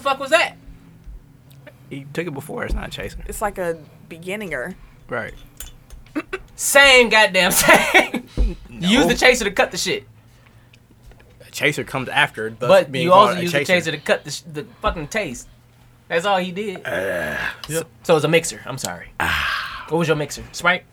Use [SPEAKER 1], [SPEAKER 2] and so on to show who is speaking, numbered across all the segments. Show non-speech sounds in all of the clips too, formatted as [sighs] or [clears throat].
[SPEAKER 1] fuck was that?
[SPEAKER 2] You took it before. It's not a chaser.
[SPEAKER 3] It's like a beginninger.
[SPEAKER 2] Right.
[SPEAKER 1] Same goddamn [laughs] thing. You Use the chaser to cut the shit,
[SPEAKER 2] A chaser comes after. Thus
[SPEAKER 1] but
[SPEAKER 2] being
[SPEAKER 1] you also
[SPEAKER 2] called a
[SPEAKER 1] use the
[SPEAKER 2] chaser.
[SPEAKER 1] chaser to cut the, sh- the fucking taste. That's all he did.
[SPEAKER 2] Uh,
[SPEAKER 1] so, so it's a mixer. I'm sorry.
[SPEAKER 2] Ah.
[SPEAKER 1] what was your mixer? Sprite.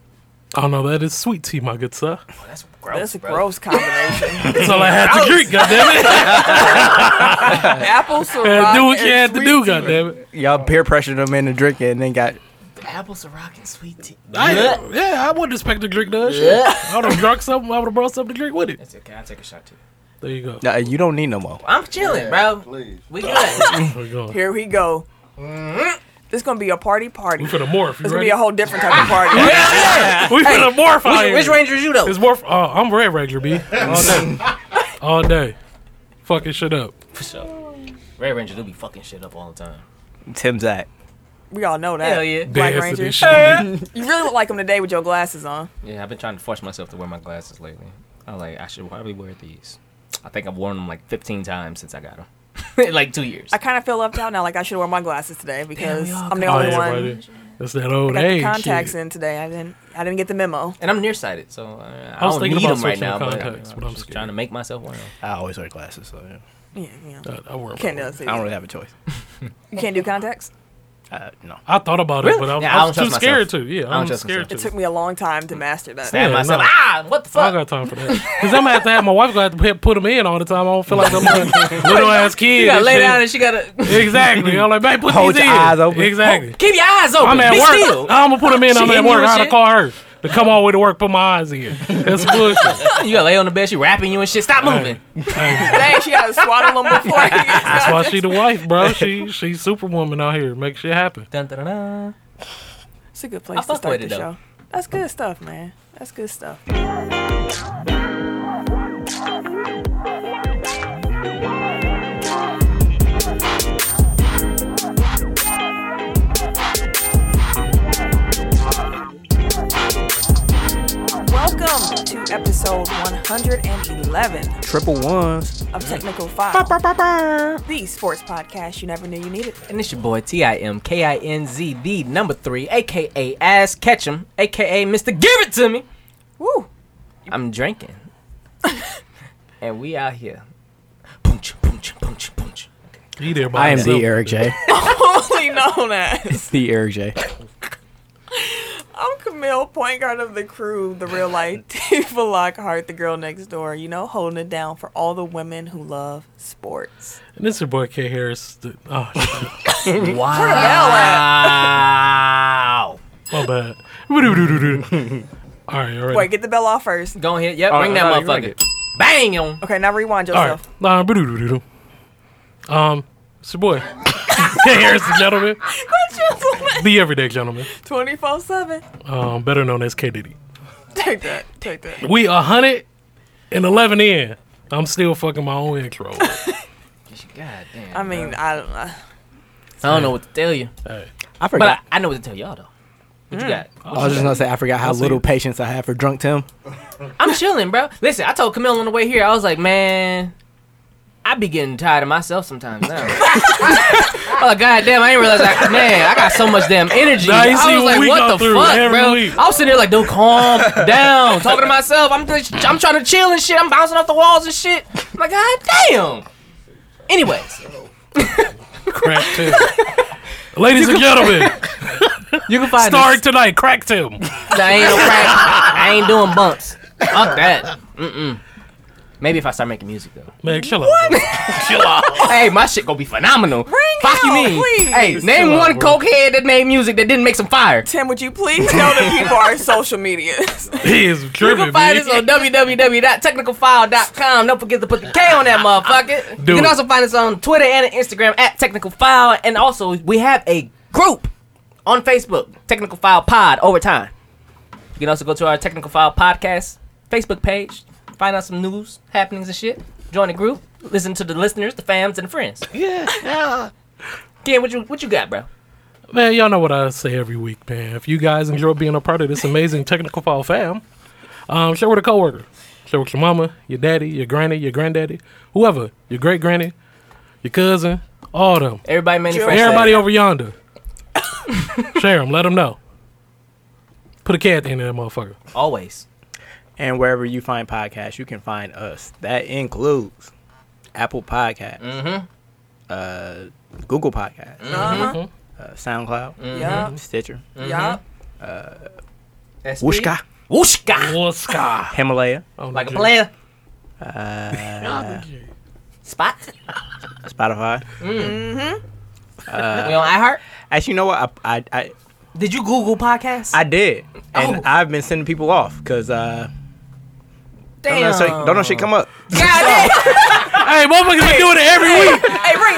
[SPEAKER 4] Oh no, that is sweet tea, my good sir.
[SPEAKER 1] Oh, that's gross.
[SPEAKER 3] That's a
[SPEAKER 1] bro. [laughs]
[SPEAKER 3] gross combination.
[SPEAKER 4] That's all I had to
[SPEAKER 3] [laughs]
[SPEAKER 4] drink, goddammit.
[SPEAKER 1] [laughs]
[SPEAKER 3] Apple
[SPEAKER 4] Had
[SPEAKER 3] Ciroc.
[SPEAKER 4] to do what you
[SPEAKER 3] and
[SPEAKER 4] had to
[SPEAKER 3] sweet
[SPEAKER 4] do,
[SPEAKER 3] tea.
[SPEAKER 4] goddammit.
[SPEAKER 2] Y'all peer pressured them into drinking and then got
[SPEAKER 1] Apple Ciroc and sweet tea.
[SPEAKER 4] I,
[SPEAKER 1] Blech.
[SPEAKER 4] yeah, I wouldn't expect to drink that shit.
[SPEAKER 1] Blech.
[SPEAKER 4] I would have drunk something. I would have brought something to drink with it.
[SPEAKER 1] That's okay. I'll take a shot too.
[SPEAKER 4] There you go.
[SPEAKER 2] Nah, you don't need no more.
[SPEAKER 1] I'm chilling, bro.
[SPEAKER 5] Please.
[SPEAKER 1] We
[SPEAKER 3] [laughs]
[SPEAKER 1] good. [laughs]
[SPEAKER 4] There you go.
[SPEAKER 3] Here we go.
[SPEAKER 1] Mm-hmm.
[SPEAKER 3] This gonna be a party party.
[SPEAKER 4] We
[SPEAKER 3] This
[SPEAKER 4] finna morph. You
[SPEAKER 3] gonna be
[SPEAKER 4] ready?
[SPEAKER 3] a whole
[SPEAKER 1] [laughs]
[SPEAKER 3] different type of party.
[SPEAKER 4] we finna morph out
[SPEAKER 1] Which,
[SPEAKER 4] here.
[SPEAKER 1] which ranger is you though?
[SPEAKER 4] It's morph. Oh, I'm red
[SPEAKER 3] [laughs]
[SPEAKER 4] regular, B. All day. All day. Fucking shit up.
[SPEAKER 1] For sure. Red Ranger do be fucking shit up all the time.
[SPEAKER 2] Tim's at.
[SPEAKER 3] We all know that.
[SPEAKER 1] Hell yeah.
[SPEAKER 3] Black
[SPEAKER 4] Dancing
[SPEAKER 3] Ranger.
[SPEAKER 4] and shit.
[SPEAKER 3] You really look like him today with your glasses on.
[SPEAKER 1] Yeah, I've been trying to force myself to wear my glasses lately. I'm like, I should probably wear these. I think I've worn them like 15 times since I got them. In [laughs] like two years.
[SPEAKER 3] I kind of feel left out now. Like I should wear my glasses today because
[SPEAKER 1] we all
[SPEAKER 3] I'm the
[SPEAKER 4] Oh,
[SPEAKER 3] only
[SPEAKER 4] yeah,
[SPEAKER 3] one.
[SPEAKER 4] buddy. That's that old
[SPEAKER 3] Got the
[SPEAKER 4] age.
[SPEAKER 3] contacts
[SPEAKER 4] shit.
[SPEAKER 3] in today. I didn't. I didn't get the memo.
[SPEAKER 1] and I'm nearsighted, so uh, I,
[SPEAKER 4] I was
[SPEAKER 1] don't
[SPEAKER 4] thinking
[SPEAKER 1] need
[SPEAKER 4] about
[SPEAKER 1] them right
[SPEAKER 4] switching
[SPEAKER 1] now. But I'm,
[SPEAKER 4] contacts, but I'm
[SPEAKER 1] just
[SPEAKER 4] scared.
[SPEAKER 1] trying to make myself wear them.
[SPEAKER 2] I always wear glasses, so yeah.
[SPEAKER 3] Yeah, yeah.
[SPEAKER 4] Uh, I, worry about
[SPEAKER 3] Can't do
[SPEAKER 4] it.
[SPEAKER 3] that.
[SPEAKER 2] I don't really have a choice.
[SPEAKER 3] You can't do contacts.
[SPEAKER 2] Uh, no.
[SPEAKER 4] I thought about it,
[SPEAKER 1] Really?
[SPEAKER 4] but I'm,
[SPEAKER 1] Yeah, I
[SPEAKER 4] I'm
[SPEAKER 1] don't
[SPEAKER 4] too
[SPEAKER 1] trust
[SPEAKER 4] scared
[SPEAKER 1] myself.
[SPEAKER 4] to. Yeah,
[SPEAKER 1] I don't
[SPEAKER 4] I'm
[SPEAKER 1] trust
[SPEAKER 4] scared
[SPEAKER 1] myself.
[SPEAKER 3] It
[SPEAKER 4] to.
[SPEAKER 3] took me a long time to master that.
[SPEAKER 1] Stab
[SPEAKER 4] Yeah,
[SPEAKER 1] myself.
[SPEAKER 4] no.
[SPEAKER 1] Ah, what the
[SPEAKER 4] I
[SPEAKER 1] fuck?
[SPEAKER 4] don't got time for that. Because I'm going to have to have my wife going to have to put them in all the time. I don't feel
[SPEAKER 1] [laughs]
[SPEAKER 4] like them little, little ass kids.
[SPEAKER 1] You gotta lay down and she gotta
[SPEAKER 4] Exactly. I'm like, babe, put
[SPEAKER 2] Hold
[SPEAKER 4] these
[SPEAKER 2] your
[SPEAKER 4] in.
[SPEAKER 2] eyes open.
[SPEAKER 4] Exactly.
[SPEAKER 1] [laughs] keep your eyes open.
[SPEAKER 4] I'm at
[SPEAKER 1] Be
[SPEAKER 4] work. [laughs]
[SPEAKER 1] still.
[SPEAKER 4] I'm gonna put them in.
[SPEAKER 1] She
[SPEAKER 4] I'm at
[SPEAKER 1] hitting you
[SPEAKER 4] work.
[SPEAKER 1] with
[SPEAKER 4] I gotta
[SPEAKER 1] shit?
[SPEAKER 4] call her to come all the way to work. Put my eyes in.
[SPEAKER 1] [laughs]
[SPEAKER 4] That's bullshit.
[SPEAKER 1] You gotta lay on the bed. She rapping you and shit. Stop moving.
[SPEAKER 3] Dang, she gotta swaddle them before. He gets
[SPEAKER 4] [laughs] That's why she the wife, bro. She she's superwoman out here. Make shit happen.
[SPEAKER 1] Dun, dun, dun, dun.
[SPEAKER 3] It's a good
[SPEAKER 1] I
[SPEAKER 3] place to
[SPEAKER 1] fuck
[SPEAKER 3] start
[SPEAKER 1] with
[SPEAKER 3] the
[SPEAKER 1] it, though.
[SPEAKER 3] show. That's good stuff, man. That's good stuff. Welcome to episode 111
[SPEAKER 2] Triple ones.
[SPEAKER 3] of Technical File, the sports podcast you never knew you needed.
[SPEAKER 1] And it's your boy T I M K I N Z D number three, aka Ass Ketchum, aka Mr. Give It To Me.
[SPEAKER 3] Woo!
[SPEAKER 1] I'm drinking. and we out here. Punch, punch, punch, punch.
[SPEAKER 4] He there by
[SPEAKER 2] I am
[SPEAKER 4] himself.
[SPEAKER 2] the Eric J.
[SPEAKER 3] Only known as.
[SPEAKER 2] the Eric J.
[SPEAKER 3] I'm Camille, point guard of the crew, the real life [laughs] Tifa Lockhart, the girl next door, you know, holding it down for all the women who love sports.
[SPEAKER 4] And this is your boy K Harris. The- Oh, shit.
[SPEAKER 2] Ah.
[SPEAKER 1] Wow.
[SPEAKER 4] my bad. [laughs] all right, all right.
[SPEAKER 3] Wait, get the bell off first.
[SPEAKER 1] Go ahead. Yep,
[SPEAKER 2] All
[SPEAKER 1] ring
[SPEAKER 2] right,
[SPEAKER 1] that
[SPEAKER 2] all right, ring
[SPEAKER 1] motherfucker. Bang on.
[SPEAKER 3] Okay, now rewind
[SPEAKER 4] all right.
[SPEAKER 3] yourself.
[SPEAKER 4] Nah, ba-do-do-do-do. Um, it's your boy [laughs] K Harris, the gentleman, the everyday gentleman,
[SPEAKER 3] 24 7.
[SPEAKER 4] um, better known as K Diddy.
[SPEAKER 3] Take that. Take that.
[SPEAKER 4] We a hundred and eleven in. I'm still fucking my own intro.
[SPEAKER 1] God damn.
[SPEAKER 3] I mean, I don't know.
[SPEAKER 1] I don't know what to tell you.
[SPEAKER 4] Hey,
[SPEAKER 2] I
[SPEAKER 1] But I,
[SPEAKER 2] forgot.
[SPEAKER 1] I know what to tell y'all, though. What you
[SPEAKER 3] Hmm.
[SPEAKER 1] got?
[SPEAKER 2] I, was just gonna say I forgot how
[SPEAKER 4] see
[SPEAKER 2] little
[SPEAKER 4] it.
[SPEAKER 2] patience I have for drunk Tim.
[SPEAKER 1] I'm chilling, bro. Listen, I told Camille on the way here, I was like, man, I be getting tired of myself sometimes
[SPEAKER 3] [laughs]
[SPEAKER 1] now. oh god damn, I ain't realize like, man, I got so much damn energy.
[SPEAKER 4] Nah, you
[SPEAKER 1] I
[SPEAKER 4] see
[SPEAKER 1] was
[SPEAKER 4] what
[SPEAKER 1] like,
[SPEAKER 4] we go
[SPEAKER 1] what the
[SPEAKER 4] through
[SPEAKER 1] fuck,
[SPEAKER 4] every
[SPEAKER 1] bro?
[SPEAKER 4] week.
[SPEAKER 1] I was sitting there like, dude,
[SPEAKER 4] [laughs]
[SPEAKER 1] calm down. Talking to myself. I'm just- I'm trying to chill and shit. I'm bouncing off the walls and shit. I'm like, god damn. Anyways,
[SPEAKER 4] crack
[SPEAKER 1] [laughs]
[SPEAKER 4] Tim. Ladies and gentlemen,
[SPEAKER 1] you can find
[SPEAKER 4] starring tonight, crack Tim.
[SPEAKER 1] I ain't no crack. I ain't doing bumps. Fuck that. Mm-mm. Maybe if I start making music though.
[SPEAKER 4] Man, chill out. bro.
[SPEAKER 1] chill out. hey, my shit gonna be phenomenal. Fuck you
[SPEAKER 3] out,
[SPEAKER 1] mean?
[SPEAKER 3] please.
[SPEAKER 1] Hey, name
[SPEAKER 4] chill out,
[SPEAKER 1] one
[SPEAKER 4] bro.
[SPEAKER 1] cokehead that made music that didn't make some fire.
[SPEAKER 3] Tim, would you please tell the people our social medias?
[SPEAKER 4] He is
[SPEAKER 1] You can
[SPEAKER 4] tripping,
[SPEAKER 1] find us on
[SPEAKER 4] man.
[SPEAKER 1] www.technicalfile.com. Don't forget to put the K on that motherfucker.
[SPEAKER 4] Do
[SPEAKER 1] you can
[SPEAKER 4] it.
[SPEAKER 1] also find us on Twitter and Instagram at Technical File. And also, we have a group on Facebook, Technical File Pod, over time. You can also go to our Technical File Podcast Facebook page, find out some news, happenings, and shit. Join the group, listen to the listeners, the fams, and the friends.
[SPEAKER 2] Yeah.
[SPEAKER 1] Ken, what you, what you got, bro?
[SPEAKER 4] Man, y'all know what I say every week, man. If you guys enjoy being a part of this amazing technical file fam, um, share with a coworker. Share with your mama, your daddy, your granny, your granddaddy, whoever, your great granny, your cousin, All them.
[SPEAKER 1] Everybody manufactured.
[SPEAKER 4] Everybody
[SPEAKER 1] [laughs]
[SPEAKER 4] over yonder. Share them. Let them know. Put a cat in that motherfucker.
[SPEAKER 1] always.
[SPEAKER 2] [laughs] And wherever you find podcasts, you can find us. That includes Apple Podcasts, uh, Google Podcasts,
[SPEAKER 3] Uh-huh.
[SPEAKER 2] uh, SoundCloud, Mm-hmm.
[SPEAKER 3] Yup.
[SPEAKER 2] Stitcher,
[SPEAKER 3] Yup.
[SPEAKER 1] SP?
[SPEAKER 2] Wooshka,
[SPEAKER 1] Wooshka.
[SPEAKER 4] Wooska.
[SPEAKER 2] Himalaya,
[SPEAKER 4] Oh,
[SPEAKER 1] Like a
[SPEAKER 4] no,
[SPEAKER 1] player.
[SPEAKER 2] uh,
[SPEAKER 1] Spot.
[SPEAKER 2] Spotify.
[SPEAKER 1] we on iHeart.
[SPEAKER 2] Actually, you know what? I, I, I,
[SPEAKER 1] Uh, Did you Google podcasts?
[SPEAKER 2] I did. And
[SPEAKER 1] Oh.
[SPEAKER 2] I've been sending people off because uh, don't, know
[SPEAKER 1] Damn.
[SPEAKER 3] [laughs]
[SPEAKER 2] shit- don't know shit come up.
[SPEAKER 1] God damn.
[SPEAKER 4] Hey, motherfuckers been doing it every week.
[SPEAKER 3] Hey,
[SPEAKER 1] [laughs]
[SPEAKER 3] Ray.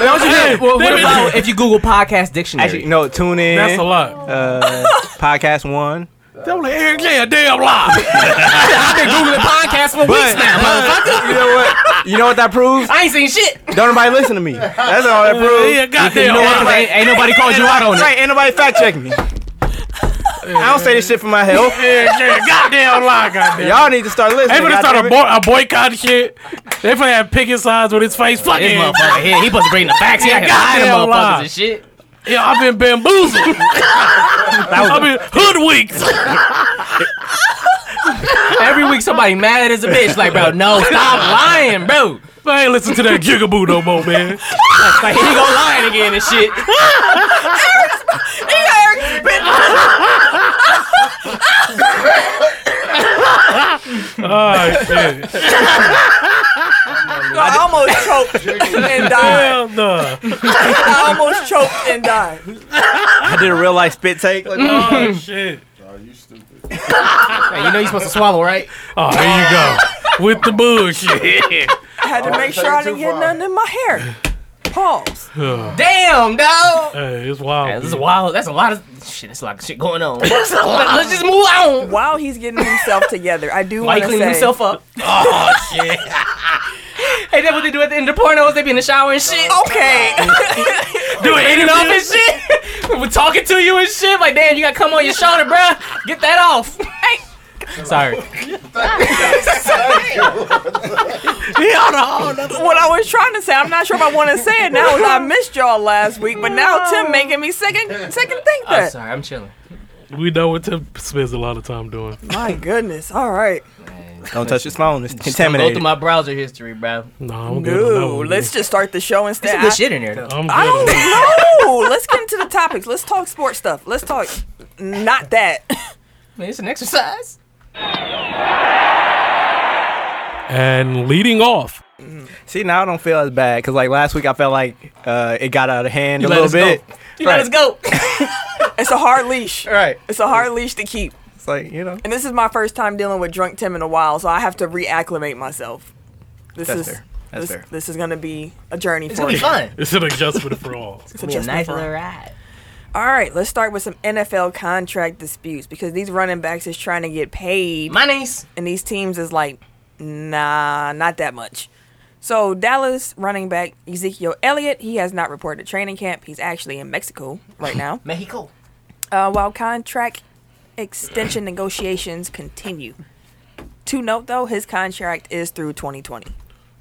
[SPEAKER 1] Don't you
[SPEAKER 4] Hey,
[SPEAKER 1] do- well, what
[SPEAKER 4] damn it.
[SPEAKER 1] about if you Google podcast dictionary?
[SPEAKER 2] Actually, no, tune in.
[SPEAKER 4] That's a lot.
[SPEAKER 2] Uh, podcast one.
[SPEAKER 4] I'm like, Eric, yeah, damn lie.
[SPEAKER 1] I've been googling podcasts for
[SPEAKER 2] But
[SPEAKER 1] weeks
[SPEAKER 2] [laughs]
[SPEAKER 1] now.
[SPEAKER 2] you know what? You know what that proves?
[SPEAKER 1] I [laughs] ain't seen shit.
[SPEAKER 2] Don't nobody listen to me. That's all that proves.
[SPEAKER 4] yeah, goddamn
[SPEAKER 2] know what?
[SPEAKER 4] lie.
[SPEAKER 1] ain't, ain't nobody called you out on it.
[SPEAKER 2] Right, ain't nobody fact checking me. I don't say this shit for my health.
[SPEAKER 4] Eric, yeah, goddamn lie, goddamn.
[SPEAKER 2] Y'all need to start
[SPEAKER 4] They
[SPEAKER 2] listening.
[SPEAKER 4] finna start a,
[SPEAKER 2] goddammit.
[SPEAKER 4] boy- a boycott shit. They finna have picket signs with his face. Fuck
[SPEAKER 1] This
[SPEAKER 4] it.
[SPEAKER 1] motherfucker here, he supposed to bring the facts. He out here lying to
[SPEAKER 4] Goddamn
[SPEAKER 1] motherfuckers
[SPEAKER 4] lie.
[SPEAKER 1] and shit.
[SPEAKER 4] Yeah, I've been bamboozled. I've been hoodwinked.
[SPEAKER 1] Every week somebody mad as a bitch. Like, bro, no, stop lying, bro.
[SPEAKER 4] I ain't listen to that gigaboo no more, man.
[SPEAKER 1] Like, he go lying again and shit.
[SPEAKER 3] Eric's been
[SPEAKER 4] Oh shit.
[SPEAKER 3] I almost choked and died.
[SPEAKER 4] Hell no.
[SPEAKER 3] I almost choked and died.
[SPEAKER 2] I did a real life spit take. Like,
[SPEAKER 4] Oh shit.
[SPEAKER 5] Are you stupid?
[SPEAKER 1] Hey, you know you're supposed to swallow, right?
[SPEAKER 4] Oh, here you go. With the bullshit.
[SPEAKER 3] I had to
[SPEAKER 5] take
[SPEAKER 3] make sure I
[SPEAKER 5] it too
[SPEAKER 3] didn't get
[SPEAKER 5] far.
[SPEAKER 3] nothing in my hair. Pause.
[SPEAKER 4] Oh,
[SPEAKER 1] Damn, dog.
[SPEAKER 4] hey, it's wild.
[SPEAKER 1] this is
[SPEAKER 4] dude.
[SPEAKER 1] wild. That's a lot of shit. It's a lot of shit going on. Let's let's just move on.
[SPEAKER 3] While he's getting himself together, I do
[SPEAKER 1] Why
[SPEAKER 3] want
[SPEAKER 1] he
[SPEAKER 3] to
[SPEAKER 1] cleaning
[SPEAKER 3] say
[SPEAKER 1] himself up?
[SPEAKER 4] Oh shit.
[SPEAKER 1] [laughs] Hey, that what they do at the end of the pornos? They be in the shower and shit.
[SPEAKER 3] Oh, Okay. [laughs]
[SPEAKER 1] doing it off and shit. [laughs] We're talking to you and shit. Like, damn, you got come on your shoulder, bruh. Get that off. [laughs] Sorry.
[SPEAKER 3] what I was trying to say, I'm not sure if I want to say it now. Is I missed y'all last week, but now Tim making me second second think
[SPEAKER 1] I'm
[SPEAKER 3] that.
[SPEAKER 1] sorry. I'm chilling.
[SPEAKER 4] We know what Tim spends a lot of time doing.
[SPEAKER 3] My goodness. All right.
[SPEAKER 2] don't touch this phone. It's
[SPEAKER 1] Go
[SPEAKER 2] contaminated.
[SPEAKER 1] through my browser history, bruh.
[SPEAKER 4] No, I'm good. on that
[SPEAKER 3] No,
[SPEAKER 4] one,
[SPEAKER 3] let's just start the show instead.
[SPEAKER 1] There's good shit in there though.
[SPEAKER 4] I'm good.
[SPEAKER 3] I
[SPEAKER 4] on that.
[SPEAKER 3] don't know. Let's get into the topics. Let's talk sports stuff. Let's talk not that.
[SPEAKER 1] Man, it's an exercise.
[SPEAKER 4] And leading off.
[SPEAKER 2] See, now I don't feel as bad because like last week I felt like uh, it got out of hand
[SPEAKER 1] You
[SPEAKER 2] a
[SPEAKER 1] let
[SPEAKER 2] little
[SPEAKER 1] us go.
[SPEAKER 2] bit.
[SPEAKER 1] You let us go. [laughs]
[SPEAKER 3] It's a hard leash.
[SPEAKER 2] Right.
[SPEAKER 3] It's a hard leash to keep.
[SPEAKER 2] It's like you know.
[SPEAKER 3] And this is my first time dealing with drunk Tim in a while, so I have to reacclimate myself. This
[SPEAKER 2] That's
[SPEAKER 3] is
[SPEAKER 2] fair. That's
[SPEAKER 3] this,
[SPEAKER 2] fair.
[SPEAKER 3] this is gonna be a journey
[SPEAKER 1] It's
[SPEAKER 3] for
[SPEAKER 1] gonna be
[SPEAKER 3] me.
[SPEAKER 1] fun.
[SPEAKER 4] It's an adjustment for all.
[SPEAKER 3] It's
[SPEAKER 1] It's gonna be a
[SPEAKER 3] adjustment
[SPEAKER 1] nice
[SPEAKER 3] for-
[SPEAKER 1] little ride.
[SPEAKER 3] All right, let's start with some NFL contract disputes because these running backs is trying to get paid,
[SPEAKER 1] My niece.
[SPEAKER 3] and these teams is like, nah, not that much. So Dallas running back Ezekiel Elliott, he has not reported to training camp. He's actually in Mexico right now.
[SPEAKER 1] Mexico.
[SPEAKER 3] uh, while contract extension negotiations continue. To note, though, his contract is through 2020.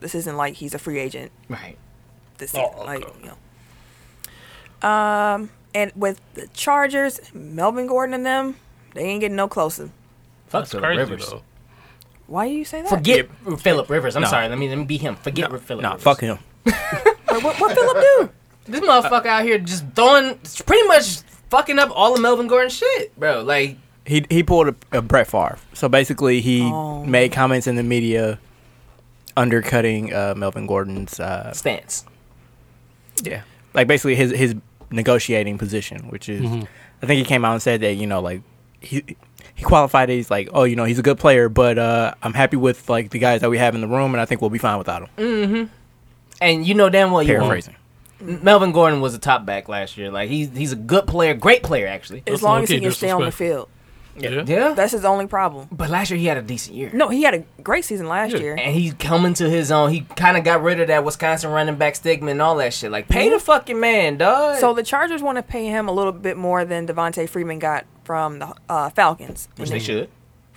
[SPEAKER 3] This isn't like he's a free agent
[SPEAKER 1] Right.
[SPEAKER 3] this
[SPEAKER 4] Oh,
[SPEAKER 3] season.
[SPEAKER 4] okay.
[SPEAKER 3] Like, you know. Um, and with the Chargers, Melvin Gordon and them, they ain't getting no closer.
[SPEAKER 1] Fuck
[SPEAKER 4] That's
[SPEAKER 1] Philip
[SPEAKER 4] crazy
[SPEAKER 1] Rivers.
[SPEAKER 4] though.
[SPEAKER 3] Why do you say that?
[SPEAKER 1] Forget Philip Rivers. I'm
[SPEAKER 2] No.
[SPEAKER 1] sorry. Let me let me be him. Forget Philip.
[SPEAKER 2] Nah,
[SPEAKER 1] Rivers.
[SPEAKER 2] fuck him.
[SPEAKER 3] Wait, what, what Philip do?
[SPEAKER 1] This motherfucker out here just throwing, pretty much fucking up all of Melvin Gordon shit, bro. Like,
[SPEAKER 2] He he pulled a, a Brett Favre. So basically, he
[SPEAKER 3] Oh.
[SPEAKER 2] made comments in the media undercutting uh, Melvin Gordon's uh,
[SPEAKER 1] stance.
[SPEAKER 2] Yeah. Like basically his his negotiating position, which is I think he came out and said that, you know, like he he qualified it, he's like, Oh, you know, he's a good player, but uh I'm happy with like the guys that we have in the room and I think we'll be fine without him.
[SPEAKER 3] Mm-hmm.
[SPEAKER 1] And you know damn well you won't.
[SPEAKER 2] Paraphrasing.
[SPEAKER 1] Melvin Gordon was a top back last year. Like he's he's a good player, great player actually.
[SPEAKER 3] As
[SPEAKER 4] That's
[SPEAKER 3] long as he
[SPEAKER 4] low-key
[SPEAKER 3] can stay on the
[SPEAKER 4] disrespectful.
[SPEAKER 3] field.
[SPEAKER 4] Yeah.
[SPEAKER 1] Yeah,
[SPEAKER 3] That's his only problem.
[SPEAKER 1] but last year he had a decent year.
[SPEAKER 3] No, he had a great season last
[SPEAKER 4] Yeah.
[SPEAKER 3] year.
[SPEAKER 1] And he's coming to his own. He kind of got rid of that Wisconsin running back stigma and all that shit. Like, pay the fucking man, dog.
[SPEAKER 3] So the Chargers want to pay him a little bit more than Devontae Freeman got from the uh, Falcons.
[SPEAKER 1] which they should.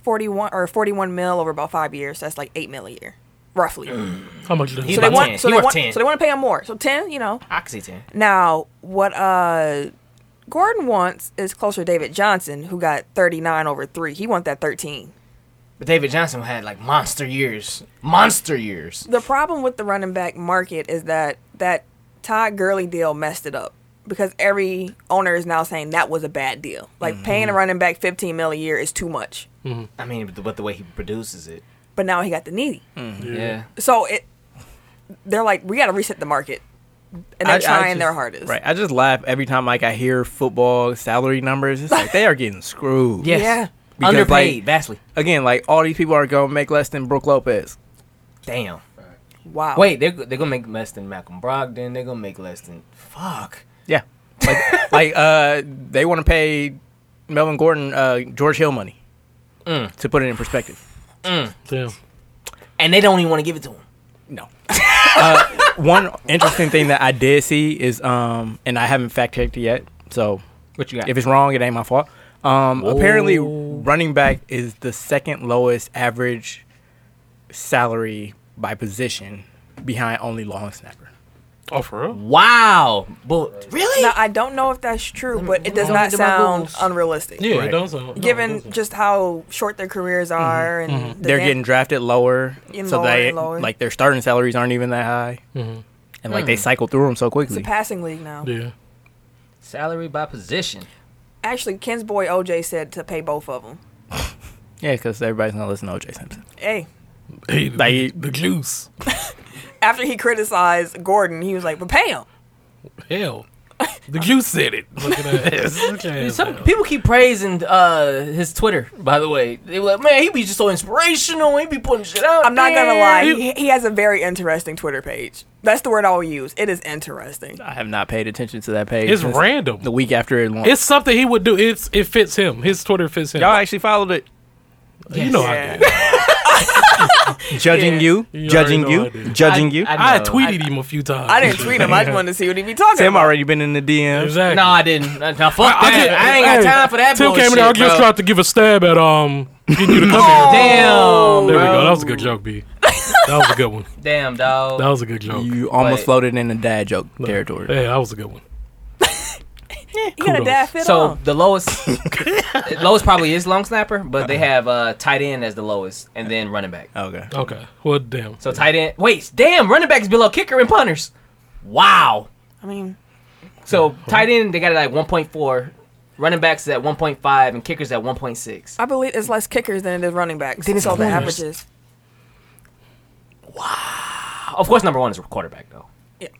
[SPEAKER 3] Forty-one or forty-one mil over about five years. So that's like eight mil a year. roughly.
[SPEAKER 4] How much does
[SPEAKER 1] He's
[SPEAKER 3] so
[SPEAKER 4] it
[SPEAKER 1] Mm.
[SPEAKER 3] they
[SPEAKER 1] about
[SPEAKER 4] cost?
[SPEAKER 3] want
[SPEAKER 1] 10.
[SPEAKER 3] so
[SPEAKER 1] He
[SPEAKER 3] they
[SPEAKER 1] worth
[SPEAKER 3] want
[SPEAKER 1] 10.
[SPEAKER 3] so they want to pay him more. So ten, you know.
[SPEAKER 1] I can see ten.
[SPEAKER 3] Now what uh Gordon wants is closer to David Johnson, who got thirty nine over three. He want that thirteen.
[SPEAKER 1] But David Johnson had like monster years, monster years.
[SPEAKER 3] The problem with the running back market is that that Todd Gurley deal messed it up because every owner is now saying that was a bad deal. Like paying
[SPEAKER 1] Mm-hmm.
[SPEAKER 3] a running back fifteen mil a year is too much.
[SPEAKER 1] I mean, but the, but the way he produces it,
[SPEAKER 3] But now he got the needy.
[SPEAKER 1] yeah.
[SPEAKER 3] So it they're like, we got to reset the market, and they're
[SPEAKER 2] I- I
[SPEAKER 3] trying
[SPEAKER 2] just-
[SPEAKER 3] their hardest.
[SPEAKER 2] Right. I just laugh every time like I hear football salary numbers. It's like they are getting screwed.
[SPEAKER 1] Yes.
[SPEAKER 3] Yeah.
[SPEAKER 2] Because,
[SPEAKER 1] underpaid
[SPEAKER 2] like-
[SPEAKER 1] vastly.
[SPEAKER 2] Again, like all these people are gonna make less than Brooke Lopez.
[SPEAKER 1] Damn.
[SPEAKER 3] Wow.
[SPEAKER 1] Wait, they're they're gonna make less than Malcolm Brogdon. They're gonna make less than fuck.
[SPEAKER 2] Yeah. Like [laughs] like uh they wanna pay Melvin Gordon uh George Hill money. To put it in perspective.
[SPEAKER 4] Damn.
[SPEAKER 1] And they don't even want to give it to him.
[SPEAKER 2] No. [laughs] uh, one interesting thing that I did see is um and I haven't fact checked it yet, so
[SPEAKER 1] What you
[SPEAKER 2] If it's wrong, it ain't my fault. Um, apparently, running back is the second lowest average salary by position, behind only long snapper.
[SPEAKER 4] Oh, for real?
[SPEAKER 1] wow. But really?
[SPEAKER 3] Now I don't know if that's true, but it
[SPEAKER 1] let
[SPEAKER 3] does
[SPEAKER 1] me
[SPEAKER 3] not
[SPEAKER 1] do my
[SPEAKER 3] sound
[SPEAKER 1] Googles.
[SPEAKER 3] unrealistic.
[SPEAKER 4] Yeah,
[SPEAKER 2] Right.
[SPEAKER 4] it does sound. no, it
[SPEAKER 3] Given
[SPEAKER 4] doesn't.
[SPEAKER 3] just how short their careers are, and the
[SPEAKER 2] Mm-hmm. They're
[SPEAKER 3] dan-
[SPEAKER 2] getting drafted lower,
[SPEAKER 3] Getting
[SPEAKER 2] so
[SPEAKER 3] lower
[SPEAKER 2] they
[SPEAKER 3] and lower.
[SPEAKER 2] like their starting salaries aren't even that high, and like they cycle through them so
[SPEAKER 3] Hmm. it's a
[SPEAKER 2] quickly.
[SPEAKER 3] passing league now.
[SPEAKER 4] Mm-hmm. Yeah.
[SPEAKER 1] Salary by position.
[SPEAKER 3] Actually, Ken's boy OJ said to pay both of them.
[SPEAKER 2] Yeah, because everybody's not listening to OJ Simpson.
[SPEAKER 3] Hey,
[SPEAKER 4] Hey, the,
[SPEAKER 2] Like-
[SPEAKER 4] the juice.
[SPEAKER 3] after he criticized Gordon, he was like, "But pay him."
[SPEAKER 4] Hell. [laughs] The juice said it. Look at [laughs] that ass. Look at his
[SPEAKER 1] Some
[SPEAKER 4] ass.
[SPEAKER 1] people keep praising uh, his Twitter. By the way, they were like, man, he be just so inspirational. He be putting shit out.
[SPEAKER 3] I'm not gonna
[SPEAKER 1] there."
[SPEAKER 3] lie. He, he has a very interesting Twitter page. That's the word I'll use. It is interesting.
[SPEAKER 2] I have not paid attention to that page.
[SPEAKER 4] It's
[SPEAKER 2] since
[SPEAKER 4] random.
[SPEAKER 2] The week after it launched,
[SPEAKER 4] It's something he would do. It's it fits him. His Twitter fits him.
[SPEAKER 2] y'all actually followed it.
[SPEAKER 4] you know I
[SPEAKER 3] Yeah.
[SPEAKER 4] did.
[SPEAKER 2] Judging
[SPEAKER 3] Yeah.
[SPEAKER 2] you,
[SPEAKER 4] You
[SPEAKER 2] judging
[SPEAKER 4] already know
[SPEAKER 2] you,
[SPEAKER 4] I did.
[SPEAKER 2] judging
[SPEAKER 1] I-
[SPEAKER 2] you.
[SPEAKER 1] I-
[SPEAKER 4] I had
[SPEAKER 1] No,
[SPEAKER 4] tweeted him a few times.
[SPEAKER 3] I didn't tweet him. I just wanted to see what he'd be talking
[SPEAKER 2] Tim
[SPEAKER 3] about.
[SPEAKER 2] already been in the DM.
[SPEAKER 4] [laughs] Exactly.
[SPEAKER 1] No, I didn't. No, fuck that.
[SPEAKER 4] did-
[SPEAKER 1] I ain't got
[SPEAKER 4] hey,
[SPEAKER 1] time for that
[SPEAKER 4] Tim
[SPEAKER 1] bullshit.
[SPEAKER 4] came in there. I just
[SPEAKER 1] bro.
[SPEAKER 4] tried to give a stab at um getting you to oh. come here.
[SPEAKER 1] Damn.
[SPEAKER 4] There we
[SPEAKER 1] bro.
[SPEAKER 4] go. That was a good joke, B. That was a good one.
[SPEAKER 1] Damn, dog.
[SPEAKER 4] That was a good
[SPEAKER 2] [laughs]
[SPEAKER 4] joke.
[SPEAKER 2] You almost
[SPEAKER 1] But-
[SPEAKER 2] floated in the dad joke territory.
[SPEAKER 4] Yeah, that was a good one.
[SPEAKER 3] He got a
[SPEAKER 4] Kudos.
[SPEAKER 3] dad fit
[SPEAKER 1] So
[SPEAKER 3] on.
[SPEAKER 1] the lowest,
[SPEAKER 4] [laughs]
[SPEAKER 1] lowest probably is long snapper, but they have uh, tight end as the lowest, and then running back.
[SPEAKER 2] Okay.
[SPEAKER 4] Okay. Well, damn.
[SPEAKER 1] So tight end. Wait, damn, running backs below kicker and punters. Wow.
[SPEAKER 3] I mean,
[SPEAKER 1] So tight end they got it at like 1.4, running backs is at 1.5, and kickers at 1.6.
[SPEAKER 3] I believe it's less kickers than it is running backs.
[SPEAKER 1] Then it's
[SPEAKER 3] so the
[SPEAKER 1] corners.
[SPEAKER 3] averages.
[SPEAKER 1] Of course, number one is quarterback though,
[SPEAKER 4] Yeah.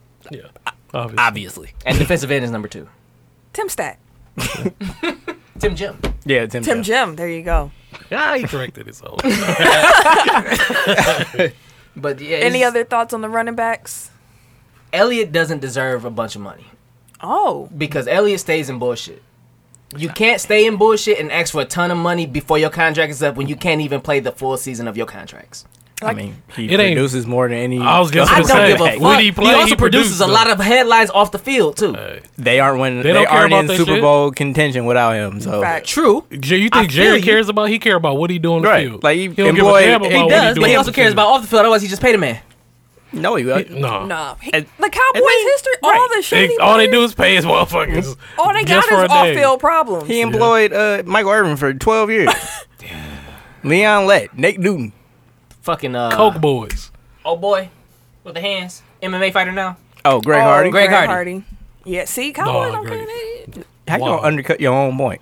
[SPEAKER 4] Obviously.
[SPEAKER 2] Obviously.
[SPEAKER 4] [laughs]
[SPEAKER 1] and defensive end is number two.
[SPEAKER 3] Tim Stat.
[SPEAKER 1] Tim Jim.
[SPEAKER 2] Yeah, Tim. Jim.
[SPEAKER 3] Tim Jim. There you go.
[SPEAKER 4] Ah, he corrected his own.
[SPEAKER 1] But yeah,
[SPEAKER 3] Any
[SPEAKER 1] it's-
[SPEAKER 3] other thoughts on the running backs?
[SPEAKER 1] Elliott doesn't deserve a bunch of money
[SPEAKER 3] Oh,
[SPEAKER 1] because Elliott stays in bullshit. You can't stay in bullshit and ask for a ton of money before your contract is up when you can't even play the full season of your contracts.
[SPEAKER 2] I mean, he
[SPEAKER 4] It ain't-
[SPEAKER 2] produces more than any.
[SPEAKER 4] I was just
[SPEAKER 1] I
[SPEAKER 4] gonna
[SPEAKER 1] don't
[SPEAKER 4] say,
[SPEAKER 1] give a
[SPEAKER 4] hey,
[SPEAKER 1] fuck.
[SPEAKER 4] when he
[SPEAKER 1] he,
[SPEAKER 4] play,
[SPEAKER 1] also
[SPEAKER 4] he
[SPEAKER 1] produces
[SPEAKER 4] produce,
[SPEAKER 1] a
[SPEAKER 4] though. Uh,
[SPEAKER 1] lot of headlines off the field too.
[SPEAKER 2] [laughs] They aren't winning. They,
[SPEAKER 4] don't care
[SPEAKER 2] aren't
[SPEAKER 4] about
[SPEAKER 2] in
[SPEAKER 4] that
[SPEAKER 2] Super
[SPEAKER 4] shit.
[SPEAKER 2] Bowl contention without him. So
[SPEAKER 1] Oh.
[SPEAKER 3] fact.
[SPEAKER 1] True.
[SPEAKER 4] [laughs] Jay, you
[SPEAKER 1] I
[SPEAKER 4] think
[SPEAKER 1] feel
[SPEAKER 4] Jerry
[SPEAKER 1] you.
[SPEAKER 4] cares about? He care about what he do on the
[SPEAKER 2] Right.
[SPEAKER 4] field.
[SPEAKER 2] Like, he
[SPEAKER 4] he don't give a
[SPEAKER 2] employed-
[SPEAKER 4] damn
[SPEAKER 2] he
[SPEAKER 4] about
[SPEAKER 1] He
[SPEAKER 4] what
[SPEAKER 1] does,
[SPEAKER 4] do
[SPEAKER 1] but he
[SPEAKER 4] on
[SPEAKER 1] also
[SPEAKER 4] the
[SPEAKER 1] cares
[SPEAKER 4] field.
[SPEAKER 1] about off the field. Otherwise, he just paid a man.
[SPEAKER 2] no, he, uh,
[SPEAKER 4] No.
[SPEAKER 3] no. He,
[SPEAKER 2] And-
[SPEAKER 3] the Cowboys'
[SPEAKER 2] and they-
[SPEAKER 3] history, all
[SPEAKER 2] right.
[SPEAKER 3] the
[SPEAKER 4] They-
[SPEAKER 3] shit.
[SPEAKER 4] all they do is pay his motherfuckers.
[SPEAKER 3] all they got
[SPEAKER 4] just
[SPEAKER 3] is
[SPEAKER 4] for a day.
[SPEAKER 3] off-field problems.
[SPEAKER 2] he employed uh, Michael Irvin for twelve years.
[SPEAKER 4] [laughs]
[SPEAKER 2] Leon Lett, Nate Newton.
[SPEAKER 1] Fucking uh,
[SPEAKER 4] Coke boys.
[SPEAKER 1] oh boy, with the hands, MMA fighter now.
[SPEAKER 2] Oh, Greg
[SPEAKER 3] Oh,
[SPEAKER 2] Hardy.
[SPEAKER 1] Greg Hardy.
[SPEAKER 3] Yeah. See, Cowboys
[SPEAKER 4] No,
[SPEAKER 3] don't
[SPEAKER 4] Greg.
[SPEAKER 3] care. They-
[SPEAKER 2] How you
[SPEAKER 4] Wow.
[SPEAKER 2] gonna undercut your own point?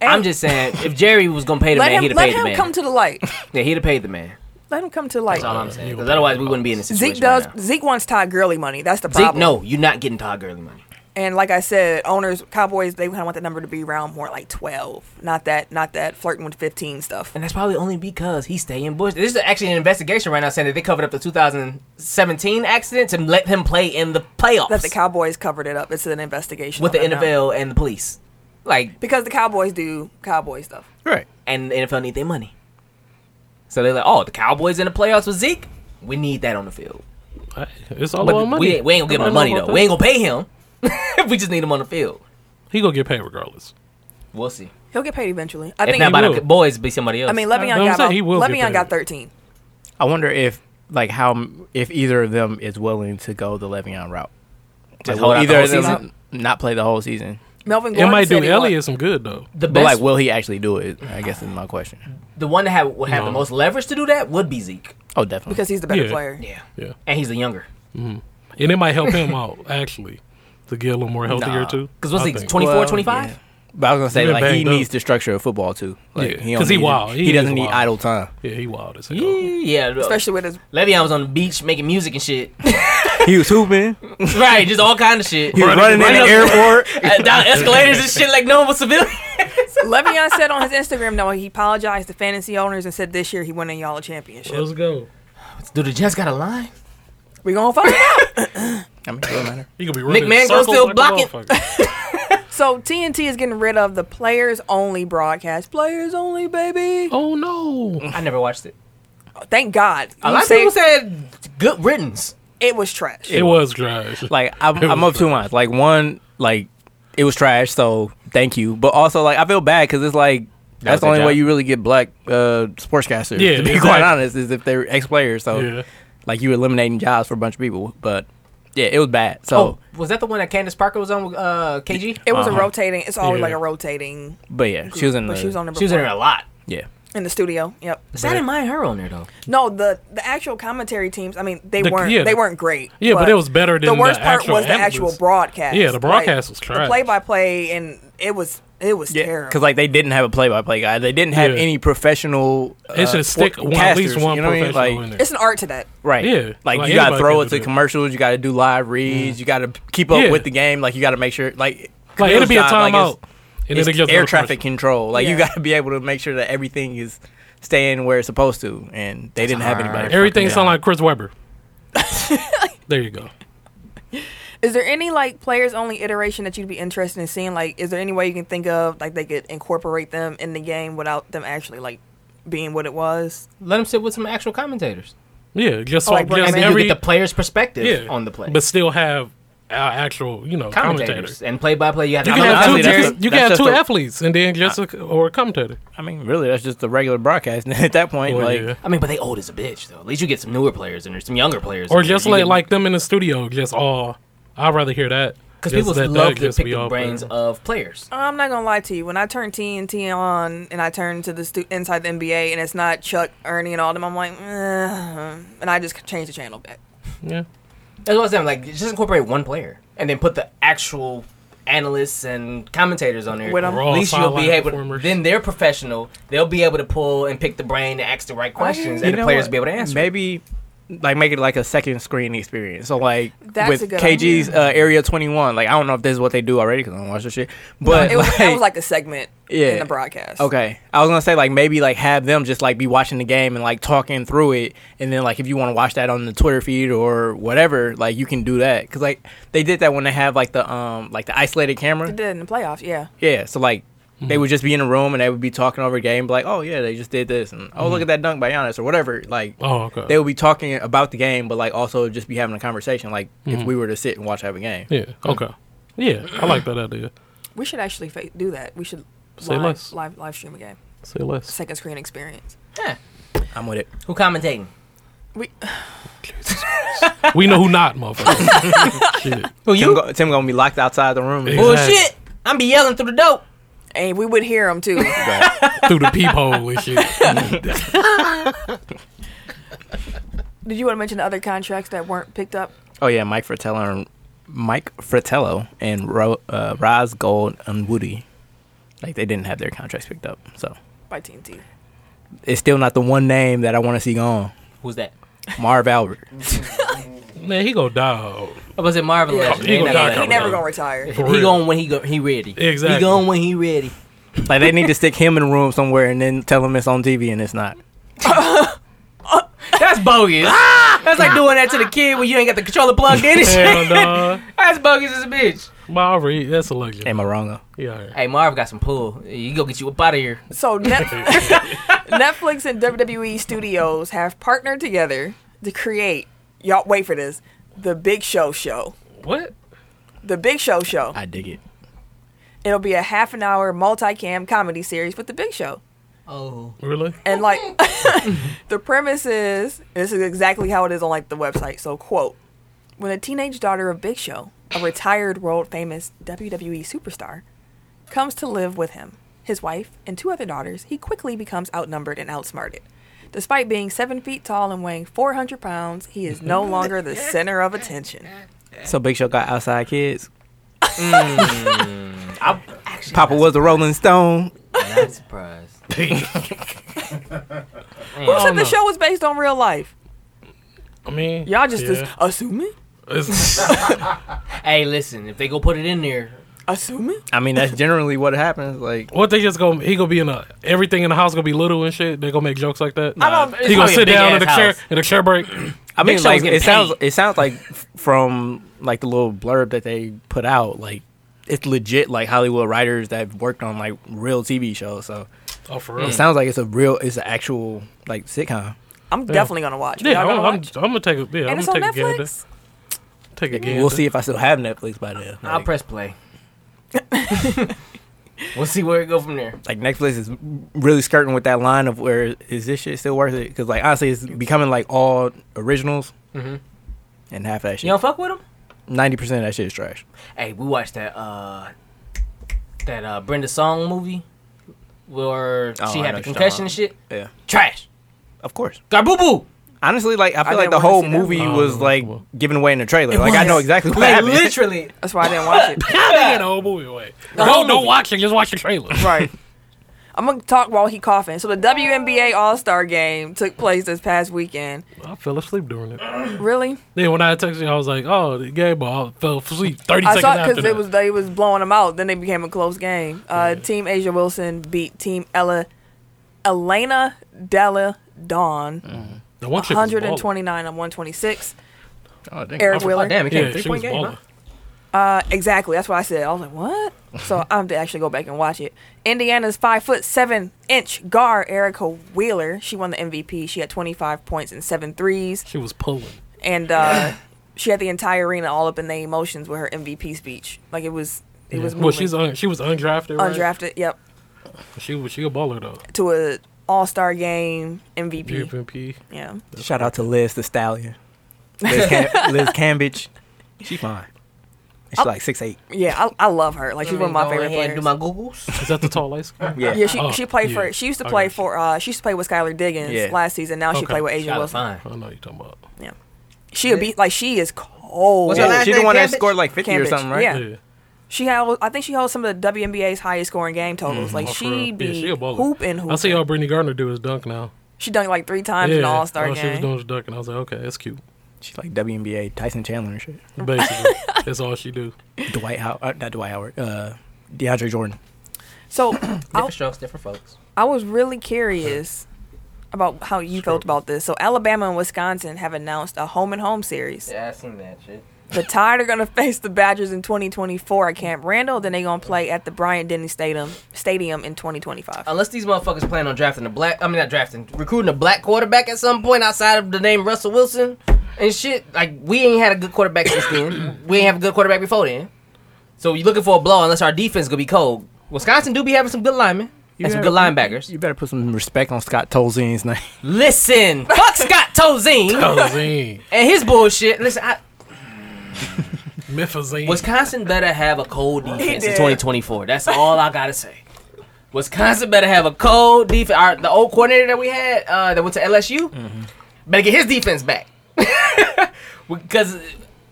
[SPEAKER 1] I'm just saying, if Jerry was gonna pay the
[SPEAKER 3] Let
[SPEAKER 1] man,
[SPEAKER 3] him.
[SPEAKER 1] he'd have
[SPEAKER 3] Let
[SPEAKER 1] paid the
[SPEAKER 3] him
[SPEAKER 1] man.
[SPEAKER 3] come to the light.
[SPEAKER 1] yeah, he'd have paid the man.
[SPEAKER 3] Let him come to the light.
[SPEAKER 1] That's all I'm saying.
[SPEAKER 4] he would
[SPEAKER 1] 'Cause
[SPEAKER 4] pay
[SPEAKER 1] otherwise, we wouldn't be in this situation.
[SPEAKER 3] Zeke does.
[SPEAKER 1] right now.
[SPEAKER 3] Zeke wants Todd Gurley money. That's the problem.
[SPEAKER 1] Zeke, no, you're not getting Todd Gurley money.
[SPEAKER 3] And like I said, owners, Cowboys, they kind of want that number to be around more like twelve. Not that. Not that flirting with fifteen stuff.
[SPEAKER 1] And that's probably only because he's staying bush. This is actually an investigation right now saying that they covered up the 2017 accident to let him play in the playoffs
[SPEAKER 3] That the Cowboys covered it up. It's an investigation
[SPEAKER 1] with the
[SPEAKER 3] on that now.
[SPEAKER 1] NFL and the police. Like,
[SPEAKER 3] because the Cowboys do Cowboy stuff.
[SPEAKER 2] Right.
[SPEAKER 1] and the NFL need their money. So they're like, oh, the Cowboys in the playoffs with Zeke? We need that on the field.
[SPEAKER 4] Hey, It's all
[SPEAKER 1] But
[SPEAKER 4] about money.
[SPEAKER 1] we, ain't- we ain't gonna give him the
[SPEAKER 4] Everybody
[SPEAKER 1] money,
[SPEAKER 4] know
[SPEAKER 1] though.
[SPEAKER 4] about
[SPEAKER 1] We ain't
[SPEAKER 4] that.
[SPEAKER 1] gonna pay him. we just need him [laughs] on the field.
[SPEAKER 4] He gonna get paid regardless.
[SPEAKER 1] We'll see.
[SPEAKER 3] He'll get paid eventually. I
[SPEAKER 1] If
[SPEAKER 3] think.
[SPEAKER 1] not by
[SPEAKER 4] will.
[SPEAKER 1] the boys, be somebody else.
[SPEAKER 3] I mean, Le'Veon got.
[SPEAKER 4] I'm saying
[SPEAKER 3] about-
[SPEAKER 4] he will get
[SPEAKER 3] Le'Veon
[SPEAKER 4] paid.
[SPEAKER 3] got thirteen.
[SPEAKER 2] I wonder if like how m- if either of them is willing to go the Le'Veon route.
[SPEAKER 1] Just
[SPEAKER 2] Like, will
[SPEAKER 1] hold out the
[SPEAKER 2] either
[SPEAKER 1] whole
[SPEAKER 2] of them not play the whole season,
[SPEAKER 3] Melvin
[SPEAKER 4] It
[SPEAKER 3] Gordon
[SPEAKER 4] might
[SPEAKER 3] said
[SPEAKER 4] do
[SPEAKER 3] he want-
[SPEAKER 4] Elliott some good though.
[SPEAKER 1] The
[SPEAKER 2] but
[SPEAKER 1] best,
[SPEAKER 2] like, will he actually do it? I guess is my question.
[SPEAKER 1] the one that have, would have the
[SPEAKER 4] No.
[SPEAKER 1] most leverage to do that would be Zeke.
[SPEAKER 2] Oh, definitely.
[SPEAKER 3] because he's the better
[SPEAKER 4] Yeah.
[SPEAKER 3] player.
[SPEAKER 1] Yeah,
[SPEAKER 4] Yeah,
[SPEAKER 1] and he's the younger.
[SPEAKER 4] and it might help him out actually to get a little more healthier
[SPEAKER 2] Nah.
[SPEAKER 4] too.
[SPEAKER 1] Because what's
[SPEAKER 4] I
[SPEAKER 1] he,
[SPEAKER 4] think.
[SPEAKER 1] 24,
[SPEAKER 2] Well,
[SPEAKER 1] 25?
[SPEAKER 2] yeah. But I was gonna say
[SPEAKER 4] He been
[SPEAKER 2] like he
[SPEAKER 4] banged up.
[SPEAKER 2] needs the structure of football too. Like
[SPEAKER 4] Yeah,
[SPEAKER 2] he don't
[SPEAKER 4] 'cause he
[SPEAKER 2] need-
[SPEAKER 4] wild.
[SPEAKER 2] He,
[SPEAKER 4] He
[SPEAKER 2] doesn't
[SPEAKER 4] is
[SPEAKER 2] need
[SPEAKER 4] wild.
[SPEAKER 2] idle time.
[SPEAKER 4] Yeah, he wild as hell.
[SPEAKER 1] Yeah, yeah. Especially
[SPEAKER 3] Especially with his [laughs]
[SPEAKER 1] Le'Veon was on the beach making music and shit. [laughs]
[SPEAKER 2] He was hooping.
[SPEAKER 1] right, just all kind of shit.
[SPEAKER 2] He was running in the [laughs]
[SPEAKER 1] up-
[SPEAKER 2] airport.
[SPEAKER 1] uh, [laughs] down escalators and shit like normal civilians.
[SPEAKER 3] Le'Veon said on his Instagram though he apologized to fantasy owners and said this year he won a y'all a championship.
[SPEAKER 4] Let's go.
[SPEAKER 1] [laughs] Do the Jets got a line?
[SPEAKER 3] We gonna find out.
[SPEAKER 2] I mean, it don't matter.
[SPEAKER 4] He could be running. in
[SPEAKER 1] McMahon gonna
[SPEAKER 4] circles
[SPEAKER 1] still
[SPEAKER 4] like a
[SPEAKER 1] block it.
[SPEAKER 4] motherfucker.
[SPEAKER 3] So TNT is getting rid of the players only broadcast. Players only, baby.
[SPEAKER 1] [laughs]
[SPEAKER 4] Oh no!
[SPEAKER 1] I never watched it.
[SPEAKER 3] Thank God.
[SPEAKER 1] A
[SPEAKER 3] You
[SPEAKER 1] lot of
[SPEAKER 3] say-
[SPEAKER 1] people said good riddance.
[SPEAKER 3] it was trash.
[SPEAKER 4] It was trash.
[SPEAKER 2] Like I'm,
[SPEAKER 4] It
[SPEAKER 2] I'm
[SPEAKER 4] was
[SPEAKER 2] of two minds. Like one, like it was trash. So thank you. But also, like I feel bad because it's like
[SPEAKER 1] was
[SPEAKER 2] that's the
[SPEAKER 1] their
[SPEAKER 2] only way
[SPEAKER 1] job.
[SPEAKER 2] you really get black uh, sportscasters.
[SPEAKER 4] Yeah,
[SPEAKER 2] to be
[SPEAKER 4] exactly.
[SPEAKER 2] quite honest, is if they're ex players. So
[SPEAKER 4] yeah.
[SPEAKER 2] like you eliminating jobs for a bunch of people. But yeah, it was bad. So
[SPEAKER 1] Oh, was that the one that Candace Parker was on with uh, KG?
[SPEAKER 3] It was a
[SPEAKER 2] Uh-huh.
[SPEAKER 3] rotating. It's always
[SPEAKER 4] Yeah.
[SPEAKER 3] like a rotating.
[SPEAKER 2] but yeah, she was in.
[SPEAKER 3] but
[SPEAKER 2] the,
[SPEAKER 3] she was on the.
[SPEAKER 1] She was in there a lot.
[SPEAKER 2] Yeah,
[SPEAKER 3] in the studio. Yep.
[SPEAKER 1] So I didn't mind her on there though.
[SPEAKER 3] No, the the actual commentary teams. I mean, they
[SPEAKER 4] The-
[SPEAKER 3] weren't
[SPEAKER 4] yeah,
[SPEAKER 3] they
[SPEAKER 4] the-
[SPEAKER 3] weren't great.
[SPEAKER 4] Yeah, but it was better
[SPEAKER 3] the
[SPEAKER 4] than the
[SPEAKER 3] worst part
[SPEAKER 4] actual
[SPEAKER 3] was the actual
[SPEAKER 4] analysts.
[SPEAKER 3] broadcast.
[SPEAKER 4] Yeah, the broadcast
[SPEAKER 3] Like,
[SPEAKER 4] was
[SPEAKER 3] The
[SPEAKER 4] trash.
[SPEAKER 3] play by play and it was it was
[SPEAKER 2] yeah.
[SPEAKER 3] terrible.
[SPEAKER 2] Because like they didn't have a play-by-play guy. They didn't have
[SPEAKER 4] Yeah.
[SPEAKER 2] any professional. uh,
[SPEAKER 4] It
[SPEAKER 1] uh,
[SPEAKER 4] should stick
[SPEAKER 2] sport-
[SPEAKER 4] one, at least
[SPEAKER 2] casters,
[SPEAKER 4] one
[SPEAKER 2] you know what I mean?
[SPEAKER 4] professional
[SPEAKER 2] Like,
[SPEAKER 4] in there.
[SPEAKER 3] it's an art to that.
[SPEAKER 2] Right.
[SPEAKER 4] Yeah,
[SPEAKER 2] Like,
[SPEAKER 4] like,
[SPEAKER 2] you gotta
[SPEAKER 4] anybody
[SPEAKER 2] throw
[SPEAKER 4] can
[SPEAKER 2] it
[SPEAKER 4] do
[SPEAKER 2] to
[SPEAKER 4] that. Mm.
[SPEAKER 2] commercials. You gotta do live reads. You gotta keep up
[SPEAKER 4] Yeah.
[SPEAKER 2] with the game. Like you gotta make sure. Like
[SPEAKER 4] Like it'll
[SPEAKER 2] Camille's
[SPEAKER 4] be a
[SPEAKER 2] job, like, is-
[SPEAKER 4] timeout, and
[SPEAKER 2] it's
[SPEAKER 4] it'll get
[SPEAKER 2] air traffic control. Like
[SPEAKER 3] Yeah.
[SPEAKER 2] you gotta be able to make sure that everything is staying where it's supposed to. And they didn't have anybody.
[SPEAKER 1] hard.
[SPEAKER 4] Everything
[SPEAKER 2] fucking
[SPEAKER 4] sound
[SPEAKER 2] down.
[SPEAKER 4] like
[SPEAKER 1] [laughs]
[SPEAKER 4] Chris Webber. there you go.
[SPEAKER 3] Is there any like players only iteration that you'd be interested in seeing? Like, is there any way you can think of like they could incorporate them in the game without them actually like being what it was?
[SPEAKER 1] Let them sit with some actual commentators,
[SPEAKER 4] Yeah, just
[SPEAKER 3] Oh,
[SPEAKER 4] so
[SPEAKER 3] like bring him
[SPEAKER 4] just
[SPEAKER 1] and
[SPEAKER 3] in.
[SPEAKER 1] then
[SPEAKER 4] every
[SPEAKER 1] you get the player's perspective
[SPEAKER 4] yeah
[SPEAKER 1] on the play.
[SPEAKER 4] but still have our actual you know commentator.
[SPEAKER 1] commentators and play by play. You have
[SPEAKER 4] You
[SPEAKER 1] to
[SPEAKER 4] can
[SPEAKER 2] mean,
[SPEAKER 4] have two.
[SPEAKER 2] honestly,
[SPEAKER 4] you
[SPEAKER 2] that's
[SPEAKER 4] can,
[SPEAKER 2] a-
[SPEAKER 4] you can
[SPEAKER 2] that's
[SPEAKER 4] have two
[SPEAKER 2] just a-
[SPEAKER 4] athletes, and then just a, or a commentator.
[SPEAKER 2] I mean, really, that's just the regular broadcast [laughs] at that point.
[SPEAKER 4] Well,
[SPEAKER 2] like
[SPEAKER 4] yeah.
[SPEAKER 1] I mean, but they old as a bitch though. At least you get some newer players and there's some younger players.
[SPEAKER 4] or
[SPEAKER 1] in there.
[SPEAKER 4] just
[SPEAKER 1] You
[SPEAKER 4] like
[SPEAKER 1] get-
[SPEAKER 4] like them in the studio. Just all. I'd rather hear that
[SPEAKER 1] because
[SPEAKER 4] Just
[SPEAKER 1] people
[SPEAKER 4] let
[SPEAKER 1] love
[SPEAKER 4] that
[SPEAKER 1] to
[SPEAKER 4] just
[SPEAKER 1] pick
[SPEAKER 4] be
[SPEAKER 1] the
[SPEAKER 4] all
[SPEAKER 1] brains
[SPEAKER 4] players.
[SPEAKER 1] of players.
[SPEAKER 3] I'm not gonna lie to you. When I turn TNT on and I turn to the stu- inside the NBA and it's not Chuck, Ernie, and all them, I'm like, "Ugh," and I just change the channel back.
[SPEAKER 4] Yeah,
[SPEAKER 1] That's what I'm saying. Like just incorporate one player and then put the actual analysts and commentators on there.
[SPEAKER 3] With 'em.
[SPEAKER 4] We're
[SPEAKER 1] At
[SPEAKER 4] all
[SPEAKER 1] least you'll be
[SPEAKER 4] sideline
[SPEAKER 1] able.
[SPEAKER 4] performers.
[SPEAKER 1] Then they're professional. They'll be able to pull and pick the brain and ask the right questions,
[SPEAKER 2] You
[SPEAKER 1] and the
[SPEAKER 2] know
[SPEAKER 1] players
[SPEAKER 2] what?
[SPEAKER 1] be able to answer.
[SPEAKER 2] Maybe like make it like a second screen experience. So like
[SPEAKER 3] That's a
[SPEAKER 2] with
[SPEAKER 3] good
[SPEAKER 2] KG's uh, Area 21. Like I don't know if this is what they do already because I don't watch this shit. But
[SPEAKER 3] It was,
[SPEAKER 2] [laughs] like,
[SPEAKER 3] that was like a segment
[SPEAKER 2] Yeah.
[SPEAKER 3] in the broadcast.
[SPEAKER 2] okay, I was gonna say like maybe like have them just like be watching the game and like talking through it, and then like if you want to watch that on the Twitter feed or whatever, like you can do that because like they did that when they have like the um like the isolated camera.
[SPEAKER 3] It did in the playoffs, yeah.
[SPEAKER 2] Yeah, so like they would just be in a room and they would be talking over a game, be like oh yeah they just did this and oh look at that dunk by Giannis or whatever like.
[SPEAKER 4] Oh, okay.
[SPEAKER 2] they would be talking about the game, but like also just be having a conversation, like if we were to sit and watch have a game.
[SPEAKER 4] yeah. Okay. Yeah, I like that idea.
[SPEAKER 3] We should actually fa- do that. We should
[SPEAKER 4] Say
[SPEAKER 3] live,
[SPEAKER 4] less.
[SPEAKER 3] live live stream a game,
[SPEAKER 4] Say less.
[SPEAKER 3] second screen experience.
[SPEAKER 1] Yeah.
[SPEAKER 2] I'm with it.
[SPEAKER 1] Who commentating?
[SPEAKER 3] We
[SPEAKER 4] we know who not,
[SPEAKER 1] [laughs]
[SPEAKER 4] motherfucker. Shit.
[SPEAKER 1] Who
[SPEAKER 2] Tim, go- Tim gonna be locked outside the room.
[SPEAKER 4] Yeah.
[SPEAKER 1] Bullshit. I'm be yelling through the dope.
[SPEAKER 3] and we would hear
[SPEAKER 2] [laughs]
[SPEAKER 3] them too.
[SPEAKER 4] Through the peephole and shit.
[SPEAKER 3] Did you want to mention the other contracts that weren't picked up?
[SPEAKER 2] oh yeah, Mike Fratello and Mike Fratello and Ro- uh, Roz Gold and Woody, like they didn't have their contracts picked up, so
[SPEAKER 3] By TNT.
[SPEAKER 2] it's still not the one name that I want to see gone.
[SPEAKER 1] Who's that?
[SPEAKER 2] Marv Albert.
[SPEAKER 4] [laughs]
[SPEAKER 2] [laughs]
[SPEAKER 4] Man, he go dog.
[SPEAKER 1] I was it Marvel?
[SPEAKER 3] Yeah.
[SPEAKER 1] Legend?
[SPEAKER 4] He
[SPEAKER 1] Ain't
[SPEAKER 4] gonna
[SPEAKER 1] nothing
[SPEAKER 4] die
[SPEAKER 1] like
[SPEAKER 3] He
[SPEAKER 4] Cover
[SPEAKER 3] never
[SPEAKER 4] them.
[SPEAKER 3] gonna retire.
[SPEAKER 1] that.
[SPEAKER 4] for
[SPEAKER 1] He
[SPEAKER 4] real.
[SPEAKER 1] going when he go, he ready. He
[SPEAKER 4] Exactly.
[SPEAKER 1] going when he ready.
[SPEAKER 2] Like they need to stick him in a room somewhere and then tell him it's on TV and it's not.
[SPEAKER 1] That's bogus. That's like doing that to the kid when you ain't got the controller plugged in. And
[SPEAKER 4] [laughs] Hell
[SPEAKER 1] shit.
[SPEAKER 4] no.
[SPEAKER 1] That's bogus as a bitch.
[SPEAKER 4] Mallory, that's a legend.
[SPEAKER 2] Am I wrong though?
[SPEAKER 4] Yeah.
[SPEAKER 1] Hey, Marv got some pull. You go get you up out of here.
[SPEAKER 3] So Net- [laughs] Netflix and WWE Studios have partnered together to create. Y'all wait for this. The Big Show Show.
[SPEAKER 4] What?
[SPEAKER 3] The Big Show Show.
[SPEAKER 2] I dig it.
[SPEAKER 3] It'll be a half an hour multi-cam comedy series with The Big Show.
[SPEAKER 1] [laughs]
[SPEAKER 5] Oh,
[SPEAKER 4] Really?
[SPEAKER 3] And like [laughs] the premise is this is exactly how it is on like the website. So quote when a teenage daughter of Big Show, a retired world famous WWE superstar, comes to live with him, his wife, and two other daughters, he quickly becomes outnumbered and outsmarted. Despite being seven feet tall and weighing four hundred pounds, he is no longer the center of attention.
[SPEAKER 2] So Big Show got outside kids. Mm. [laughs]
[SPEAKER 1] I, actually,
[SPEAKER 2] Papa was a Rolling Stone.
[SPEAKER 5] not surprised.
[SPEAKER 3] Who said
[SPEAKER 4] Oh, no.
[SPEAKER 3] the show was based on real life?
[SPEAKER 4] I mean,
[SPEAKER 3] Y'all just
[SPEAKER 4] yeah.
[SPEAKER 3] as- assuming,
[SPEAKER 4] It's- [laughs]
[SPEAKER 5] Hey, listen, if they go put it in there,
[SPEAKER 3] assuming.
[SPEAKER 2] I mean, that's generally what happens. Like,
[SPEAKER 4] what they just gonna he gonna be in a everything in the house gonna be little and shit. They gonna make jokes like that.
[SPEAKER 1] I don't- it's
[SPEAKER 4] he gonna
[SPEAKER 1] probably a
[SPEAKER 4] sit
[SPEAKER 1] big
[SPEAKER 4] down in
[SPEAKER 1] ass
[SPEAKER 4] the chair
[SPEAKER 1] house.
[SPEAKER 4] in the chair break. [clears throat]
[SPEAKER 2] I mean,
[SPEAKER 1] Show's
[SPEAKER 2] like
[SPEAKER 1] getting
[SPEAKER 2] it sounds.
[SPEAKER 1] paid.
[SPEAKER 2] It sounds like f- from like the little blurb that they put out. Like, it's legit. Like Hollywood writers that worked on like real TV shows. So
[SPEAKER 4] Oh, for real.
[SPEAKER 2] it sounds like it's a real. It's an actual like sitcom.
[SPEAKER 3] I'm definitely gonna watch.
[SPEAKER 4] Yeah,
[SPEAKER 3] Y'all
[SPEAKER 4] I'm,
[SPEAKER 3] gonna
[SPEAKER 4] I'm, I'm
[SPEAKER 3] watch?
[SPEAKER 4] gonna take a yeah.
[SPEAKER 3] and
[SPEAKER 4] I'm
[SPEAKER 3] it's
[SPEAKER 4] gonna
[SPEAKER 3] on
[SPEAKER 4] take a gander.
[SPEAKER 3] Netflix.
[SPEAKER 4] Take a gander.
[SPEAKER 2] We'll see if I still have Netflix by then.
[SPEAKER 1] I'll
[SPEAKER 2] Like,
[SPEAKER 1] press play. [laughs] we'll see where it go from there.
[SPEAKER 2] like Netflix is really skirting with that line of where is this shit still worth it? Because like honestly, it's becoming like all originals,
[SPEAKER 1] Mhm.
[SPEAKER 2] and half that
[SPEAKER 1] You don't
[SPEAKER 2] shit,
[SPEAKER 1] fuck with him?
[SPEAKER 2] ninety percent of that shit is trash.
[SPEAKER 1] Hey, we watched that uh that uh Brenda Song movie where
[SPEAKER 2] Oh,
[SPEAKER 1] she
[SPEAKER 2] I
[SPEAKER 1] had the
[SPEAKER 2] know what you're
[SPEAKER 1] concussion
[SPEAKER 2] talking
[SPEAKER 1] and shit.
[SPEAKER 2] Yeah,
[SPEAKER 1] Trash.
[SPEAKER 2] of course.
[SPEAKER 1] Garboo boo.
[SPEAKER 2] Honestly, like I feel
[SPEAKER 3] I
[SPEAKER 2] like
[SPEAKER 3] didn't
[SPEAKER 2] the
[SPEAKER 3] wanna
[SPEAKER 2] whole
[SPEAKER 3] see that
[SPEAKER 2] movie
[SPEAKER 4] one.
[SPEAKER 2] was
[SPEAKER 4] Oh,
[SPEAKER 2] like
[SPEAKER 4] well.
[SPEAKER 2] given away in the trailer.
[SPEAKER 1] It
[SPEAKER 2] Like I [laughs]
[SPEAKER 1] was. [laughs]
[SPEAKER 2] know exactly what
[SPEAKER 1] Like
[SPEAKER 2] happened.
[SPEAKER 1] literally.
[SPEAKER 3] That's why I didn't watch it.
[SPEAKER 4] Yeah, the whole movie away. No, don't watch it. Just watch the trailer.
[SPEAKER 3] [laughs] Right. I'm gonna talk while he coughing. So the WNBA All Star Game took place this past weekend.
[SPEAKER 4] I fell asleep during it.
[SPEAKER 3] Really?
[SPEAKER 4] Then when I texted you, I was like, "Oh, the game ball I fell asleep 30
[SPEAKER 3] I
[SPEAKER 4] seconds
[SPEAKER 3] saw
[SPEAKER 4] after
[SPEAKER 3] because
[SPEAKER 4] that."
[SPEAKER 3] it was they was blowing them out. Then they became a close game. Uh, Team Asia Wilson beat Team Ella Elena Della Dawn
[SPEAKER 4] the one chick Mm. was balling.
[SPEAKER 3] 129 on 126.
[SPEAKER 2] Oh, damn.
[SPEAKER 3] Eric Wheeler.
[SPEAKER 2] Oh, damn, it
[SPEAKER 4] Yeah,
[SPEAKER 2] came
[SPEAKER 4] she
[SPEAKER 2] three
[SPEAKER 4] was
[SPEAKER 2] point game.
[SPEAKER 4] balling.
[SPEAKER 2] huh?
[SPEAKER 3] Uh, exactly. That's what I said. I was like,
[SPEAKER 4] [laughs]
[SPEAKER 3] what? So I have to actually go back and watch it. Indiana's five foot seven inch guard Erica Wheeler. She won the MVP. She had 25 points and seven threes.
[SPEAKER 4] She was pulling.
[SPEAKER 3] and
[SPEAKER 4] [sighs]
[SPEAKER 3] uh, she had the entire arena all up in their emotions with her MVP speech. Like it was, it
[SPEAKER 4] Yeah.
[SPEAKER 3] was
[SPEAKER 4] well,
[SPEAKER 3] moving.
[SPEAKER 4] she's un- she was undrafted. Right?
[SPEAKER 3] undrafted. Yep,
[SPEAKER 4] She was she a baller though.
[SPEAKER 3] to a All Star game MVP.
[SPEAKER 4] PvP.
[SPEAKER 3] Yeah,
[SPEAKER 2] Shout out to Liz the Stallion, Liz,
[SPEAKER 1] [laughs]
[SPEAKER 2] Cam- Liz Cambage. She fine. And
[SPEAKER 1] Oh.
[SPEAKER 2] She's like six eight.
[SPEAKER 3] yeah, I, I love her. Like she's
[SPEAKER 1] Let
[SPEAKER 3] one
[SPEAKER 1] me
[SPEAKER 3] of my
[SPEAKER 1] go
[SPEAKER 3] favorite
[SPEAKER 1] ahead and
[SPEAKER 3] players.
[SPEAKER 1] Do my googles.
[SPEAKER 4] Is that the tall light skin?
[SPEAKER 2] Yeah.
[SPEAKER 3] yeah, she
[SPEAKER 4] Oh,
[SPEAKER 3] she played
[SPEAKER 4] yeah.
[SPEAKER 3] for. She used to
[SPEAKER 4] I
[SPEAKER 3] play
[SPEAKER 4] got
[SPEAKER 3] for. Uh, she used to play with Skylar Diggins
[SPEAKER 2] Yeah.
[SPEAKER 3] last season. Now she
[SPEAKER 4] Okay.
[SPEAKER 3] played with Asia
[SPEAKER 1] Shout out
[SPEAKER 3] Wilson.
[SPEAKER 1] fine.
[SPEAKER 4] I know you're talking about.
[SPEAKER 3] She a beat like she is cold.
[SPEAKER 1] What's her last
[SPEAKER 2] She's the
[SPEAKER 1] name,
[SPEAKER 2] one that
[SPEAKER 1] Cambage?
[SPEAKER 2] scored like fifty or
[SPEAKER 3] Cambage,
[SPEAKER 2] something, right?
[SPEAKER 3] yeah.
[SPEAKER 4] Yeah.
[SPEAKER 3] She held. I think she holds some of the WNBA's highest scoring game totals. like
[SPEAKER 4] Oh, for
[SPEAKER 3] she
[SPEAKER 4] real.
[SPEAKER 3] be
[SPEAKER 4] Yeah, she a baller.
[SPEAKER 3] hoop and
[SPEAKER 4] I
[SPEAKER 3] hoop.
[SPEAKER 4] see all Brittany Garner do is dunk now.
[SPEAKER 3] She done it like three times in
[SPEAKER 4] yeah.
[SPEAKER 3] the All Star
[SPEAKER 4] all she was
[SPEAKER 3] game.
[SPEAKER 4] doing was dunking. I was like, okay, that's cute.
[SPEAKER 2] She's like WNBA Tyson Chandler and shit.
[SPEAKER 4] Basically, that's all she do.
[SPEAKER 2] Dwight Howard, uh, not Dwight Howard, uh, DeAndre Jordan.
[SPEAKER 3] So I'll-
[SPEAKER 1] Different strokes, different folks.
[SPEAKER 3] I was really curious about how you felt about this. So Alabama and Wisconsin have announced a home and home series.
[SPEAKER 1] Yeah, I seen that shit.
[SPEAKER 3] The Tide are going to [laughs] face the Badgers in 2024 at Camp Randall. Then they're going to play at the Bryant Denny Stadium Stadium in 2025.
[SPEAKER 1] Unless these motherfuckers plan on drafting a black, I mean not drafting, recruiting a black quarterback at some point outside of the name Russell Wilson and shit. Like we ain't had a good quarterback since
[SPEAKER 2] [coughs]
[SPEAKER 1] then. we ain't have a good quarterback before then. So you looking for a blow unless our defense gonna be cold. Wisconsin do be having some good linemen and some good linebackers.
[SPEAKER 2] You better put some respect on Scott Tolzien's name. [laughs]
[SPEAKER 1] Listen, fuck Scott Tozine
[SPEAKER 4] Methazine.
[SPEAKER 1] and his bullshit. Listen, I,
[SPEAKER 4] Methazine.
[SPEAKER 1] Wisconsin better have a cold defense in
[SPEAKER 3] did.
[SPEAKER 1] 2024. That's all I gotta say. Wisconsin better have a cold defense. Our, the old coordinator that we had uh, that went to LSU
[SPEAKER 3] Mm-hmm.
[SPEAKER 1] better get his defense back. [laughs] Because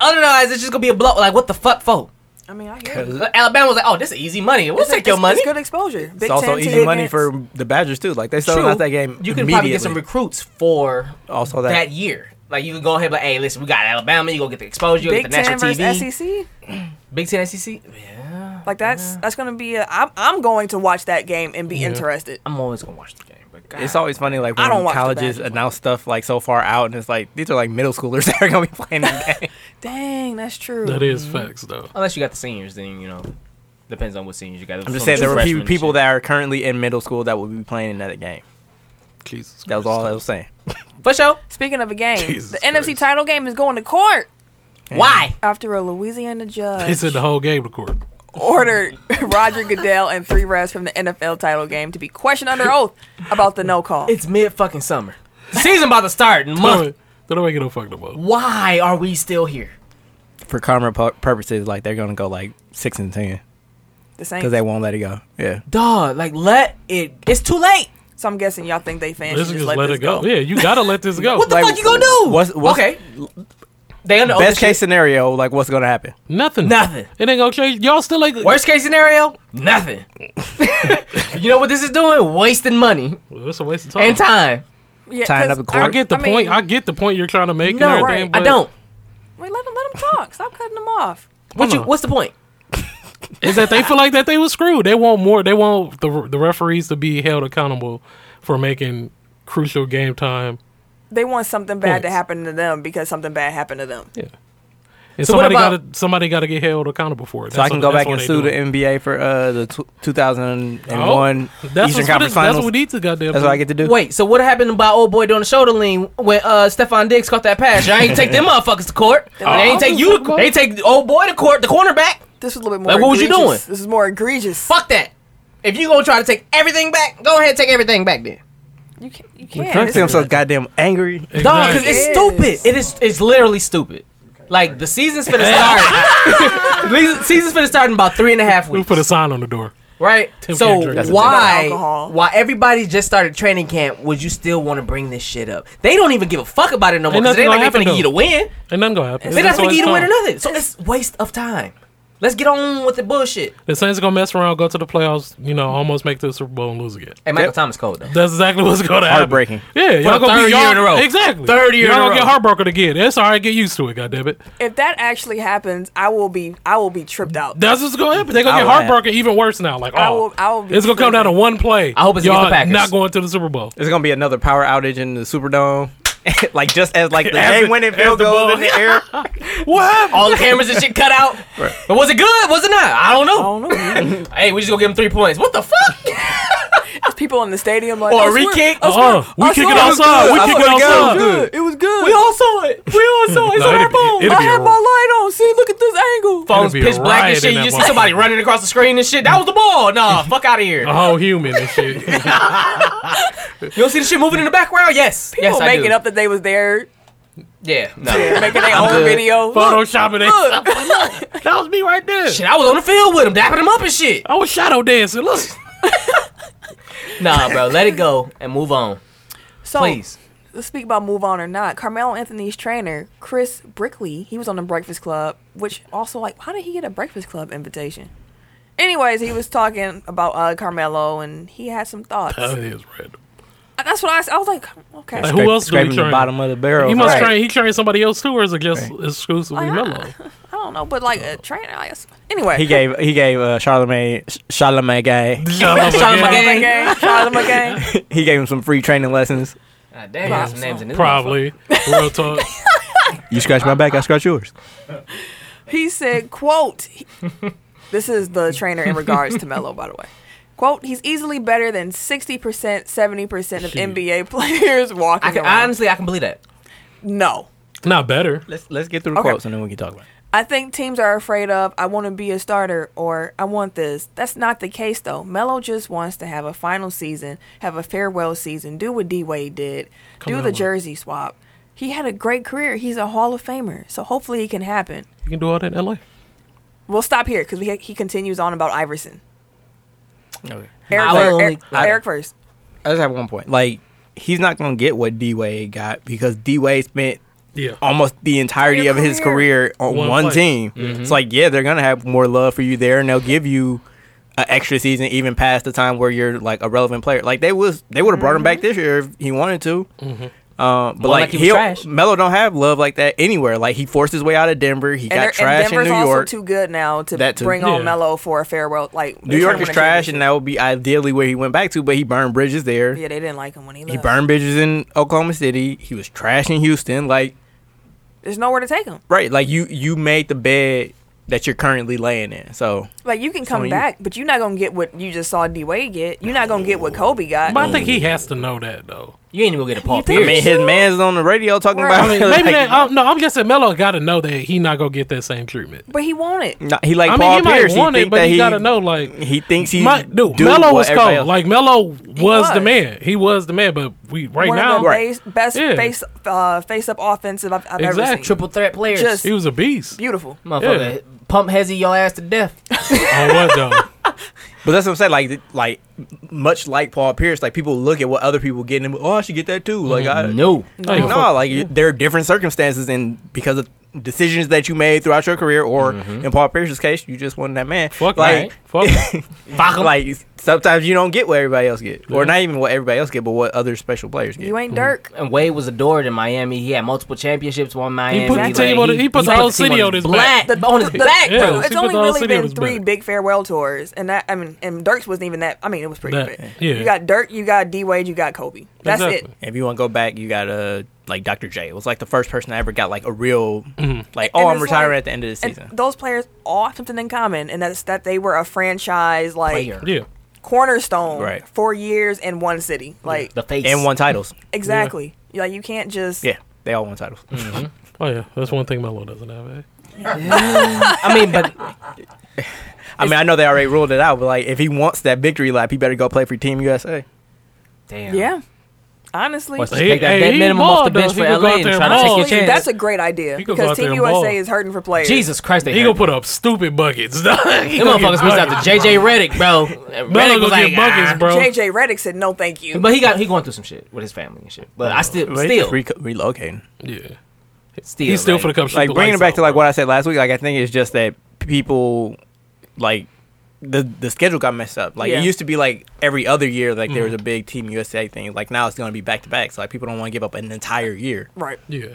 [SPEAKER 1] otherwise, it's just gonna be a blow. Like what the fuck for?
[SPEAKER 3] I mean, I hear you.
[SPEAKER 1] Alabama was like, "Oh, this is easy money. We'll
[SPEAKER 3] It's-
[SPEAKER 1] take your
[SPEAKER 3] it's-
[SPEAKER 1] money."
[SPEAKER 3] It's good exposure.
[SPEAKER 2] [laughs]
[SPEAKER 3] Big
[SPEAKER 2] It's also
[SPEAKER 3] Ten
[SPEAKER 2] easy
[SPEAKER 3] team
[SPEAKER 2] money
[SPEAKER 3] against-
[SPEAKER 2] for the Badgers too. Like they sold
[SPEAKER 1] True.
[SPEAKER 2] out that game.
[SPEAKER 1] You can probably get some
[SPEAKER 2] immediately.
[SPEAKER 1] recruits for
[SPEAKER 2] also that,
[SPEAKER 1] that year. Like you can go ahead, and be like, "Hey, listen, we got Alabama. You gonna get the exposure. You gonna
[SPEAKER 3] Big
[SPEAKER 1] get the
[SPEAKER 3] Ten
[SPEAKER 1] national
[SPEAKER 3] versus E
[SPEAKER 1] TV.
[SPEAKER 3] SEC.
[SPEAKER 1] Big Ten E SEC. Yeah,
[SPEAKER 3] Like that's that's going to be. A, I'm I'm going to watch that game and be interested.
[SPEAKER 1] I'm always gonna watch the game. But God.
[SPEAKER 2] It's always funny like
[SPEAKER 3] I
[SPEAKER 2] when
[SPEAKER 3] don't watch the
[SPEAKER 2] colleges
[SPEAKER 3] Badgers.
[SPEAKER 2] announce stuff like so far out, and it's like these are like middle schoolers [laughs] that are gonna be playing
[SPEAKER 1] [laughs]
[SPEAKER 2] that game.
[SPEAKER 3] Dang, that's true.
[SPEAKER 4] That is facts though.
[SPEAKER 1] Unless you got the seniors, then you know. Depends on what seniors you got.
[SPEAKER 2] I'm just saying there were pe- people that are currently in middle school that will be playing in that game.
[SPEAKER 4] Jesus.
[SPEAKER 2] That was
[SPEAKER 4] Christ.
[SPEAKER 2] all I was saying.
[SPEAKER 1] For sure.
[SPEAKER 3] Speaking of a game,
[SPEAKER 4] Jesus
[SPEAKER 3] the NFC
[SPEAKER 4] Christ.
[SPEAKER 3] title game is going to court
[SPEAKER 1] Why?
[SPEAKER 3] after a Louisiana judge.
[SPEAKER 4] They said the whole game record.
[SPEAKER 3] ordered [laughs] Roger Goodell and three refs from the NFL title game to be questioned under oath about the no call.
[SPEAKER 1] It's mid fucking summer. Season about to start in a month.
[SPEAKER 4] They don't make it no fuck no more.
[SPEAKER 1] Why are we still here?
[SPEAKER 2] For karma pu- purposes, like they're gonna go like six and ten
[SPEAKER 3] the same.
[SPEAKER 2] because they won't let it go. Yeah,
[SPEAKER 1] Dog, like let it. It's too late.
[SPEAKER 3] so I'm guessing y'all think they fans
[SPEAKER 4] Let's
[SPEAKER 3] should
[SPEAKER 4] just
[SPEAKER 3] just let,
[SPEAKER 4] let
[SPEAKER 3] this
[SPEAKER 4] it go. Yeah, you gotta let this go.
[SPEAKER 1] [laughs] What the
[SPEAKER 2] Like,
[SPEAKER 1] fuck you gonna do?
[SPEAKER 2] what's- what's-
[SPEAKER 1] okay? They under oath
[SPEAKER 2] best
[SPEAKER 1] and Oh, shit.
[SPEAKER 2] case scenario, like what's gonna happen?
[SPEAKER 4] Nothing.
[SPEAKER 1] Nothing.
[SPEAKER 4] It ain't gonna change. Y'all still like
[SPEAKER 1] Worst case scenario, nothing.
[SPEAKER 2] [laughs]
[SPEAKER 1] you know what this is doing? Wasting money
[SPEAKER 4] Well, it's a waste of time.
[SPEAKER 1] and time.
[SPEAKER 3] Yeah,
[SPEAKER 2] Tying
[SPEAKER 3] 'cause
[SPEAKER 2] up the court.
[SPEAKER 4] I get the
[SPEAKER 3] I mean-
[SPEAKER 4] point. I get the point you're trying to make.
[SPEAKER 1] No,
[SPEAKER 4] and everything,
[SPEAKER 1] I
[SPEAKER 4] but
[SPEAKER 1] don't.
[SPEAKER 3] Wait, let them let them talk. Stop cutting them off.
[SPEAKER 1] What you,
[SPEAKER 4] on.
[SPEAKER 1] what's the point?
[SPEAKER 4] Is that they feel like that they was screwed? They want more. They want the the referees to be held accountable for making crucial game time.
[SPEAKER 3] They want something bad to
[SPEAKER 4] Points.
[SPEAKER 3] happen to them because something bad happened to them.
[SPEAKER 4] And
[SPEAKER 1] So what
[SPEAKER 4] somebody got
[SPEAKER 1] about-
[SPEAKER 4] to somebody got to get held accountable for it.
[SPEAKER 2] So I can go back and sue the
[SPEAKER 4] it.
[SPEAKER 2] NBA for uh, the tw 2001
[SPEAKER 4] Oh, That's
[SPEAKER 2] Eastern
[SPEAKER 4] what's-
[SPEAKER 2] Conference
[SPEAKER 4] That's
[SPEAKER 2] Finals.
[SPEAKER 4] what we need to goddamn.
[SPEAKER 2] That's
[SPEAKER 4] do.
[SPEAKER 2] what I get to do.
[SPEAKER 1] Wait, so what happened about old boy doing the shoulder lean when uh Stefan Diggs caught that pass? Y'all ain't take
[SPEAKER 4] [laughs]
[SPEAKER 1] them motherfuckers to court. They
[SPEAKER 4] Oh.
[SPEAKER 1] ain't take you. To, they take old boy to court. The cornerback.
[SPEAKER 3] This was a little bit more.
[SPEAKER 1] Like, what was you
[SPEAKER 3] egregious.
[SPEAKER 1] doing?
[SPEAKER 3] This is more egregious.
[SPEAKER 1] Fuck that. If you gonna try to take everything back, go ahead and take everything back then.
[SPEAKER 3] You can't. You
[SPEAKER 2] Trump
[SPEAKER 3] can't.
[SPEAKER 2] seems so goddamn angry.
[SPEAKER 1] Dog, because
[SPEAKER 4] Exactly.
[SPEAKER 1] it's
[SPEAKER 3] It
[SPEAKER 1] stupid.
[SPEAKER 3] is.
[SPEAKER 1] It is. It's literally stupid. Like the season's
[SPEAKER 4] [laughs]
[SPEAKER 1] finna start. [laughs] Le- season's finna start in about three and a half
[SPEAKER 4] We
[SPEAKER 1] weeks.
[SPEAKER 4] put a sign on the door.
[SPEAKER 1] right.
[SPEAKER 4] Tim can't
[SPEAKER 1] so
[SPEAKER 4] drink. That's a
[SPEAKER 1] why,
[SPEAKER 3] thing. Alcohol.
[SPEAKER 1] why everybody just started training camp? Would you still want to bring this shit up? They don't even give a fuck about it no more.
[SPEAKER 4] Ain't
[SPEAKER 1] 'cause They
[SPEAKER 4] nothing
[SPEAKER 1] not
[SPEAKER 4] gonna
[SPEAKER 1] finna
[SPEAKER 4] happen,
[SPEAKER 1] give you the
[SPEAKER 4] though.
[SPEAKER 1] win.
[SPEAKER 4] Ain't nothing gonna happen.
[SPEAKER 1] They're not
[SPEAKER 4] That's
[SPEAKER 1] finna
[SPEAKER 4] why
[SPEAKER 1] give you
[SPEAKER 4] it's
[SPEAKER 1] the win or
[SPEAKER 4] time.
[SPEAKER 1] nothing. So it's waste of time. Let's get on with the bullshit.
[SPEAKER 4] The Saints gonna mess around, go to the playoffs. You know, almost make the Super Bowl and lose again.
[SPEAKER 1] Hey, Michael
[SPEAKER 2] Yep.
[SPEAKER 1] Thomas cold though.
[SPEAKER 4] That's exactly what's going to happen.
[SPEAKER 2] Heartbreaking.
[SPEAKER 4] Yeah, y'all
[SPEAKER 1] the
[SPEAKER 4] gonna
[SPEAKER 1] third
[SPEAKER 4] be
[SPEAKER 1] year
[SPEAKER 4] y'all,
[SPEAKER 1] in a row.
[SPEAKER 4] Exactly.
[SPEAKER 1] Third year
[SPEAKER 4] Y'all
[SPEAKER 1] in a
[SPEAKER 4] gonna get
[SPEAKER 1] row.
[SPEAKER 4] heartbroken again. It's all right. Get used to it. goddammit. it.
[SPEAKER 3] If that actually happens, I will be. I will be tripped out.
[SPEAKER 4] That's what's gonna happen. They're gonna
[SPEAKER 2] I
[SPEAKER 4] get
[SPEAKER 2] will have-
[SPEAKER 4] heartbroken even worse now. Like, oh,
[SPEAKER 3] I will- I will be
[SPEAKER 4] it's gonna come down to
[SPEAKER 3] flipping.
[SPEAKER 4] one play.
[SPEAKER 1] I hope it's against
[SPEAKER 4] y'all
[SPEAKER 1] the Packers.
[SPEAKER 4] not going to the Super Bowl.
[SPEAKER 2] There's gonna be another power outage in the Superdome. [laughs] like just as like the
[SPEAKER 4] As
[SPEAKER 2] game
[SPEAKER 4] it-
[SPEAKER 2] winning
[SPEAKER 4] as
[SPEAKER 2] field
[SPEAKER 4] the
[SPEAKER 2] goes
[SPEAKER 4] ball-
[SPEAKER 2] in the air.
[SPEAKER 4] What happened?
[SPEAKER 1] All the cameras and shit cut out. [laughs] But was it good? Was it not? I don't know.
[SPEAKER 3] I don't
[SPEAKER 4] [laughs]
[SPEAKER 3] know.
[SPEAKER 1] Hey, we just gonna give him three points. What the fuck? [laughs]
[SPEAKER 3] There's people in the stadium like. "Oh,
[SPEAKER 1] Or
[SPEAKER 3] I
[SPEAKER 1] a
[SPEAKER 3] swear-
[SPEAKER 1] re-kick?
[SPEAKER 3] I swear-
[SPEAKER 4] Uh-uh. We
[SPEAKER 3] I
[SPEAKER 4] kick
[SPEAKER 3] swear
[SPEAKER 4] it
[SPEAKER 3] was
[SPEAKER 4] outside.
[SPEAKER 3] good.
[SPEAKER 4] We
[SPEAKER 3] I
[SPEAKER 4] kick it
[SPEAKER 3] swear to God,
[SPEAKER 4] outside.
[SPEAKER 3] It was oh, good. It was good.
[SPEAKER 1] We all saw it. We all saw it. It's
[SPEAKER 4] No,
[SPEAKER 1] on
[SPEAKER 4] it'd
[SPEAKER 1] our
[SPEAKER 4] be-
[SPEAKER 1] phone.
[SPEAKER 4] it'd
[SPEAKER 1] Our
[SPEAKER 3] I
[SPEAKER 4] be a
[SPEAKER 3] had
[SPEAKER 4] ro-
[SPEAKER 3] my light on. See, look at this
[SPEAKER 1] [laughs]
[SPEAKER 3] angle.
[SPEAKER 1] phone's
[SPEAKER 4] it'd be a
[SPEAKER 1] pitch black and
[SPEAKER 4] riot in
[SPEAKER 1] shit. You
[SPEAKER 4] that
[SPEAKER 1] just see
[SPEAKER 4] motherfucker. Uh.
[SPEAKER 1] somebody running across the screen and shit. That was the ball.
[SPEAKER 4] [laughs]
[SPEAKER 1] Nah, fuck out of here.
[SPEAKER 4] A whole human and shit.
[SPEAKER 1] You don't see the shit moving in the background? Yes.
[SPEAKER 3] People
[SPEAKER 1] yes, I
[SPEAKER 3] making
[SPEAKER 1] do.
[SPEAKER 3] up that they was there,
[SPEAKER 1] Yeah. No.
[SPEAKER 3] making their own video. Look,
[SPEAKER 4] Photoshopping
[SPEAKER 3] look.
[SPEAKER 4] it. That was me right there.
[SPEAKER 1] shit, I was on the field with him, dapping him up and shit.
[SPEAKER 4] I was shadow dancing. Look.
[SPEAKER 1] Nah, bro, let it go and move
[SPEAKER 4] [laughs]
[SPEAKER 1] on,
[SPEAKER 3] So,
[SPEAKER 1] please.
[SPEAKER 3] let's speak about move on or not. Carmelo Anthony's trainer, Chris Brickley, he was on the Breakfast Club, which also like, how did he get a Breakfast Club invitation? Anyways, he was talking about uh, Carmelo and he had some thoughts.
[SPEAKER 4] That is random.
[SPEAKER 3] That's what I s- I was like, okay.
[SPEAKER 4] Oh. Like, who else do we
[SPEAKER 2] scraping the
[SPEAKER 4] train?
[SPEAKER 2] bottom of the barrel?
[SPEAKER 4] He must
[SPEAKER 2] Right.
[SPEAKER 4] train. He trained somebody else too, or is it just exclusively
[SPEAKER 3] Like, [laughs]
[SPEAKER 4] Melo?
[SPEAKER 3] I, I don't know, but like a trainer. I guess. Anyway,
[SPEAKER 2] He gave he gave uh, Charlemagne Charlemagne guy. [laughs]
[SPEAKER 1] Charlamagne.
[SPEAKER 4] Charlamagne.
[SPEAKER 3] Charlamagne gang, Charlamagne gang.
[SPEAKER 2] He gave him some free training lessons.
[SPEAKER 1] God Ah, damn, there's some
[SPEAKER 3] Probably.
[SPEAKER 1] names in this
[SPEAKER 4] Probably. [laughs] Real talk.
[SPEAKER 2] You scratch my back, I scratch yours.
[SPEAKER 3] He
[SPEAKER 1] [laughs]
[SPEAKER 3] said, quote, this is the trainer in regards to Melo, by the way. Quote, he's easily better than 60%, 70% of NBA [laughs] players walking
[SPEAKER 1] I can,
[SPEAKER 3] around.
[SPEAKER 1] honestly, I can believe that.
[SPEAKER 3] no.
[SPEAKER 4] Not better.
[SPEAKER 2] Let's let's get through the
[SPEAKER 3] Okay.
[SPEAKER 2] quotes and then we can talk about. it.
[SPEAKER 3] I think teams are afraid of, I want to be a starter or I want this. That's not the case, though. Melo just wants to have a final season, have a farewell season, do what D Wade did, do
[SPEAKER 4] on,
[SPEAKER 3] the
[SPEAKER 4] man.
[SPEAKER 3] jersey swap. He had a great career. He's a Hall of Famer. So hopefully it can happen.
[SPEAKER 4] You can do all that in LA.
[SPEAKER 3] We'll stop here because he continues on about Iverson.
[SPEAKER 2] Okay.
[SPEAKER 3] Eric,
[SPEAKER 1] I will-
[SPEAKER 3] Eric-
[SPEAKER 1] I-
[SPEAKER 3] Eric first.
[SPEAKER 2] I just have one point. Like he's not gonna get what D Wade got because D Wade spent
[SPEAKER 4] Yeah.
[SPEAKER 2] almost the entirety
[SPEAKER 3] Your
[SPEAKER 2] of his
[SPEAKER 3] career.
[SPEAKER 2] career on
[SPEAKER 4] One
[SPEAKER 2] one,
[SPEAKER 4] place.
[SPEAKER 2] team. It's like, yeah, they're gonna have more love for you there, and they'll give you an extra season, even past the time where you're like a relevant player. Like they was, they would have brought him back
[SPEAKER 3] Mm-hmm.
[SPEAKER 2] this year if he wanted to. Uh,
[SPEAKER 1] like
[SPEAKER 2] but like,
[SPEAKER 1] he was trash.
[SPEAKER 2] he Melo don't have love like that anywhere. Like he forced his way out of Denver. He
[SPEAKER 3] And,
[SPEAKER 2] got
[SPEAKER 3] they're- and
[SPEAKER 2] trash in
[SPEAKER 3] Denver's
[SPEAKER 2] New
[SPEAKER 3] also
[SPEAKER 2] York.
[SPEAKER 3] too good now to
[SPEAKER 2] That too.
[SPEAKER 3] bring on
[SPEAKER 4] Yeah.
[SPEAKER 3] Melo for a farewell. Like
[SPEAKER 2] New York is
[SPEAKER 3] tournament
[SPEAKER 2] trash, and
[SPEAKER 3] championship.
[SPEAKER 2] that would be ideally where he went back to. But he burned bridges there.
[SPEAKER 3] yeah, they didn't like him when he left.
[SPEAKER 2] He burned bridges in Oklahoma City. He was trash in Houston. Like
[SPEAKER 3] There's nowhere to take him.
[SPEAKER 2] right, like you you made the bed that you're currently laying in. So
[SPEAKER 3] Like you can
[SPEAKER 2] on
[SPEAKER 3] come
[SPEAKER 2] you.
[SPEAKER 3] back,
[SPEAKER 2] Oh.
[SPEAKER 3] but you're not gonna get what you just saw D Wade get. You're not gonna get what Kobe got.
[SPEAKER 4] But I think he has to know that though.
[SPEAKER 1] You ain't even gonna get a Paul
[SPEAKER 2] I
[SPEAKER 1] Pierce.
[SPEAKER 2] mean, his man's on the radio talking
[SPEAKER 3] Right.
[SPEAKER 2] about. [laughs]
[SPEAKER 4] I mean, maybe
[SPEAKER 2] like,
[SPEAKER 4] that, I, no, I'm guessing Melo got to know that he not gonna get that same treatment.
[SPEAKER 3] But he won't it.
[SPEAKER 2] nah, he like
[SPEAKER 4] I mean,
[SPEAKER 2] Paul
[SPEAKER 4] he might
[SPEAKER 2] Pierce.
[SPEAKER 4] want
[SPEAKER 2] he
[SPEAKER 4] it,
[SPEAKER 2] think
[SPEAKER 4] but
[SPEAKER 2] that
[SPEAKER 4] he, gotta know like
[SPEAKER 2] He thinks he's
[SPEAKER 4] my, dude,
[SPEAKER 2] do
[SPEAKER 4] Melo
[SPEAKER 2] what
[SPEAKER 4] was
[SPEAKER 2] everybody
[SPEAKER 4] cold.
[SPEAKER 2] else-
[SPEAKER 4] Like Melo was,
[SPEAKER 3] was.
[SPEAKER 4] the man. He was the man. But we right
[SPEAKER 3] One
[SPEAKER 4] now,
[SPEAKER 3] of the base- best
[SPEAKER 4] Yeah.
[SPEAKER 3] face uh, face up offensive I've, I've ever
[SPEAKER 4] Exactly.
[SPEAKER 3] seen.
[SPEAKER 1] Triple threat players.
[SPEAKER 3] Just-
[SPEAKER 4] he was a
[SPEAKER 3] [laughs]
[SPEAKER 4] beast.
[SPEAKER 3] Beautiful.
[SPEAKER 1] Motherfucker,
[SPEAKER 4] Yeah.
[SPEAKER 1] pump hezzy your ass to death.
[SPEAKER 4] On what though?
[SPEAKER 2] But that's what I'm saying. Like, th- like much like Paul Pierce, like people look at what other people get and oh, I should get that too. Like, I
[SPEAKER 1] no.
[SPEAKER 4] Like,
[SPEAKER 2] no,
[SPEAKER 4] fuck-
[SPEAKER 2] like you- there are different circumstances, and because of decisions that you made throughout your career, or in Paul Pierce's case, you just wasn't that man.
[SPEAKER 4] Fuck
[SPEAKER 2] like, [laughs]
[SPEAKER 4] right. Fuck right.
[SPEAKER 1] Fuck 'em.
[SPEAKER 2] like sometimes you don't get what everybody else get, or
[SPEAKER 4] Yeah.
[SPEAKER 2] not even what everybody else get, but what other special players get.
[SPEAKER 3] You ain't Dirk.
[SPEAKER 1] And Wade was adored in Miami. He had multiple championships on Miami.
[SPEAKER 4] put the team on- he put the whole city on his back.
[SPEAKER 1] Black, on his
[SPEAKER 3] the-
[SPEAKER 1] back,
[SPEAKER 4] Yeah.
[SPEAKER 1] bro.
[SPEAKER 4] she
[SPEAKER 3] It's
[SPEAKER 4] put
[SPEAKER 3] only
[SPEAKER 4] the whole
[SPEAKER 3] really
[SPEAKER 4] city on
[SPEAKER 3] been
[SPEAKER 4] his
[SPEAKER 3] three
[SPEAKER 4] back.
[SPEAKER 3] big farewell tours, and that I mean, and Dirk's wasn't even that. I mean, it was pretty
[SPEAKER 4] That-
[SPEAKER 3] big.
[SPEAKER 4] yeah.
[SPEAKER 3] You got Dirk, you got D Wade, you got Kobe. That's
[SPEAKER 4] Exactly.
[SPEAKER 2] If you want to go back, you got uh, like Dr. J. It was like the first person I ever got like a real like oh
[SPEAKER 3] And
[SPEAKER 2] I'm
[SPEAKER 3] it's
[SPEAKER 2] retiring
[SPEAKER 3] like-
[SPEAKER 2] at the end of the
[SPEAKER 3] it.
[SPEAKER 2] season.
[SPEAKER 3] And those players all have something in common, and that's that they were a franchise like
[SPEAKER 1] Player.
[SPEAKER 4] yeah.
[SPEAKER 3] cornerstone
[SPEAKER 2] Right.
[SPEAKER 3] for years in one city. Like
[SPEAKER 1] The face.
[SPEAKER 2] and won titles.
[SPEAKER 3] exactly. Like you can't just
[SPEAKER 2] Yeah, they all won titles.
[SPEAKER 4] Oh yeah. That's one thing Melo doesn't have. Eh?
[SPEAKER 1] I mean, but
[SPEAKER 2] [laughs] I mean, I know they already ruled it out, but like if he wants that victory lap, he better go play for Team USA.
[SPEAKER 1] damn.
[SPEAKER 3] [laughs] Yeah. Honestly,
[SPEAKER 1] What's the-
[SPEAKER 4] He-
[SPEAKER 1] Take that
[SPEAKER 4] hey,
[SPEAKER 1] dead
[SPEAKER 4] he
[SPEAKER 1] minimum off the
[SPEAKER 4] balled,
[SPEAKER 1] bench
[SPEAKER 4] though.
[SPEAKER 1] for
[SPEAKER 4] He could go
[SPEAKER 1] LA
[SPEAKER 4] out
[SPEAKER 1] and
[SPEAKER 4] there
[SPEAKER 1] try to
[SPEAKER 4] ball.
[SPEAKER 1] take your chance.
[SPEAKER 3] that's a great idea
[SPEAKER 4] He could go out
[SPEAKER 3] because
[SPEAKER 4] there
[SPEAKER 3] Team
[SPEAKER 4] and
[SPEAKER 3] USA
[SPEAKER 4] ball.
[SPEAKER 3] is hurting for players.
[SPEAKER 1] Jesus Christ, they
[SPEAKER 4] He
[SPEAKER 1] hurt
[SPEAKER 4] gonna put
[SPEAKER 1] me.
[SPEAKER 4] up stupid buckets. [laughs] Them
[SPEAKER 1] Them motherfuckers missed out to JJ Reddick, bro.
[SPEAKER 4] Melo
[SPEAKER 1] Reddick
[SPEAKER 4] gonna
[SPEAKER 1] was like,
[SPEAKER 4] get buckets,
[SPEAKER 1] "Ah."
[SPEAKER 4] bro.
[SPEAKER 3] JJ Redick said no, thank you.
[SPEAKER 1] But he got he going through some shit with his family and shit. But I still
[SPEAKER 2] But he's
[SPEAKER 1] still
[SPEAKER 2] just re- relocating.
[SPEAKER 4] Yeah.
[SPEAKER 1] still
[SPEAKER 4] He's still
[SPEAKER 1] like,
[SPEAKER 4] for the cup. shoot
[SPEAKER 2] Like
[SPEAKER 4] the
[SPEAKER 2] bringing it
[SPEAKER 4] lights
[SPEAKER 2] back to
[SPEAKER 4] out,
[SPEAKER 2] like
[SPEAKER 4] bro.
[SPEAKER 2] what I said last week. Like I think it's just that people like the the schedule got messed up. Like
[SPEAKER 3] Yeah.
[SPEAKER 2] it used to be like every other year, like there was a big Team USA thing. Like now it's gonna be back to back. So like people don't want to give up an entire year.
[SPEAKER 3] right.
[SPEAKER 4] Yeah.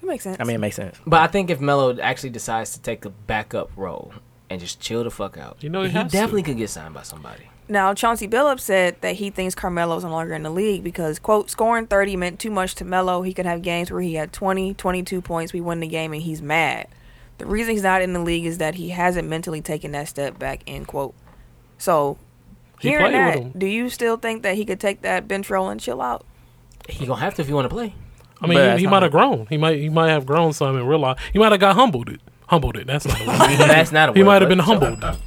[SPEAKER 3] That makes sense.
[SPEAKER 2] I mean, it makes sense.
[SPEAKER 1] But I think if Melo actually decides to take a backup role and just chill the fuck out,
[SPEAKER 4] You know he
[SPEAKER 1] he
[SPEAKER 4] has to.
[SPEAKER 1] definitely could get signed by somebody.
[SPEAKER 3] Now, Chauncey Billups said that he thinks Carmelo's no longer in the league because, quote, scoring 30 meant too much to Melo. He could have games where he had 20, 22 points, we win the game, and he's mad. The reason he's not in the league is that he hasn't mentally taken that step back, end quote. So,
[SPEAKER 4] He
[SPEAKER 3] hearing
[SPEAKER 4] played with
[SPEAKER 3] that,
[SPEAKER 4] him.
[SPEAKER 3] do you still think that he could take that bench role and chill out?
[SPEAKER 1] He gonna have to if he want to play.
[SPEAKER 4] I
[SPEAKER 2] But
[SPEAKER 4] mean,
[SPEAKER 2] that's
[SPEAKER 4] he, he
[SPEAKER 2] not
[SPEAKER 4] might
[SPEAKER 2] like-
[SPEAKER 4] have grown. He might he might have grown some and realized he might have got humbled. It humbled it. That's not.
[SPEAKER 2] [laughs]
[SPEAKER 4] A word.
[SPEAKER 1] That's not a
[SPEAKER 4] [laughs] he
[SPEAKER 1] word,
[SPEAKER 4] might
[SPEAKER 1] but-
[SPEAKER 4] have been humbled.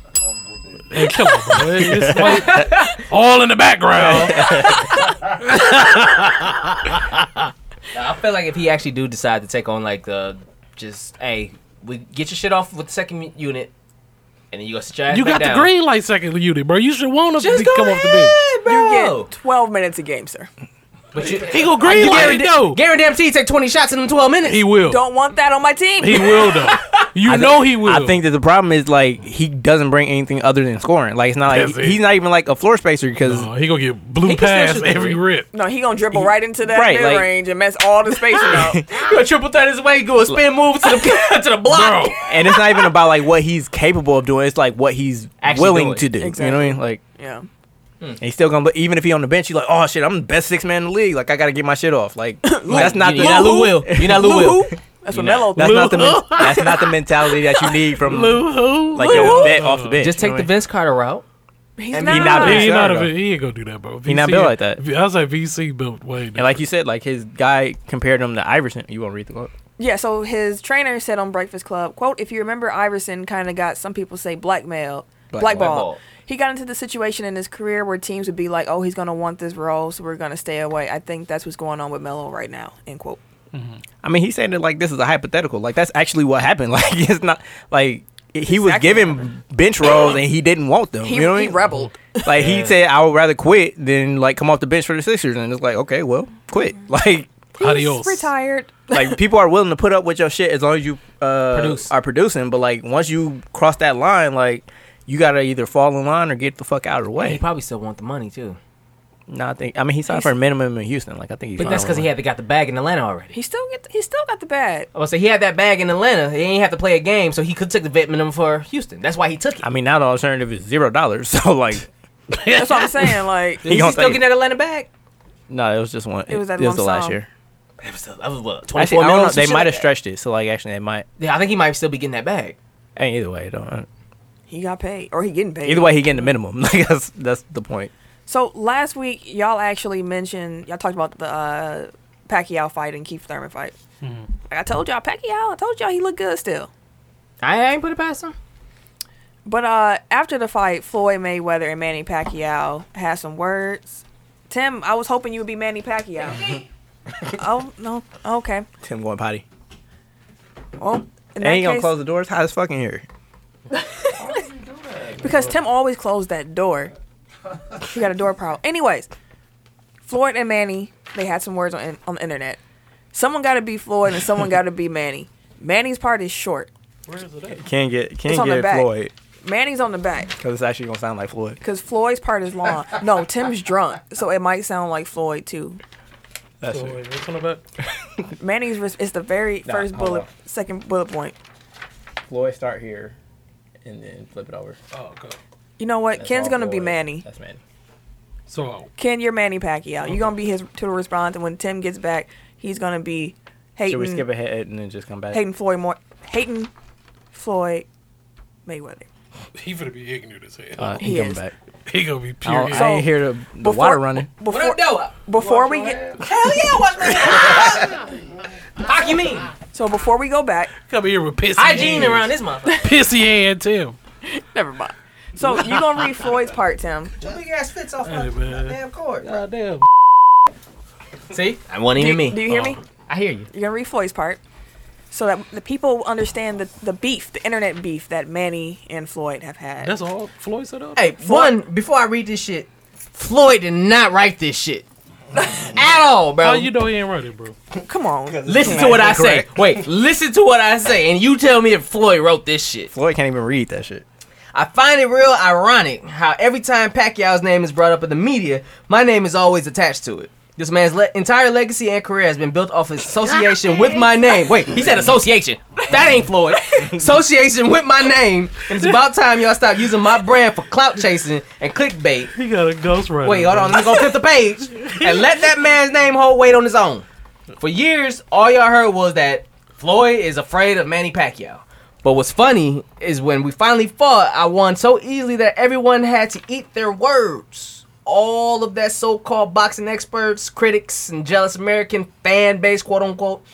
[SPEAKER 4] And killed,
[SPEAKER 2] [laughs]
[SPEAKER 4] bro. It's like all in the background.
[SPEAKER 1] I feel like if he actually do decide to take on like the just hey, we get your shit off with the second unit, and then you go sit your ass
[SPEAKER 4] You
[SPEAKER 1] back
[SPEAKER 4] got the
[SPEAKER 1] down.
[SPEAKER 4] green light second unit, bro. You should want to
[SPEAKER 1] Just
[SPEAKER 4] be,
[SPEAKER 1] go
[SPEAKER 4] come
[SPEAKER 1] ahead,
[SPEAKER 4] off the bench.
[SPEAKER 1] bro.
[SPEAKER 3] You get 12 minutes a game, sir.
[SPEAKER 1] but you,
[SPEAKER 4] He go green light it, though.
[SPEAKER 1] guarantee he take twenty shots in them twelve minutes.
[SPEAKER 4] He will.
[SPEAKER 3] Don't want that on my team.
[SPEAKER 4] He
[SPEAKER 2] [laughs]
[SPEAKER 4] will though. You know he will.
[SPEAKER 2] I think that the problem is like he doesn't bring anything other than scoring. Like it's not like
[SPEAKER 4] That's it.
[SPEAKER 2] he's not even like a floor spacer because
[SPEAKER 4] Oh, he gonna get blue
[SPEAKER 1] He can still
[SPEAKER 4] pass
[SPEAKER 1] shoot the
[SPEAKER 4] every rip.
[SPEAKER 3] no, he going to dribble right into that
[SPEAKER 2] Right,
[SPEAKER 3] mid
[SPEAKER 2] like-
[SPEAKER 3] range and mess all the spacing up.
[SPEAKER 1] go [laughs] triple threat his way, go a spin move to the [laughs] to the block.
[SPEAKER 4] Bro.
[SPEAKER 2] and it's not even about like what he's capable of doing. It's like what he's
[SPEAKER 1] Actually
[SPEAKER 2] willing
[SPEAKER 1] doing.
[SPEAKER 2] to do. You know what I mean? Like
[SPEAKER 3] Yeah.
[SPEAKER 2] and he's still gonna. Even if he on the bench, he's like, oh shit, I'm the best six man in the league. Like I gotta get my shit off.
[SPEAKER 3] [coughs]
[SPEAKER 2] Like that's not the
[SPEAKER 1] you're not Lou Will. You're not Lou Will.
[SPEAKER 3] That's
[SPEAKER 1] You
[SPEAKER 3] what
[SPEAKER 1] know,
[SPEAKER 3] Melo
[SPEAKER 2] [laughs] That's
[SPEAKER 3] thinks.
[SPEAKER 2] not the men- that's not the mentality that you need from
[SPEAKER 4] Lou-hoo.
[SPEAKER 2] like your vet off the bench.
[SPEAKER 1] Just take
[SPEAKER 2] You know
[SPEAKER 1] the
[SPEAKER 2] what I mean?
[SPEAKER 1] Vince Carter route.
[SPEAKER 3] He's
[SPEAKER 2] and he not
[SPEAKER 4] He ain't
[SPEAKER 2] Sorry,
[SPEAKER 4] not
[SPEAKER 2] though.
[SPEAKER 4] a, he ain't gonna do that, bro.
[SPEAKER 2] He not
[SPEAKER 4] VC
[SPEAKER 2] built like that.
[SPEAKER 4] I was like VC built way.
[SPEAKER 2] And like you said, like his guy compared him to Iverson. You won't read the quote.
[SPEAKER 3] Yeah, so his trainer said on Breakfast Club, quote, if you remember Iverson kind of got some people say blackmail,
[SPEAKER 2] Black-
[SPEAKER 3] blackball.
[SPEAKER 1] blackball.
[SPEAKER 3] He got into the situation in his career where teams would be like, "Oh, he's going to want this role, so we're going to stay away." I think that's what's going on with Melo right now. End quote.
[SPEAKER 2] I mean, he's saying that like this is a hypothetical. Like that's actually what happened. [laughs] Like it's not like he was
[SPEAKER 3] Exactly what
[SPEAKER 2] given bench roles and he didn't want them.
[SPEAKER 3] He,
[SPEAKER 2] you know what I
[SPEAKER 3] he
[SPEAKER 2] mean?
[SPEAKER 3] rebelled.
[SPEAKER 2] Like he said, I would rather quit than like come off the bench for the Sixers, and it's like, okay, well, quit. [laughs] Like,
[SPEAKER 3] He's
[SPEAKER 4] Adios.
[SPEAKER 3] retired.
[SPEAKER 1] [laughs]
[SPEAKER 2] like people are willing to put up with your shit as long as you uh,
[SPEAKER 1] Produce.
[SPEAKER 2] are producing, but like once you cross that line, like you gotta either fall in line or get the fuck out of the
[SPEAKER 1] He
[SPEAKER 2] way.
[SPEAKER 1] probably still want the money too.
[SPEAKER 2] No, I think I mean he signed for a minimum in Houston. Like I think he's
[SPEAKER 1] But that's because he had got the bag in Atlanta already.
[SPEAKER 3] He still get he still got the bag.
[SPEAKER 1] I was say he had that bag in Atlanta. He ain't have to play a game, so he could took the vet minimum for Houston. That's why he took it.
[SPEAKER 2] I mean, now the alternative is zero dollars. [laughs] So like,
[SPEAKER 3] That's what I'm saying. Like
[SPEAKER 2] he
[SPEAKER 1] Is
[SPEAKER 2] gonna
[SPEAKER 1] he still
[SPEAKER 2] take it.
[SPEAKER 1] getting that Atlanta bag?
[SPEAKER 2] no, it was just one.
[SPEAKER 3] It was that
[SPEAKER 2] it was
[SPEAKER 3] lump
[SPEAKER 2] the last
[SPEAKER 3] sum.
[SPEAKER 2] year.
[SPEAKER 1] That was, that was what twenty
[SPEAKER 2] Actually,
[SPEAKER 1] four
[SPEAKER 2] I don't know.
[SPEAKER 1] million.
[SPEAKER 2] They might
[SPEAKER 3] like
[SPEAKER 2] have
[SPEAKER 3] that.
[SPEAKER 2] stretched it. So like, actually, they might.
[SPEAKER 1] Yeah, I think he might still be getting that bag.
[SPEAKER 2] I mean, either way, it don't. uh,
[SPEAKER 3] he got paid or he getting
[SPEAKER 2] [laughs]
[SPEAKER 3] paid.
[SPEAKER 2] Either way, he getting the minimum. Like that's that's the point.
[SPEAKER 3] So last week, y'all actually mentioned y'all talked about the uh, Pacquiao fight and Keith Thurman fight. Like I told y'all, Pacquiao. I told y'all he looked good still.
[SPEAKER 6] I ain't put it past him.
[SPEAKER 3] But uh, after the fight, Floyd Mayweather and Manny Pacquiao had some words. Tim, I was hoping you would be
[SPEAKER 2] [laughs]
[SPEAKER 3] Manny Pacquiao. oh no, okay.
[SPEAKER 2] Tim going potty.
[SPEAKER 3] Well, in
[SPEAKER 2] And
[SPEAKER 3] that
[SPEAKER 2] you gonna
[SPEAKER 3] case-
[SPEAKER 2] close the doors? How this fucking here?
[SPEAKER 3] Because Tim always closed that door. You got a door problem. Anyways, Floyd and Manny, they had some words on on the internet. Someone got to be Floyd and someone got to be Manny. Manny's part is short.
[SPEAKER 4] Where is it at?
[SPEAKER 2] Can't get
[SPEAKER 3] It's
[SPEAKER 2] can't
[SPEAKER 3] on the
[SPEAKER 2] get
[SPEAKER 3] back.
[SPEAKER 2] Floyd
[SPEAKER 3] Manny's on the back
[SPEAKER 2] because it's actually gonna sound like Floyd.
[SPEAKER 3] because Floyd's part is long. No, Tim's drunk, so it might sound like Floyd too.
[SPEAKER 2] That's
[SPEAKER 4] So,
[SPEAKER 2] it.
[SPEAKER 4] wait, which one about?
[SPEAKER 2] [laughs]
[SPEAKER 3] Manny's res- it's the very
[SPEAKER 2] Nah,
[SPEAKER 3] first
[SPEAKER 2] hold
[SPEAKER 3] bullet,
[SPEAKER 2] on.
[SPEAKER 3] second bullet point.
[SPEAKER 2] Floyd start here, and then flip it over.
[SPEAKER 4] Oh, okay.
[SPEAKER 3] You know what?
[SPEAKER 2] That's
[SPEAKER 3] Ken's
[SPEAKER 2] all
[SPEAKER 3] gonna be
[SPEAKER 2] Floyd.
[SPEAKER 3] Manny.
[SPEAKER 2] That's Manny.
[SPEAKER 4] So
[SPEAKER 3] Ken, you're Manny Pacquiao. You're gonna be his to response, and when Tim gets back, he's gonna be
[SPEAKER 2] Should we
[SPEAKER 3] hating
[SPEAKER 2] skip ahead and then just come back?
[SPEAKER 3] Hayden Floyd more Hayden Floyd Mayweather.
[SPEAKER 4] he gonna be ignorant as hell.
[SPEAKER 2] Uh,
[SPEAKER 3] He
[SPEAKER 2] he coming
[SPEAKER 3] is.
[SPEAKER 2] back.
[SPEAKER 4] he gonna be
[SPEAKER 2] I,
[SPEAKER 4] pure.
[SPEAKER 2] don't, I ain't hear the, the water running.
[SPEAKER 3] Before, before we get
[SPEAKER 6] Hell yeah, what's that? Fuck you mean?
[SPEAKER 3] so before we go back,
[SPEAKER 4] Come here with pissy
[SPEAKER 6] Hygiene
[SPEAKER 4] hands.
[SPEAKER 6] around this motherfucker.
[SPEAKER 4] pissy hand Tim.
[SPEAKER 3] never mind. So you gonna read Floyd's part,
[SPEAKER 2] [laughs]
[SPEAKER 3] Tim?
[SPEAKER 7] Big ass fits off
[SPEAKER 4] Hey
[SPEAKER 7] my
[SPEAKER 4] man.
[SPEAKER 7] damn cord.
[SPEAKER 4] God damn.
[SPEAKER 6] See? I wasn't
[SPEAKER 3] Do
[SPEAKER 6] even
[SPEAKER 3] you,
[SPEAKER 6] me.
[SPEAKER 3] do you hear
[SPEAKER 2] Oh.
[SPEAKER 3] me?
[SPEAKER 6] I hear you.
[SPEAKER 3] You're gonna read Floyd's part, so that the people understand the the beef, the internet beef that Manny and Floyd have had.
[SPEAKER 4] That's all Floyd said up.
[SPEAKER 1] Hey, one before I read this shit, Floyd did not write this shit at all, bro.
[SPEAKER 4] How Oh, you know he ain't running, bro?
[SPEAKER 3] Come on,
[SPEAKER 6] Listen to what I say. Wait, listen to what I say, and you tell me that Floyd wrote this shit.
[SPEAKER 2] Floyd can't even read that shit.
[SPEAKER 1] I find it real ironic how every time Pacquiao's name is brought up in the media, my name is always attached to it. This man's le- entire legacy and career has been built off his association with my name. Wait,
[SPEAKER 6] He said association.
[SPEAKER 1] that ain't Floyd. association with my name. And it's about time y'all stop using my brand for clout chasing and clickbait.
[SPEAKER 4] He got a ghost running.
[SPEAKER 1] Wait, hold on. Let me go flip the page and let that man's name hold weight on his own. For years, all y'all heard was that Floyd is afraid of Manny Pacquiao. But what's funny is when we finally fought, I won so easily that everyone had to eat their words. All of that so called boxing experts, critics, and jealous American fan base, quote unquote,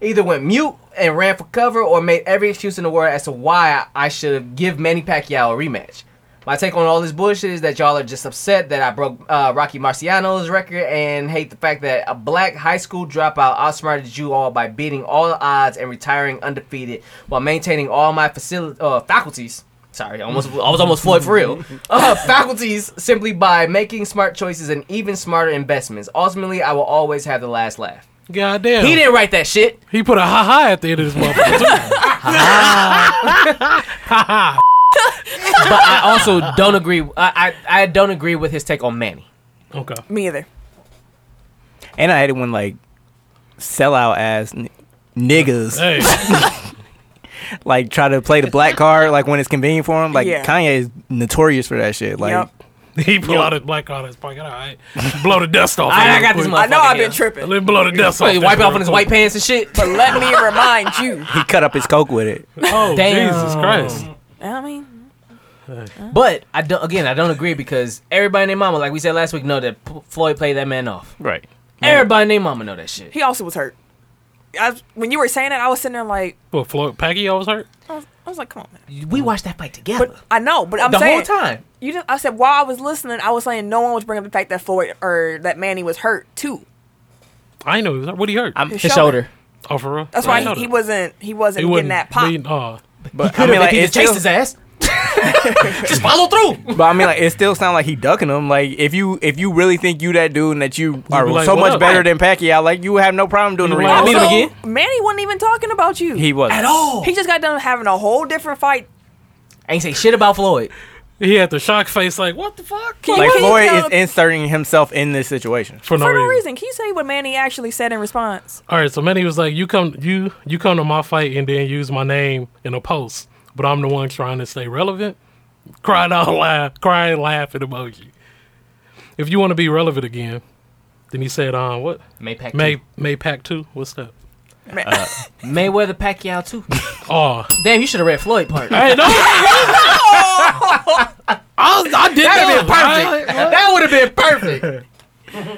[SPEAKER 1] either went mute and ran for cover or made every excuse in the world as to why I should give Manny Pacquiao a rematch. My take on all this bullshit is that y'all are just upset that I broke uh, Rocky Marciano's record and hate the fact that a black high school dropout outsmarted you all by beating all odds and retiring undefeated while maintaining all my facil- uh, faculties. Sorry, I almost I was almost Floyd for real. Uh, faculties simply by making smart choices and even smarter investments. Ultimately, I will always have the last laugh.
[SPEAKER 4] God damn.
[SPEAKER 6] He didn't write that shit.
[SPEAKER 4] He put a ha ha at the end of this motherfucker. too.
[SPEAKER 6] But I also don't agree. I, I I don't agree with his take on Manny. [laughs]
[SPEAKER 4] okay.
[SPEAKER 3] me either.
[SPEAKER 2] And I hated when like sellout ass n- niggas
[SPEAKER 4] Hey, [laughs]
[SPEAKER 2] like try to play the black card like when it's convenient for them. Like
[SPEAKER 3] Yeah.
[SPEAKER 2] Kanye is notorious for that shit. Like
[SPEAKER 3] Yep.
[SPEAKER 4] he pull out his black card out of his pocket. All right, blow the dust off.
[SPEAKER 6] All right, [laughs] I
[SPEAKER 4] him
[SPEAKER 6] got
[SPEAKER 4] real
[SPEAKER 6] this
[SPEAKER 4] quick.
[SPEAKER 6] motherfucker.
[SPEAKER 3] I know I've
[SPEAKER 6] here.
[SPEAKER 3] been tripping,
[SPEAKER 4] Let me blow the dust off.
[SPEAKER 6] Wait,
[SPEAKER 4] this
[SPEAKER 6] wipe it off
[SPEAKER 4] real
[SPEAKER 6] on his
[SPEAKER 4] quick.
[SPEAKER 6] white pants and shit.
[SPEAKER 3] but let me remind you.
[SPEAKER 2] he cut up his coke with
[SPEAKER 4] [laughs]
[SPEAKER 2] it.
[SPEAKER 4] Oh,
[SPEAKER 6] Damn.
[SPEAKER 4] Jesus Christ.
[SPEAKER 3] I mean,
[SPEAKER 6] [laughs] But I don't. Again, I don't agree because everybody named Mama, like we said last week, know that P- Floyd played that man off.
[SPEAKER 2] Right.
[SPEAKER 6] Everybody named Mama know that shit.
[SPEAKER 3] he also was hurt. I, was- when you were saying that, I was sitting there like,
[SPEAKER 4] Well, Floyd Pacquiao was hurt.
[SPEAKER 3] I was, I was like, come on, man.
[SPEAKER 6] We watched that fight together
[SPEAKER 3] But I know, but I'm
[SPEAKER 6] the
[SPEAKER 3] saying
[SPEAKER 6] whole time.
[SPEAKER 3] You just, I said while I was listening, I was saying no one was bringing up the fact that Floyd or that Manny was hurt too.
[SPEAKER 4] I know he was hurt. What he hurt?
[SPEAKER 2] I'm,
[SPEAKER 3] His His shoulder.
[SPEAKER 4] oh, for real?
[SPEAKER 3] That's
[SPEAKER 4] I
[SPEAKER 3] why
[SPEAKER 4] didn't know
[SPEAKER 3] he, he
[SPEAKER 4] that.
[SPEAKER 3] wasn't he wasn't
[SPEAKER 4] He
[SPEAKER 3] getting
[SPEAKER 4] wasn't
[SPEAKER 3] that pop.
[SPEAKER 4] leading- oh.
[SPEAKER 2] but I
[SPEAKER 6] Could've
[SPEAKER 2] mean,
[SPEAKER 6] if
[SPEAKER 2] like
[SPEAKER 6] he
[SPEAKER 2] it
[SPEAKER 6] just chased
[SPEAKER 2] still,
[SPEAKER 6] his ass. just follow through.
[SPEAKER 2] but I mean, like it still sound like he ducking him. Like if you if you really think you that dude and that you are
[SPEAKER 4] be like,
[SPEAKER 2] so
[SPEAKER 4] what
[SPEAKER 2] much
[SPEAKER 4] up?
[SPEAKER 2] better than Pacquiao, like you would have no problem doing the
[SPEAKER 4] You
[SPEAKER 2] rematch.
[SPEAKER 4] like, what
[SPEAKER 6] him
[SPEAKER 3] Also,
[SPEAKER 6] again.
[SPEAKER 3] Manny wasn't even talking about you.
[SPEAKER 2] He was
[SPEAKER 6] all.
[SPEAKER 3] He just got done having a whole different fight.
[SPEAKER 6] ain't say shit about Floyd.
[SPEAKER 4] He had the shock face, like what the fuck?
[SPEAKER 3] Can
[SPEAKER 2] like
[SPEAKER 3] you
[SPEAKER 2] Floyd
[SPEAKER 3] tell-
[SPEAKER 2] is inserting himself in this situation.
[SPEAKER 4] For no,
[SPEAKER 3] for no
[SPEAKER 4] reason.
[SPEAKER 3] reason. Can you say what Manny actually said in response?
[SPEAKER 4] All right, so Manny was like, "You come, you you come to my fight and then use my name in a post, but I'm the one trying to stay relevant." Cried out [laughs] loud, crying, laughing emoji. If you want to be relevant again, then he said, "Um, what
[SPEAKER 6] May Pacquiao.
[SPEAKER 4] May May Pack two? What's that?
[SPEAKER 3] Man,
[SPEAKER 6] Mayweather Pacquiao too.
[SPEAKER 4] Oh,
[SPEAKER 6] Damn, you should have read Floyd
[SPEAKER 4] [laughs]
[SPEAKER 6] part.
[SPEAKER 4] hey, no, I, was- I
[SPEAKER 6] That'd
[SPEAKER 4] did that.
[SPEAKER 6] have been perfect.
[SPEAKER 4] I-
[SPEAKER 6] That
[SPEAKER 1] would have been perfect.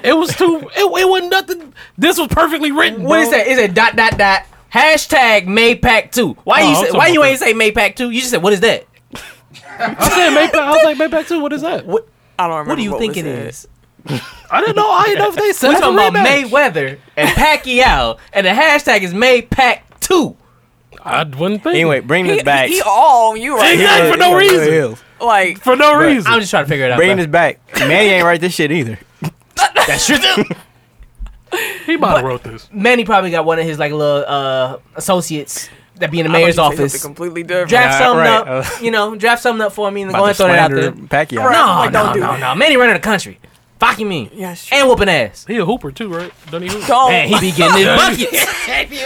[SPEAKER 4] It was too. It, it wasn't nothing. This was perfectly written.
[SPEAKER 1] What
[SPEAKER 4] bro.
[SPEAKER 1] is that? Is it dot dot dot? Hashtag Maypack two. Why
[SPEAKER 4] Oh,
[SPEAKER 1] you
[SPEAKER 4] I'm
[SPEAKER 1] say,
[SPEAKER 4] talking
[SPEAKER 1] why you
[SPEAKER 4] about
[SPEAKER 1] ain't say Maypack two? You just said what is that?
[SPEAKER 4] I said Maypack. I was like Maypack too. What is
[SPEAKER 1] [laughs]
[SPEAKER 4] that?
[SPEAKER 1] What
[SPEAKER 3] I don't remember.
[SPEAKER 1] what do you
[SPEAKER 3] what
[SPEAKER 1] think
[SPEAKER 3] was
[SPEAKER 1] it is?
[SPEAKER 3] said.
[SPEAKER 4] I didn't know. I didn't know if they said
[SPEAKER 1] We talking about
[SPEAKER 4] rematch.
[SPEAKER 1] Mayweather and Pacquiao, and the hashtag is Maypack two.
[SPEAKER 4] I wouldn't think.
[SPEAKER 2] Anyway, bring
[SPEAKER 3] He,
[SPEAKER 2] this back.
[SPEAKER 3] he all on you right
[SPEAKER 4] He
[SPEAKER 3] now.
[SPEAKER 4] got- for no reason.
[SPEAKER 3] Like
[SPEAKER 4] for no reason.
[SPEAKER 1] I'm just trying to figure it out.
[SPEAKER 2] Bring
[SPEAKER 1] bro.
[SPEAKER 2] this back. Manny ain't write this shit either.
[SPEAKER 1] That's true. too.
[SPEAKER 4] he might have wrote this.
[SPEAKER 1] Manny probably got one of his like little uh, associates that be in the
[SPEAKER 3] I thought
[SPEAKER 1] mayor's
[SPEAKER 3] you'd say something
[SPEAKER 1] office.
[SPEAKER 3] Completely different.
[SPEAKER 1] Draft
[SPEAKER 2] Yeah,
[SPEAKER 1] something
[SPEAKER 2] right,
[SPEAKER 1] up,
[SPEAKER 2] uh,
[SPEAKER 1] you know. Draft something up for me, and go
[SPEAKER 2] [laughs] About
[SPEAKER 1] ahead
[SPEAKER 2] to
[SPEAKER 1] and throw that out
[SPEAKER 2] slander
[SPEAKER 1] there.
[SPEAKER 2] Pacquiao.
[SPEAKER 3] Right.
[SPEAKER 1] No,
[SPEAKER 3] Like,
[SPEAKER 1] no,
[SPEAKER 3] don't do
[SPEAKER 1] no,
[SPEAKER 3] it.
[SPEAKER 1] no. Manny running the country. Fucking mean.
[SPEAKER 3] Yeah, sure.
[SPEAKER 1] And whooping ass.
[SPEAKER 4] He a hooper too, right? Don't he hoop?
[SPEAKER 3] Don't.
[SPEAKER 1] Man, he be getting his buckets.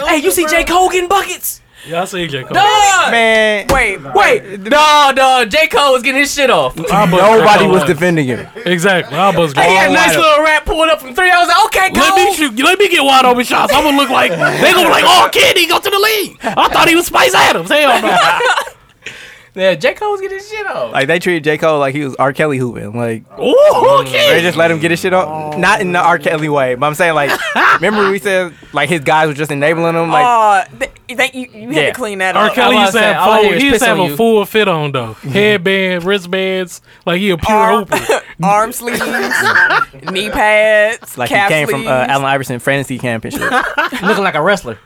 [SPEAKER 1] Oh [laughs] hey, you see J. Cole getting buckets?
[SPEAKER 4] Yeah, I see J Cole.
[SPEAKER 1] Dog!
[SPEAKER 2] Man,
[SPEAKER 3] Wait,
[SPEAKER 1] Wait, no, dog. J. Cole was getting his shit off. He
[SPEAKER 4] I'll bust
[SPEAKER 2] nobody
[SPEAKER 4] J. Cole
[SPEAKER 2] was
[SPEAKER 4] out.
[SPEAKER 2] defending him.
[SPEAKER 4] Exactly. I buzz.
[SPEAKER 1] had a nice little rap pulling up from three. I was like, okay, Cole.
[SPEAKER 4] Let me shoot. Let me get wide open shots. I'm gonna look like they gonna be like, oh, kid, he go to the league. I thought he was Spice Adams.
[SPEAKER 1] [laughs]
[SPEAKER 4] Hell no.
[SPEAKER 1] Yeah, J. Cole was getting his shit off.
[SPEAKER 2] Like they treated J Cole like he was R Kelly hooping. Like
[SPEAKER 4] Ooh,
[SPEAKER 2] they
[SPEAKER 4] kid.
[SPEAKER 2] just let him get his shit off.
[SPEAKER 3] Oh.
[SPEAKER 2] Not in the R Kelly way, but I'm saying
[SPEAKER 3] [laughs]
[SPEAKER 2] like, remember we said like his guys were just enabling him. Like
[SPEAKER 3] uh, th- th- you, you had
[SPEAKER 2] Yeah.
[SPEAKER 3] to clean that
[SPEAKER 4] R.
[SPEAKER 3] up.
[SPEAKER 4] Kelly
[SPEAKER 1] I
[SPEAKER 4] used to
[SPEAKER 1] was
[SPEAKER 4] have,
[SPEAKER 1] saying, all I
[SPEAKER 4] full,
[SPEAKER 1] hear is
[SPEAKER 4] he used to
[SPEAKER 1] piss on
[SPEAKER 4] have a
[SPEAKER 1] you. Mm-hmm.
[SPEAKER 4] full fit on though. Headband, wristbands, like he a pure
[SPEAKER 3] Arm,
[SPEAKER 4] hooper.
[SPEAKER 3] arm sleeves, knee pads,
[SPEAKER 2] like he
[SPEAKER 3] calf
[SPEAKER 2] came from
[SPEAKER 3] sleeves.
[SPEAKER 2] uh, Allen Iverson fantasy camp and shit.
[SPEAKER 1] Looking like a wrestler.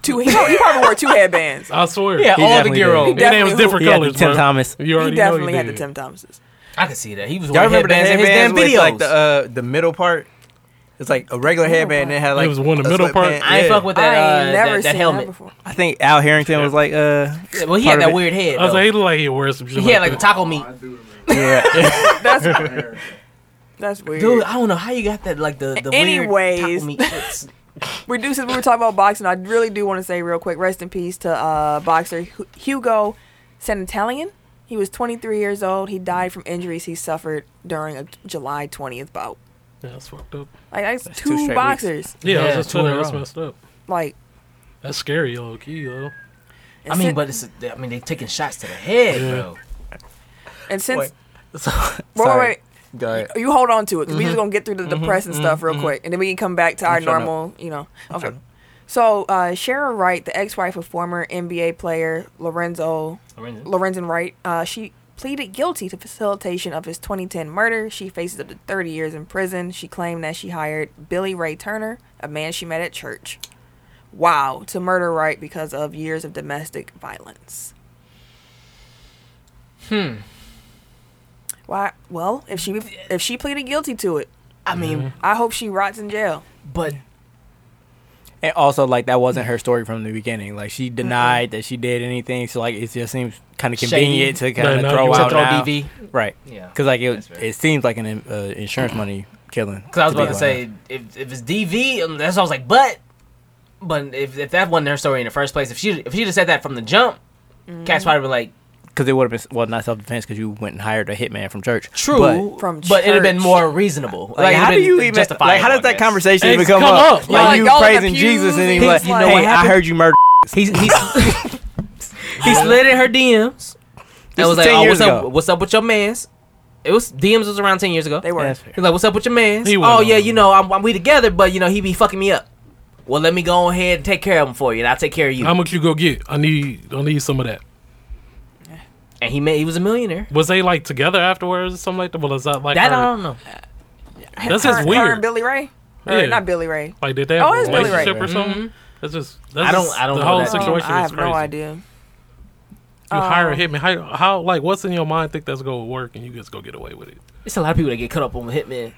[SPEAKER 3] two, he, he probably wore two headbands.
[SPEAKER 4] I swear.
[SPEAKER 1] Yeah,
[SPEAKER 2] He
[SPEAKER 1] all the
[SPEAKER 2] definitely
[SPEAKER 1] gear
[SPEAKER 2] did.
[SPEAKER 1] on.
[SPEAKER 3] He
[SPEAKER 4] Their name was
[SPEAKER 3] Definitely
[SPEAKER 4] different
[SPEAKER 2] who- He had
[SPEAKER 4] colors,
[SPEAKER 2] the Tim
[SPEAKER 4] bro.
[SPEAKER 2] Thomas.
[SPEAKER 4] You already
[SPEAKER 3] He definitely
[SPEAKER 4] know
[SPEAKER 3] had the
[SPEAKER 4] did.
[SPEAKER 3] Tim Thomases.
[SPEAKER 1] I could see that. He was
[SPEAKER 2] Y'all
[SPEAKER 1] wearing
[SPEAKER 2] remember the
[SPEAKER 1] headbands in his damn
[SPEAKER 2] headbands with
[SPEAKER 1] videos.
[SPEAKER 2] like the uh, the middle part? It's like a regular headband. And it had like
[SPEAKER 4] It was one of the
[SPEAKER 2] a
[SPEAKER 4] middle part.
[SPEAKER 2] sweatband.
[SPEAKER 1] I ain't
[SPEAKER 2] Yeah.
[SPEAKER 1] fuck with that,
[SPEAKER 3] I ain't
[SPEAKER 1] uh,
[SPEAKER 3] never
[SPEAKER 1] that, that
[SPEAKER 3] seen that
[SPEAKER 1] helmet.
[SPEAKER 3] before.
[SPEAKER 2] I think Al Harrington was like, uh,
[SPEAKER 1] Yeah, well, he
[SPEAKER 2] Part
[SPEAKER 1] had that
[SPEAKER 2] of it.
[SPEAKER 1] weird head.
[SPEAKER 4] I was
[SPEAKER 1] though.
[SPEAKER 4] like, he looked like he wear some shit.
[SPEAKER 1] he had like the
[SPEAKER 4] that.
[SPEAKER 1] taco meat.
[SPEAKER 2] [laughs] yeah.
[SPEAKER 1] [laughs]
[SPEAKER 3] That's that's weird.
[SPEAKER 1] Dude, I don't know how you got that, like the, the weird
[SPEAKER 3] Anyways.
[SPEAKER 1] taco meat [laughs] shits.
[SPEAKER 3] we do since we were talking about boxing. I really do want to say real quick, rest in peace to uh, boxer Hu- Hugo Sanitalian. He was 23 years old. He died from injuries he suffered during a July 20th bout.
[SPEAKER 4] Yeah, that's fucked up.
[SPEAKER 3] Like that's,
[SPEAKER 2] two
[SPEAKER 3] two
[SPEAKER 2] straight
[SPEAKER 3] boxers.
[SPEAKER 4] Yeah, I
[SPEAKER 1] Yeah,
[SPEAKER 4] was just
[SPEAKER 1] two in
[SPEAKER 4] telling
[SPEAKER 1] a
[SPEAKER 4] you, that's
[SPEAKER 1] row.
[SPEAKER 4] messed up.
[SPEAKER 3] Like
[SPEAKER 4] That's scary, low key, though.
[SPEAKER 3] and
[SPEAKER 1] I mean,
[SPEAKER 3] sin-
[SPEAKER 1] but it's I mean they taking shots to the head,
[SPEAKER 4] Yeah.
[SPEAKER 1] bro.
[SPEAKER 3] and since
[SPEAKER 2] Wait. So,
[SPEAKER 3] wait, wait, wait,
[SPEAKER 2] Go ahead.
[SPEAKER 3] you hold on to it. 'cause we just gonna get through the depressing stuff real quick, and then we can come back to
[SPEAKER 2] trying
[SPEAKER 3] our
[SPEAKER 2] to-
[SPEAKER 3] normal, you know. Okay.
[SPEAKER 2] trying to-
[SPEAKER 3] So uh, Sharon Wright, the ex-wife of former NBA player Lorenzo Lorenzen Wright, uh, she pleaded guilty to facilitation of his 2010 murder. She faces up to 30 years in prison. She claimed that she hired Billy Ray Turner, a man she met at church. Wow, to murder Wright because of years of domestic violence. Hmm. Why? Well, if she if she pleaded guilty to it,
[SPEAKER 1] I mean,
[SPEAKER 3] I hope she rots in jail.
[SPEAKER 1] but
[SPEAKER 2] And also, like that wasn't her story from the beginning. Like she denied that she did anything. So like it just seems kind of
[SPEAKER 1] Shady.
[SPEAKER 2] convenient to
[SPEAKER 4] But
[SPEAKER 2] kind
[SPEAKER 4] now
[SPEAKER 2] of
[SPEAKER 4] you
[SPEAKER 2] throw
[SPEAKER 4] want
[SPEAKER 2] out
[SPEAKER 1] to throw
[SPEAKER 2] Oh, now.
[SPEAKER 1] DV.
[SPEAKER 2] right?
[SPEAKER 1] Yeah.
[SPEAKER 2] Because like
[SPEAKER 1] That's
[SPEAKER 2] it,
[SPEAKER 1] fair.
[SPEAKER 2] it seems like an uh, insurance money killing.
[SPEAKER 1] Because I was about to
[SPEAKER 2] be honest.
[SPEAKER 1] say if, if it's DV, um, that's what I was like. But but if, if that wasn't her story in the first place, if she if she'd have said that from the jump,
[SPEAKER 3] Mm-hmm.
[SPEAKER 1] Cats probably been like
[SPEAKER 2] because it would have been well not self defense because you went and hired a hitman from church.
[SPEAKER 1] true,
[SPEAKER 2] But,
[SPEAKER 1] but,
[SPEAKER 3] From
[SPEAKER 1] it'd have been
[SPEAKER 3] church.
[SPEAKER 1] more reasonable.
[SPEAKER 2] like, how do you even
[SPEAKER 1] justify?
[SPEAKER 2] like how does that conversation even
[SPEAKER 4] It's
[SPEAKER 2] come,
[SPEAKER 4] come
[SPEAKER 2] up?
[SPEAKER 4] up.
[SPEAKER 2] Like,
[SPEAKER 3] Like,
[SPEAKER 2] you
[SPEAKER 3] y'all in the
[SPEAKER 2] praising
[SPEAKER 3] pews
[SPEAKER 2] Jesus and then
[SPEAKER 3] and
[SPEAKER 2] you like,
[SPEAKER 3] he's like-
[SPEAKER 2] hey,
[SPEAKER 1] What
[SPEAKER 2] I
[SPEAKER 1] happened?
[SPEAKER 2] heard you murdered.
[SPEAKER 1] [laughs] He's he's he slid in her DMs. That
[SPEAKER 2] This
[SPEAKER 1] was
[SPEAKER 2] was
[SPEAKER 1] like,
[SPEAKER 2] 10
[SPEAKER 1] oh,
[SPEAKER 2] years
[SPEAKER 1] what's up?
[SPEAKER 2] ago.
[SPEAKER 1] What's up with your man's? It was DMs was around ten years ago.
[SPEAKER 3] They were.
[SPEAKER 2] That's fair.
[SPEAKER 1] He's like, "What's up with your man?"
[SPEAKER 4] He went
[SPEAKER 1] Oh
[SPEAKER 4] on
[SPEAKER 1] yeah,
[SPEAKER 4] and
[SPEAKER 1] you know, I'm, I'm we together, but you know, he be fucking me up. Well, let me go ahead and take care of him for you, and I'll take care of you.
[SPEAKER 4] How much you go get? I need, I need some of that.
[SPEAKER 1] and he made, he was a millionaire.
[SPEAKER 4] Was they like together afterwards or something like that? Well, is that like uh,
[SPEAKER 1] That um,
[SPEAKER 4] her-
[SPEAKER 1] I don't know.
[SPEAKER 4] [laughs] That's
[SPEAKER 3] her,
[SPEAKER 4] just
[SPEAKER 3] Her
[SPEAKER 4] weird.
[SPEAKER 3] and Billy Ray. Or
[SPEAKER 4] Yeah.
[SPEAKER 3] Not Billy Ray.
[SPEAKER 4] Like did they have
[SPEAKER 3] Oh,
[SPEAKER 4] a
[SPEAKER 3] it's Billy Ray.
[SPEAKER 4] relationship or something? That's just that's
[SPEAKER 1] I don't-
[SPEAKER 4] just-
[SPEAKER 1] I don't
[SPEAKER 4] the
[SPEAKER 1] know
[SPEAKER 4] whole
[SPEAKER 1] that.
[SPEAKER 4] situation
[SPEAKER 3] Um,
[SPEAKER 4] is
[SPEAKER 3] I have
[SPEAKER 4] crazy.
[SPEAKER 3] no idea.
[SPEAKER 4] You hire a
[SPEAKER 3] Um,
[SPEAKER 4] hitman. How, how like what's in your mind think that's gonna work and you just go get away with it?
[SPEAKER 1] It's a lot of people that get cut up on with hitman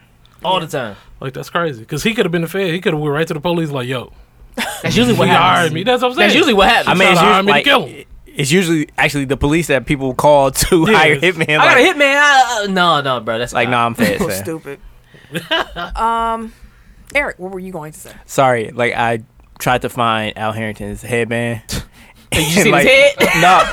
[SPEAKER 1] all the time.
[SPEAKER 4] Like that's crazy. Cause he could have been the fed. He could have went right to the police like, yo,
[SPEAKER 1] That's usually what
[SPEAKER 4] he hired
[SPEAKER 1] happens.
[SPEAKER 4] me. That's what I'm saying.
[SPEAKER 1] That's usually what happens.
[SPEAKER 2] I mean,
[SPEAKER 4] trying
[SPEAKER 2] it's
[SPEAKER 4] to hire
[SPEAKER 2] usually,
[SPEAKER 4] me to
[SPEAKER 2] like,
[SPEAKER 4] kill him.
[SPEAKER 2] it's usually actually the police that people call [laughs] to
[SPEAKER 4] Yeah.
[SPEAKER 2] hire hitman.
[SPEAKER 1] I got a
[SPEAKER 2] like,
[SPEAKER 1] hitman. I, uh, no, no, bro. That's
[SPEAKER 2] like
[SPEAKER 1] not-
[SPEAKER 2] nah, I'm fed.
[SPEAKER 3] So
[SPEAKER 2] fam.
[SPEAKER 3] Oh,
[SPEAKER 4] [laughs]
[SPEAKER 3] stupid. um, Eric, what were you going to say?
[SPEAKER 2] Sorry, like I tried to find Al Harrington's headband. [laughs] Did
[SPEAKER 1] you see his head?
[SPEAKER 2] No.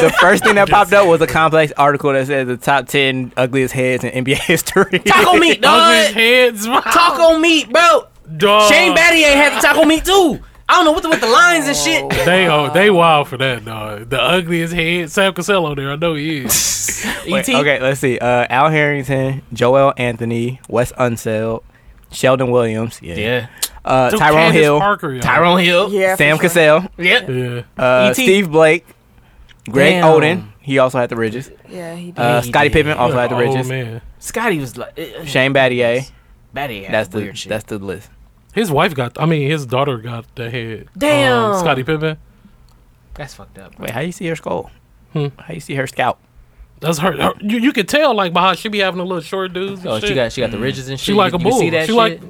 [SPEAKER 2] The first thing that popped up was a complex article that said the top ten ugliest heads in NBA history.
[SPEAKER 1] Taco meat,
[SPEAKER 4] [laughs] Ugly
[SPEAKER 1] dog.
[SPEAKER 4] as heads.
[SPEAKER 1] Taco meat, bro.
[SPEAKER 4] Dog.
[SPEAKER 2] Uh,
[SPEAKER 1] Shane Batty ain't had the taco meat too. I don't know what the, with the lines and shit.
[SPEAKER 4] They are they wild for that dog. The ugliest head, Sam Casello. There, I know
[SPEAKER 1] [laughs]
[SPEAKER 4] he is.
[SPEAKER 2] Oh. Wait,
[SPEAKER 1] ET.
[SPEAKER 2] okay, let's see. Uh, Al Harrington, Joel Anthony, Wes Unseld, Sheldon Williams, yeah,
[SPEAKER 1] Yeah.
[SPEAKER 2] Uh,
[SPEAKER 4] Dude,
[SPEAKER 2] Tyrone
[SPEAKER 4] Candace
[SPEAKER 2] Hill,
[SPEAKER 4] Parker, y'all.
[SPEAKER 1] Tyrone
[SPEAKER 4] Oh,
[SPEAKER 1] Hill.
[SPEAKER 3] Yeah, for
[SPEAKER 2] Sam
[SPEAKER 3] sure.
[SPEAKER 2] Cassell,
[SPEAKER 1] Yep.
[SPEAKER 4] Yeah.
[SPEAKER 2] uh,
[SPEAKER 1] E.T.
[SPEAKER 2] Steve Blake, Greg
[SPEAKER 1] E Damn.
[SPEAKER 2] Oden. He also had the ridges.
[SPEAKER 3] Yeah, he did.
[SPEAKER 2] Uh,
[SPEAKER 1] he
[SPEAKER 2] Scotty
[SPEAKER 1] did.
[SPEAKER 2] Pippen also
[SPEAKER 4] Like
[SPEAKER 2] had
[SPEAKER 1] Oh,
[SPEAKER 4] an
[SPEAKER 2] the
[SPEAKER 4] old
[SPEAKER 2] ridges.
[SPEAKER 4] man.
[SPEAKER 1] Scotty was like, uh, uh,
[SPEAKER 2] Shane Battier.
[SPEAKER 1] Batty. had
[SPEAKER 2] That's the
[SPEAKER 1] weird shit.
[SPEAKER 2] that's the list.
[SPEAKER 4] His wife got. I mean, his daughter got the head.
[SPEAKER 1] Damn.
[SPEAKER 4] um, Scotty Pippen.
[SPEAKER 1] That's fucked up.
[SPEAKER 2] Wait, how you see her skull?
[SPEAKER 4] Hmm.
[SPEAKER 2] How you see her scalp?
[SPEAKER 4] That's her. her- you, you could tell like by how she be having a little short dudes. And
[SPEAKER 1] Oh,
[SPEAKER 4] shit.
[SPEAKER 1] she got she got the ridges and shit.
[SPEAKER 4] Mm. She like
[SPEAKER 1] You-
[SPEAKER 4] a
[SPEAKER 1] you
[SPEAKER 4] bull.
[SPEAKER 1] See that
[SPEAKER 4] she
[SPEAKER 1] shit?
[SPEAKER 4] like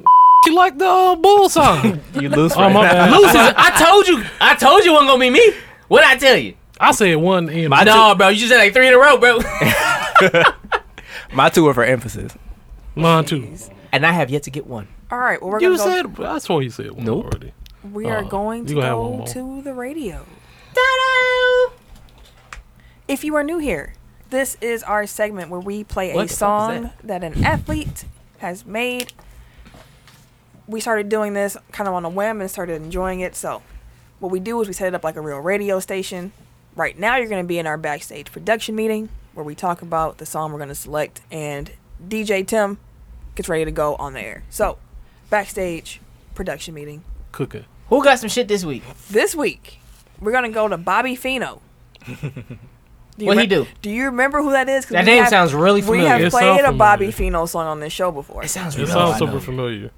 [SPEAKER 4] she like the uh,
[SPEAKER 1] [laughs]
[SPEAKER 4] bull sign.
[SPEAKER 2] [laughs] You lose.
[SPEAKER 4] oh my bad.
[SPEAKER 1] Loose is- I told you. I told you it wasn't gonna be me. What I tell you?
[SPEAKER 4] I said one in.
[SPEAKER 1] I no, bro. You just had like three in a row, bro.
[SPEAKER 2] My two are for emphasis.
[SPEAKER 4] mine too.
[SPEAKER 1] [laughs] and I have yet to get one.
[SPEAKER 3] All right, well we're
[SPEAKER 4] You
[SPEAKER 3] gonna go,
[SPEAKER 4] said I swore you said one
[SPEAKER 1] Nope.
[SPEAKER 4] already.
[SPEAKER 3] we are
[SPEAKER 4] uh,
[SPEAKER 3] going
[SPEAKER 4] you
[SPEAKER 3] to
[SPEAKER 4] gonna have one
[SPEAKER 3] go
[SPEAKER 4] more.
[SPEAKER 3] to the radio. If you are new here, this is our segment where we play
[SPEAKER 1] What the
[SPEAKER 3] a
[SPEAKER 1] fuck is
[SPEAKER 3] song that? an athlete has made. We started doing this kind of on a whim and started enjoying it. So, what we do is we set it up like a real radio station. Right now, you're going to be in our backstage production meeting where we talk about the song we're going to select, and DJ Tim gets ready to go on the air. So, backstage production meeting.
[SPEAKER 4] Cooking.
[SPEAKER 1] Who got some shit this week?
[SPEAKER 3] This week, we're gonna go to Bobby Fino. Do you
[SPEAKER 1] What he
[SPEAKER 3] re-
[SPEAKER 1] do?
[SPEAKER 3] Do you remember who that is? 'Cause
[SPEAKER 1] That
[SPEAKER 3] we
[SPEAKER 1] name
[SPEAKER 3] have-
[SPEAKER 1] sounds really
[SPEAKER 3] We
[SPEAKER 1] familiar.
[SPEAKER 3] have
[SPEAKER 4] It
[SPEAKER 3] played
[SPEAKER 4] sound
[SPEAKER 3] a Bobby
[SPEAKER 4] familiar.
[SPEAKER 3] Fino song on this show before.
[SPEAKER 1] It sounds
[SPEAKER 4] It
[SPEAKER 1] really
[SPEAKER 4] sounds
[SPEAKER 1] familiar.
[SPEAKER 4] super familiar.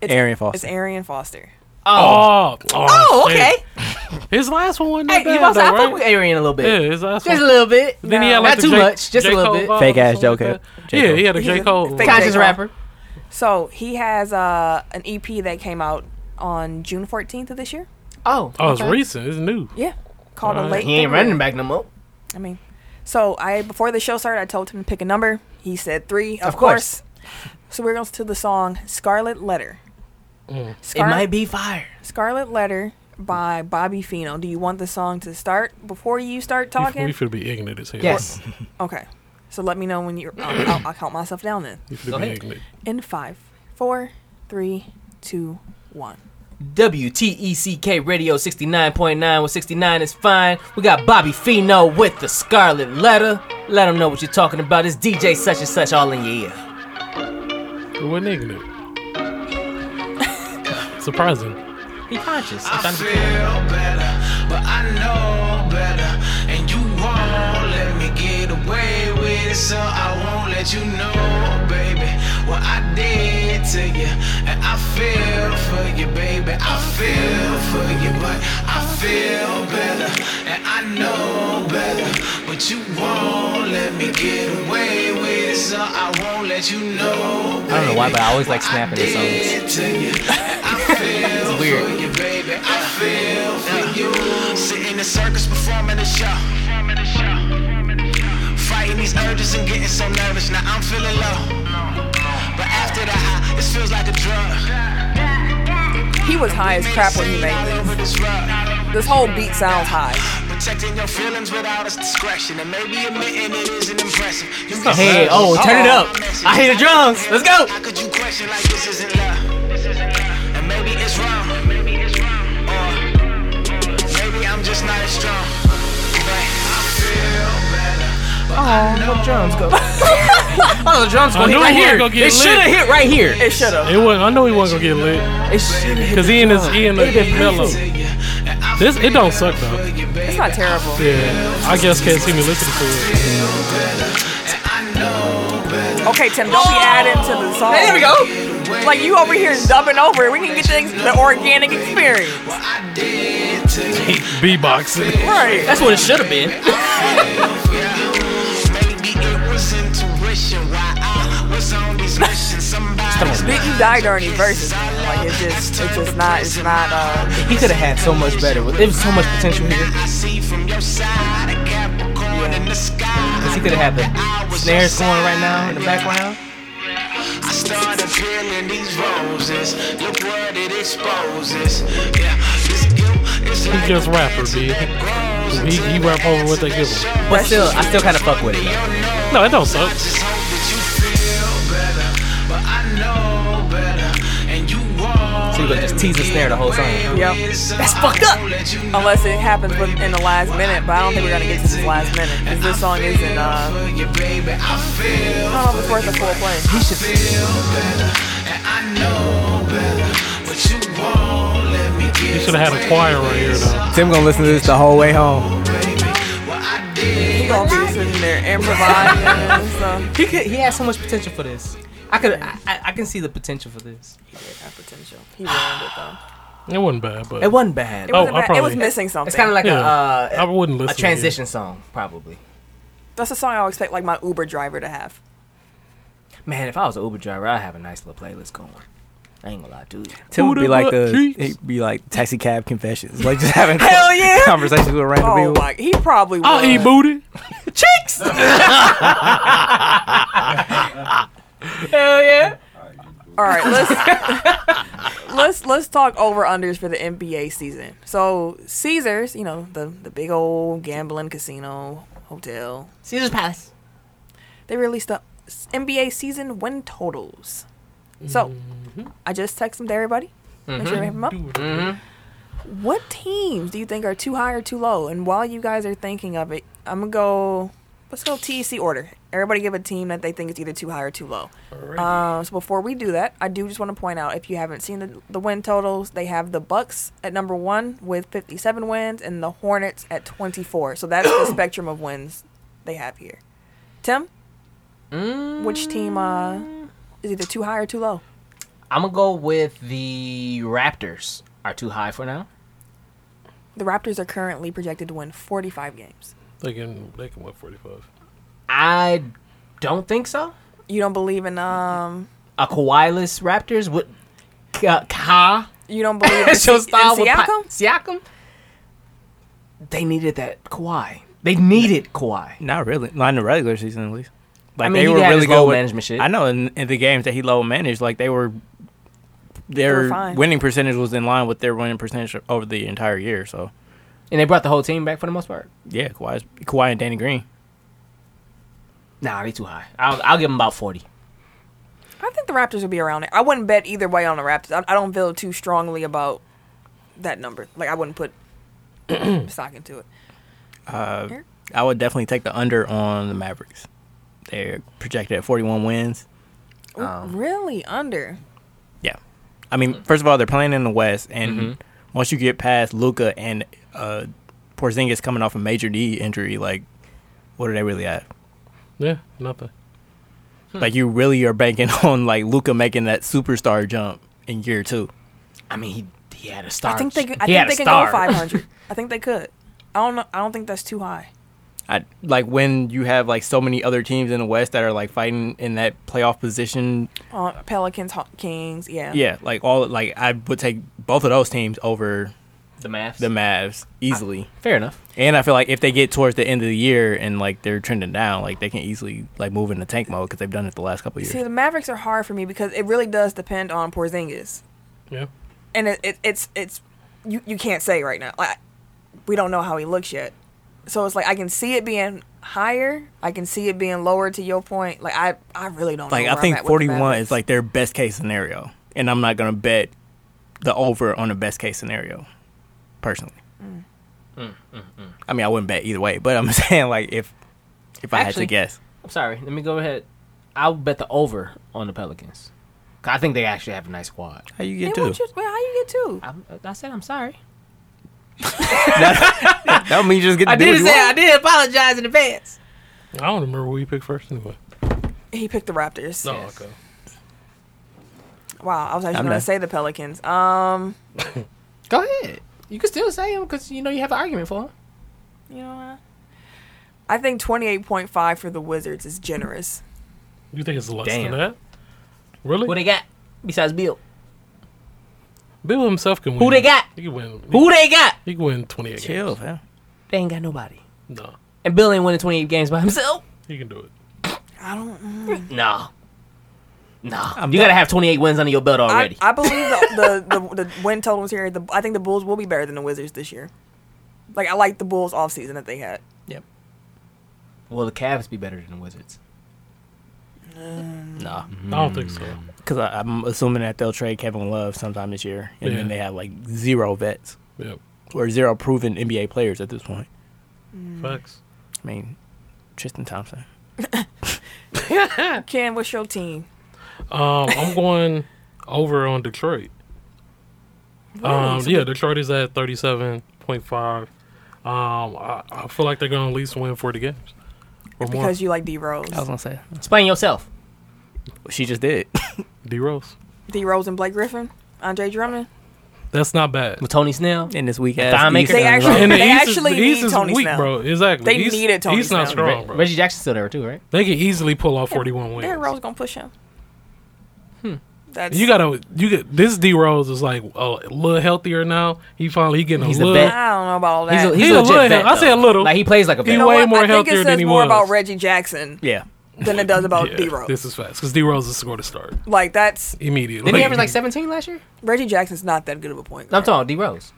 [SPEAKER 3] It's,
[SPEAKER 2] Arian Foster.
[SPEAKER 3] It's Arian Foster.
[SPEAKER 1] Oh,
[SPEAKER 4] Oh, oh,
[SPEAKER 3] Oh,
[SPEAKER 4] shit.
[SPEAKER 3] okay.
[SPEAKER 4] His last one wasn't that
[SPEAKER 1] hey, you
[SPEAKER 4] bad,
[SPEAKER 1] about to say, I
[SPEAKER 4] though,
[SPEAKER 1] fuck
[SPEAKER 4] right?
[SPEAKER 1] with Arian a little bit.
[SPEAKER 4] Yeah, his last
[SPEAKER 1] Just a
[SPEAKER 4] one.
[SPEAKER 1] little bit.
[SPEAKER 4] Then he had
[SPEAKER 3] Not
[SPEAKER 4] like the
[SPEAKER 1] too
[SPEAKER 4] J-
[SPEAKER 1] much, just a
[SPEAKER 4] J.
[SPEAKER 1] little
[SPEAKER 4] Cole
[SPEAKER 1] bit.
[SPEAKER 4] vibe
[SPEAKER 2] Fake
[SPEAKER 4] or
[SPEAKER 2] ass
[SPEAKER 4] something like
[SPEAKER 2] Joker.
[SPEAKER 4] that.
[SPEAKER 2] J.
[SPEAKER 4] Yeah,
[SPEAKER 2] Cole.
[SPEAKER 4] he had a
[SPEAKER 3] He's
[SPEAKER 4] J.
[SPEAKER 3] a
[SPEAKER 4] Cole.
[SPEAKER 3] fake
[SPEAKER 4] vibe.
[SPEAKER 1] Conscious
[SPEAKER 3] J. Cole.
[SPEAKER 1] rapper.
[SPEAKER 3] So he has uh, an EP that came out on June 14th of this year.
[SPEAKER 1] Oh,
[SPEAKER 4] Oh, it's
[SPEAKER 1] okay.
[SPEAKER 4] recent. It's new.
[SPEAKER 3] Yeah, called a
[SPEAKER 4] Alright.
[SPEAKER 3] late.
[SPEAKER 1] Uh, He ain't
[SPEAKER 3] Career.
[SPEAKER 1] running back no more.
[SPEAKER 3] I mean, so I before the show started, I told him to pick a number. He said three, of,
[SPEAKER 1] Of course.
[SPEAKER 3] course. So we're going to the song "Scarlet Letter."
[SPEAKER 1] Mm. It
[SPEAKER 3] Scar-
[SPEAKER 1] might be fire.
[SPEAKER 3] Scarlet Letter by Bobby Fino. Do you want the song to start before you start
[SPEAKER 4] We-
[SPEAKER 3] talking?
[SPEAKER 4] We should be ignorant as hell.
[SPEAKER 1] Yes.
[SPEAKER 3] Okay. So let me know when you're. I'll, I'll, I'll count myself down then.
[SPEAKER 4] You should
[SPEAKER 1] Go
[SPEAKER 4] be
[SPEAKER 1] ahead.
[SPEAKER 4] ignorant.
[SPEAKER 3] In five, four, three, two, one.
[SPEAKER 1] WTECK E Radio 69.9 with 69 is fine. We got Bobby Fino with the Scarlet Letter. Let him know what you're talking about. It's DJ such and such all in your ear.
[SPEAKER 4] It wasn't ignorant. Surprising.
[SPEAKER 1] He conscious.
[SPEAKER 8] I feel better, but I know better. And you won't let me get away with it, so I won't let you know, baby, what I did to you. And I feel for you, baby. I feel for you, but I feel better, and I know better. But you won't let me get away with it, so I won't let you know.
[SPEAKER 1] I don't know why, but I always like
[SPEAKER 8] I
[SPEAKER 1] snapping his songs.
[SPEAKER 8] did to you.
[SPEAKER 3] [laughs]
[SPEAKER 8] I feel
[SPEAKER 1] weird.
[SPEAKER 8] for you, baby. I feel for you. Sitting in the circus performing the show. Fighting these urges and getting so nervous. Now I'm feeling low. But after that, I, this feels like a drug.
[SPEAKER 3] He was high as crap when he made
[SPEAKER 8] All over
[SPEAKER 3] this.
[SPEAKER 8] this rug.
[SPEAKER 3] This whole beat sounds high.
[SPEAKER 8] Protecting your feelings without its discretion. And maybe admitting it isn't impressive. You can
[SPEAKER 1] Hey,
[SPEAKER 8] say-
[SPEAKER 1] oh, turn it up. I hear the drums. Let's go.
[SPEAKER 8] How could you question like this isn't love? This isn't love. And maybe it's wrong. Maybe it's wrong. Or maybe I'm just not as strong. But I feel better.
[SPEAKER 1] Oh, no drums go. [laughs] oh, the drums
[SPEAKER 4] I
[SPEAKER 1] go hit
[SPEAKER 4] knew
[SPEAKER 1] right
[SPEAKER 4] he wasn't
[SPEAKER 1] here.
[SPEAKER 4] gonna get
[SPEAKER 1] It should have
[SPEAKER 4] lit.
[SPEAKER 1] hit right here.
[SPEAKER 3] It should have.
[SPEAKER 4] It was. I know he wasn't gonna get lit
[SPEAKER 1] It should have.
[SPEAKER 4] because he in his he in the he mellow. This it don't suck though.
[SPEAKER 3] It's not terrible.
[SPEAKER 4] Yeah, I guess can't see me listening to it.
[SPEAKER 3] Okay, Tim, don't be adding to the song.
[SPEAKER 1] There we go.
[SPEAKER 3] Like you over here dubbing over it. We can get things the organic experience.
[SPEAKER 4] Beatboxing.
[SPEAKER 3] Right.
[SPEAKER 1] That's what it should have been.
[SPEAKER 8] Maybe it was intuition why I was on these missions. Somebody
[SPEAKER 3] Big, you died during these verses, man. Like it's just, it's just not, it's not. Uh,
[SPEAKER 1] He could have had so much better. There was so much potential here.
[SPEAKER 8] I see from your side a Capricorn in the sky.
[SPEAKER 1] Because he could have had the snares going right now in the background.
[SPEAKER 8] I started peeling these roses. Look what it exposes. Yeah, this guilt is like
[SPEAKER 4] just rapper, B. He, he rap over what they give him.
[SPEAKER 1] But still, I still kind of fuck with it. Though.
[SPEAKER 4] No, it don't suck.
[SPEAKER 8] Just hope that you feel better, but I know better, and you won't
[SPEAKER 1] See,
[SPEAKER 5] gonna just tease and snare the whole song.
[SPEAKER 3] Yep.
[SPEAKER 8] That's fucked up.
[SPEAKER 3] Unless it happens within the last minute, but I don't think we're gonna get to this last minute. 'cause this song isn't uh I don't know if it's worth a full play.
[SPEAKER 4] You should have had a choir right here, though.
[SPEAKER 2] Tim gonna listen to this the whole way home.
[SPEAKER 3] He gonna be sitting there improvising and stuff.
[SPEAKER 5] He could, he has so much potential for this. I could I, I, I can see the potential for this.
[SPEAKER 3] He did have potential. He ruined it though.
[SPEAKER 4] It wasn't bad, but
[SPEAKER 5] It wasn't bad.
[SPEAKER 3] It, wasn't
[SPEAKER 4] I
[SPEAKER 3] bad. it was
[SPEAKER 4] Oh, probably-
[SPEAKER 3] missing something.
[SPEAKER 5] It's kind of like
[SPEAKER 4] Yeah. I
[SPEAKER 5] a uh,
[SPEAKER 4] wouldn't listen.
[SPEAKER 5] a transition song probably.
[SPEAKER 3] That's a song I would expect like my Uber driver to have.
[SPEAKER 1] Man, if I was an Uber driver, I'd have a nice little playlist going. I ain't gonna lie to you.
[SPEAKER 2] Tim would be like the
[SPEAKER 4] Cheeks.
[SPEAKER 2] he'd be like taxi cab confessions, like just having
[SPEAKER 3] [laughs] Hell yeah.
[SPEAKER 2] conversations with random
[SPEAKER 3] Oh
[SPEAKER 2] people.
[SPEAKER 3] my! He probably would.
[SPEAKER 4] I'll eat booty.
[SPEAKER 1] [laughs]
[SPEAKER 3] All right, let's let's [laughs] let's talk over unders for the NBA season. So Caesars, you know the the big old gambling casino hotel,
[SPEAKER 5] Caesar's Palace.
[SPEAKER 3] they released the s- NBA season win totals. So I just text them to everybody. Make sure you have them up. What teams do you think are too high or too low? And while you guys are thinking of it, I'm gonna go. Let's go TEC order. Everybody give a team that they think is either too high or too low. Um, so before we do that, I do just want to point out if you haven't seen the the win totals, they have the Bucks at number one with 57 wins, and the Hornets at 24. So that's the spectrum of wins they have here. Tim, which team uh, is either too high or too low?
[SPEAKER 5] I'm gonna go with the Raptors. Are too high for now.
[SPEAKER 3] The Raptors are currently projected to win 45 games.
[SPEAKER 4] They can they can win forty five.
[SPEAKER 5] I don't think so.
[SPEAKER 3] You don't believe in um.
[SPEAKER 5] A Kawhi-less Raptors would Ka, Ka
[SPEAKER 3] You
[SPEAKER 5] [laughs]
[SPEAKER 3] don't believe in,
[SPEAKER 5] That's your
[SPEAKER 3] in
[SPEAKER 5] style with
[SPEAKER 3] Siakam?
[SPEAKER 5] Pi- Siakam. They needed that Kawhi. They needed Kawhi.
[SPEAKER 2] Not really. Not in the regular season, at least. Like
[SPEAKER 5] mean, he had his load management shit.
[SPEAKER 2] I know in, in the games that he low managed, like they were
[SPEAKER 3] were
[SPEAKER 2] their
[SPEAKER 3] fine.
[SPEAKER 2] winning percentage was in line with their winning percentage over the entire year. So
[SPEAKER 5] And they brought the whole team back for the most part.
[SPEAKER 2] yeah, Kawhi, Kawhi and Danny Green.
[SPEAKER 5] Nah, they too high. I'll, I'll give them about 40.
[SPEAKER 3] I think the Raptors would be around it. I wouldn't bet either way on the Raptors. I, I don't feel too strongly about that number. Like I
[SPEAKER 5] [clears throat]
[SPEAKER 3] wouldn't put stock into it.
[SPEAKER 5] Uh,
[SPEAKER 2] I would definitely take the under on the Mavericks. They're projected at 41 wins.
[SPEAKER 3] Ooh,
[SPEAKER 5] um,
[SPEAKER 3] really under.
[SPEAKER 2] Yeah, I mean, first of all, they're playing in the West, and once you get past Luca and uh, Porzingis coming off a major knee injury, like what are they really at?
[SPEAKER 4] Yeah, nothing.
[SPEAKER 2] Like you really are banking [laughs] on like Luca making that superstar jump in year two.
[SPEAKER 5] I mean, he, he had a star.
[SPEAKER 3] I think they. could- I
[SPEAKER 5] he had
[SPEAKER 3] think
[SPEAKER 5] a
[SPEAKER 3] they can
[SPEAKER 5] star.
[SPEAKER 3] go
[SPEAKER 5] [laughs]
[SPEAKER 3] 500. I think they could. I don't know. I don't think that's too high.
[SPEAKER 2] I like when you have like so many other teams in the West that are like fighting in that playoff position.
[SPEAKER 3] Uh, Pelicans, Haw- Kings. Yeah.
[SPEAKER 2] Yeah, like all like I would take both of those teams over
[SPEAKER 5] The math.
[SPEAKER 2] the Mavs easily.
[SPEAKER 5] Fair enough.
[SPEAKER 2] and I feel like if they get towards the end of the year and like they're trending down, like they can easily like move into tank mode because they've done it the last couple of
[SPEAKER 3] See,
[SPEAKER 2] years.
[SPEAKER 3] the Mavericks are hard for me because it really does depend on Porzingis,
[SPEAKER 4] Yeah.
[SPEAKER 3] and it, it, it's it's you you can't say right now. Like we don't know how he looks yet, so it's like I can see it being higher. I can see it being lower. To your point, like I I really don't.
[SPEAKER 2] Like
[SPEAKER 3] know
[SPEAKER 2] I
[SPEAKER 3] where I'm
[SPEAKER 2] think
[SPEAKER 3] at with the
[SPEAKER 2] 41
[SPEAKER 3] Mavericks.
[SPEAKER 2] is like their best case scenario, and I'm not gonna bet the over on the best case scenario, personally. mm, I mean, I wouldn't bet either way, but I'm [laughs] saying like if if I had
[SPEAKER 5] Actually-
[SPEAKER 2] to guess,
[SPEAKER 5] I'm sorry. Let me go ahead. I'll bet the over on the Pelicans. 'Cause I think they actually have a nice squad.
[SPEAKER 2] how you
[SPEAKER 3] They
[SPEAKER 2] get
[SPEAKER 3] want
[SPEAKER 2] two?
[SPEAKER 3] you, well, how you get two?
[SPEAKER 5] I, I said I'm sorry.
[SPEAKER 2] That means you just get to do what you want.
[SPEAKER 5] I did apologize in advance.
[SPEAKER 4] I don't remember who you picked first anyway.
[SPEAKER 3] He picked the Raptors.
[SPEAKER 4] No, okay.
[SPEAKER 3] Wow, I was actually
[SPEAKER 2] I'm
[SPEAKER 3] gonna
[SPEAKER 2] not-
[SPEAKER 3] say the Pelicans. Um,
[SPEAKER 5] Go ahead. You can still say him because you know you have an argument for him.
[SPEAKER 3] you know what? I think twenty eight point five for the Wizards is generous.
[SPEAKER 4] You think it's less
[SPEAKER 5] Damn.
[SPEAKER 4] than that? Really?
[SPEAKER 1] What they got besides Bill?
[SPEAKER 4] Bill himself can win.
[SPEAKER 1] Who they got?
[SPEAKER 4] He can win. He,
[SPEAKER 1] Who they got?
[SPEAKER 4] he can win twenty eight.
[SPEAKER 2] Chill, fam.
[SPEAKER 1] They ain't got nobody.
[SPEAKER 4] No,
[SPEAKER 1] And Bill ain't winning 28 games by himself.
[SPEAKER 4] he can do it.
[SPEAKER 3] I don't.
[SPEAKER 1] No. No. you got to have 28 wins under your belt
[SPEAKER 3] I,
[SPEAKER 1] already.
[SPEAKER 3] I believe the, the, the, the win totals here. The, I think the Bulls will be better than the Wizards this year. Like I like the Bulls off season that they had.
[SPEAKER 5] Will the Cavs be better than the Wizards?
[SPEAKER 2] Nah,
[SPEAKER 4] I don't think so.
[SPEAKER 2] because I'm assuming that they'll trade Kevin Love sometime this year, and
[SPEAKER 4] Yeah.
[SPEAKER 2] then they have like zero vets
[SPEAKER 4] Yep.
[SPEAKER 2] or zero proven NBA players at this point.
[SPEAKER 4] Facts.
[SPEAKER 2] I mean, Tristan Thompson.
[SPEAKER 3] Ken, what's your team?
[SPEAKER 4] Um, I'm going over on Detroit. Um, yeah, Detroit is at 37.5. Um, I, I feel like they're going to at least win 40 games. Or more.
[SPEAKER 3] Because you like D Rose.
[SPEAKER 2] I was gonna say
[SPEAKER 1] Explain yourself.
[SPEAKER 2] she just did.
[SPEAKER 4] D Rose.
[SPEAKER 3] D Rose and Blake Griffin, Andre Drummond.
[SPEAKER 4] That's not
[SPEAKER 1] [laughs]
[SPEAKER 4] bad.
[SPEAKER 1] With Tony Snell.
[SPEAKER 2] [laughs] in this week
[SPEAKER 1] Thon
[SPEAKER 2] ass
[SPEAKER 1] Maker-
[SPEAKER 2] Eastern
[SPEAKER 1] They
[SPEAKER 3] actually-
[SPEAKER 2] Conference.
[SPEAKER 4] And the
[SPEAKER 3] They
[SPEAKER 4] East
[SPEAKER 3] actually
[SPEAKER 4] is, the
[SPEAKER 3] need
[SPEAKER 4] East is
[SPEAKER 3] Tony
[SPEAKER 4] weak,
[SPEAKER 3] Snell.
[SPEAKER 4] bro. Exactly.
[SPEAKER 3] They
[SPEAKER 4] East,
[SPEAKER 3] needed Tony
[SPEAKER 4] East not
[SPEAKER 3] Snell.
[SPEAKER 4] strong, bro.
[SPEAKER 1] Reggie Jackson's still there too, right?
[SPEAKER 4] They can easily pull off 41 wins.
[SPEAKER 3] Derrick Rose gonna push him. Hmm. That's
[SPEAKER 4] You gotta, you get this D Rose is like a little healthier now. He finally he getting a
[SPEAKER 1] He's the
[SPEAKER 4] little.
[SPEAKER 1] best.
[SPEAKER 3] I don't know about all that.
[SPEAKER 1] He's a, he's
[SPEAKER 4] He's
[SPEAKER 1] a
[SPEAKER 4] a
[SPEAKER 1] legit
[SPEAKER 4] little-
[SPEAKER 1] vet,
[SPEAKER 4] I say
[SPEAKER 1] though.
[SPEAKER 4] a little.
[SPEAKER 1] Like he plays like a
[SPEAKER 4] He
[SPEAKER 1] vet.
[SPEAKER 3] You know
[SPEAKER 4] way
[SPEAKER 3] what?
[SPEAKER 4] more
[SPEAKER 3] I think
[SPEAKER 4] healthier
[SPEAKER 3] it
[SPEAKER 4] than
[SPEAKER 3] says
[SPEAKER 4] he
[SPEAKER 3] more
[SPEAKER 4] was.
[SPEAKER 3] about Reggie Jackson
[SPEAKER 2] Yeah,
[SPEAKER 3] than it does about
[SPEAKER 4] [laughs] Yeah,
[SPEAKER 3] D Rose.
[SPEAKER 4] This is fast because D Rose is scored a start
[SPEAKER 3] Like that's
[SPEAKER 4] immediately.
[SPEAKER 1] Didn't he average like 17 last year?
[SPEAKER 3] Reggie Jackson's not that good of a point
[SPEAKER 1] No, I'm
[SPEAKER 3] guard.
[SPEAKER 1] talking about D Rose.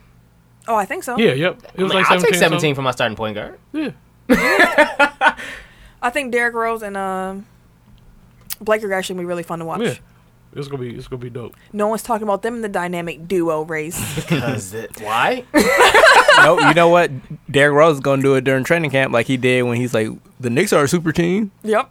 [SPEAKER 3] oh, I think so.
[SPEAKER 4] Yeah, yep. It was
[SPEAKER 1] I'm
[SPEAKER 4] like
[SPEAKER 1] like, I'll
[SPEAKER 4] 17.
[SPEAKER 1] take 17 for my starting point guard.
[SPEAKER 4] something. Yeah.
[SPEAKER 3] I think Derrick Rose and um, Blake are actually gonna be really fun to watch.
[SPEAKER 4] Yeah. It's gonna be it's gonna be dope.
[SPEAKER 3] No one's talking about them in the dynamic duo
[SPEAKER 4] [laughs]
[SPEAKER 3] race.
[SPEAKER 1] [laughs] Why?
[SPEAKER 2] no, you know what? Derrick Rose is gonna do it during training camp, like he did when he's like, "The Knicks are a super team."
[SPEAKER 3] yep.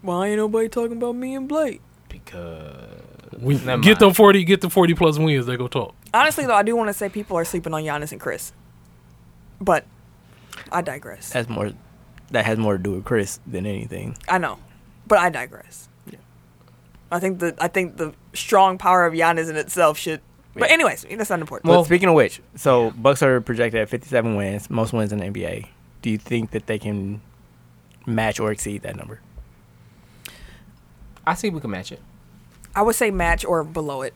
[SPEAKER 3] Why ain't nobody talking about me and Blake?
[SPEAKER 1] because
[SPEAKER 4] We get
[SPEAKER 1] Never mind.
[SPEAKER 4] them forty, get the forty plus wins. They go talk.
[SPEAKER 3] Honestly, though, I do want to say people are sleeping on Giannis and Chris, but I digress.
[SPEAKER 2] That's more. That has more to do with Chris than anything.
[SPEAKER 3] I know, but I digress. I think the I think the strong power of Giannis in itself should. But
[SPEAKER 2] Yeah.
[SPEAKER 3] anyways, that's not important.
[SPEAKER 2] Well, speaking of which, so Bucks are projected at 57 wins, most wins in the NBA. Do you think that they can match or exceed that number?
[SPEAKER 1] I see we can match it.
[SPEAKER 3] I would say match or below it.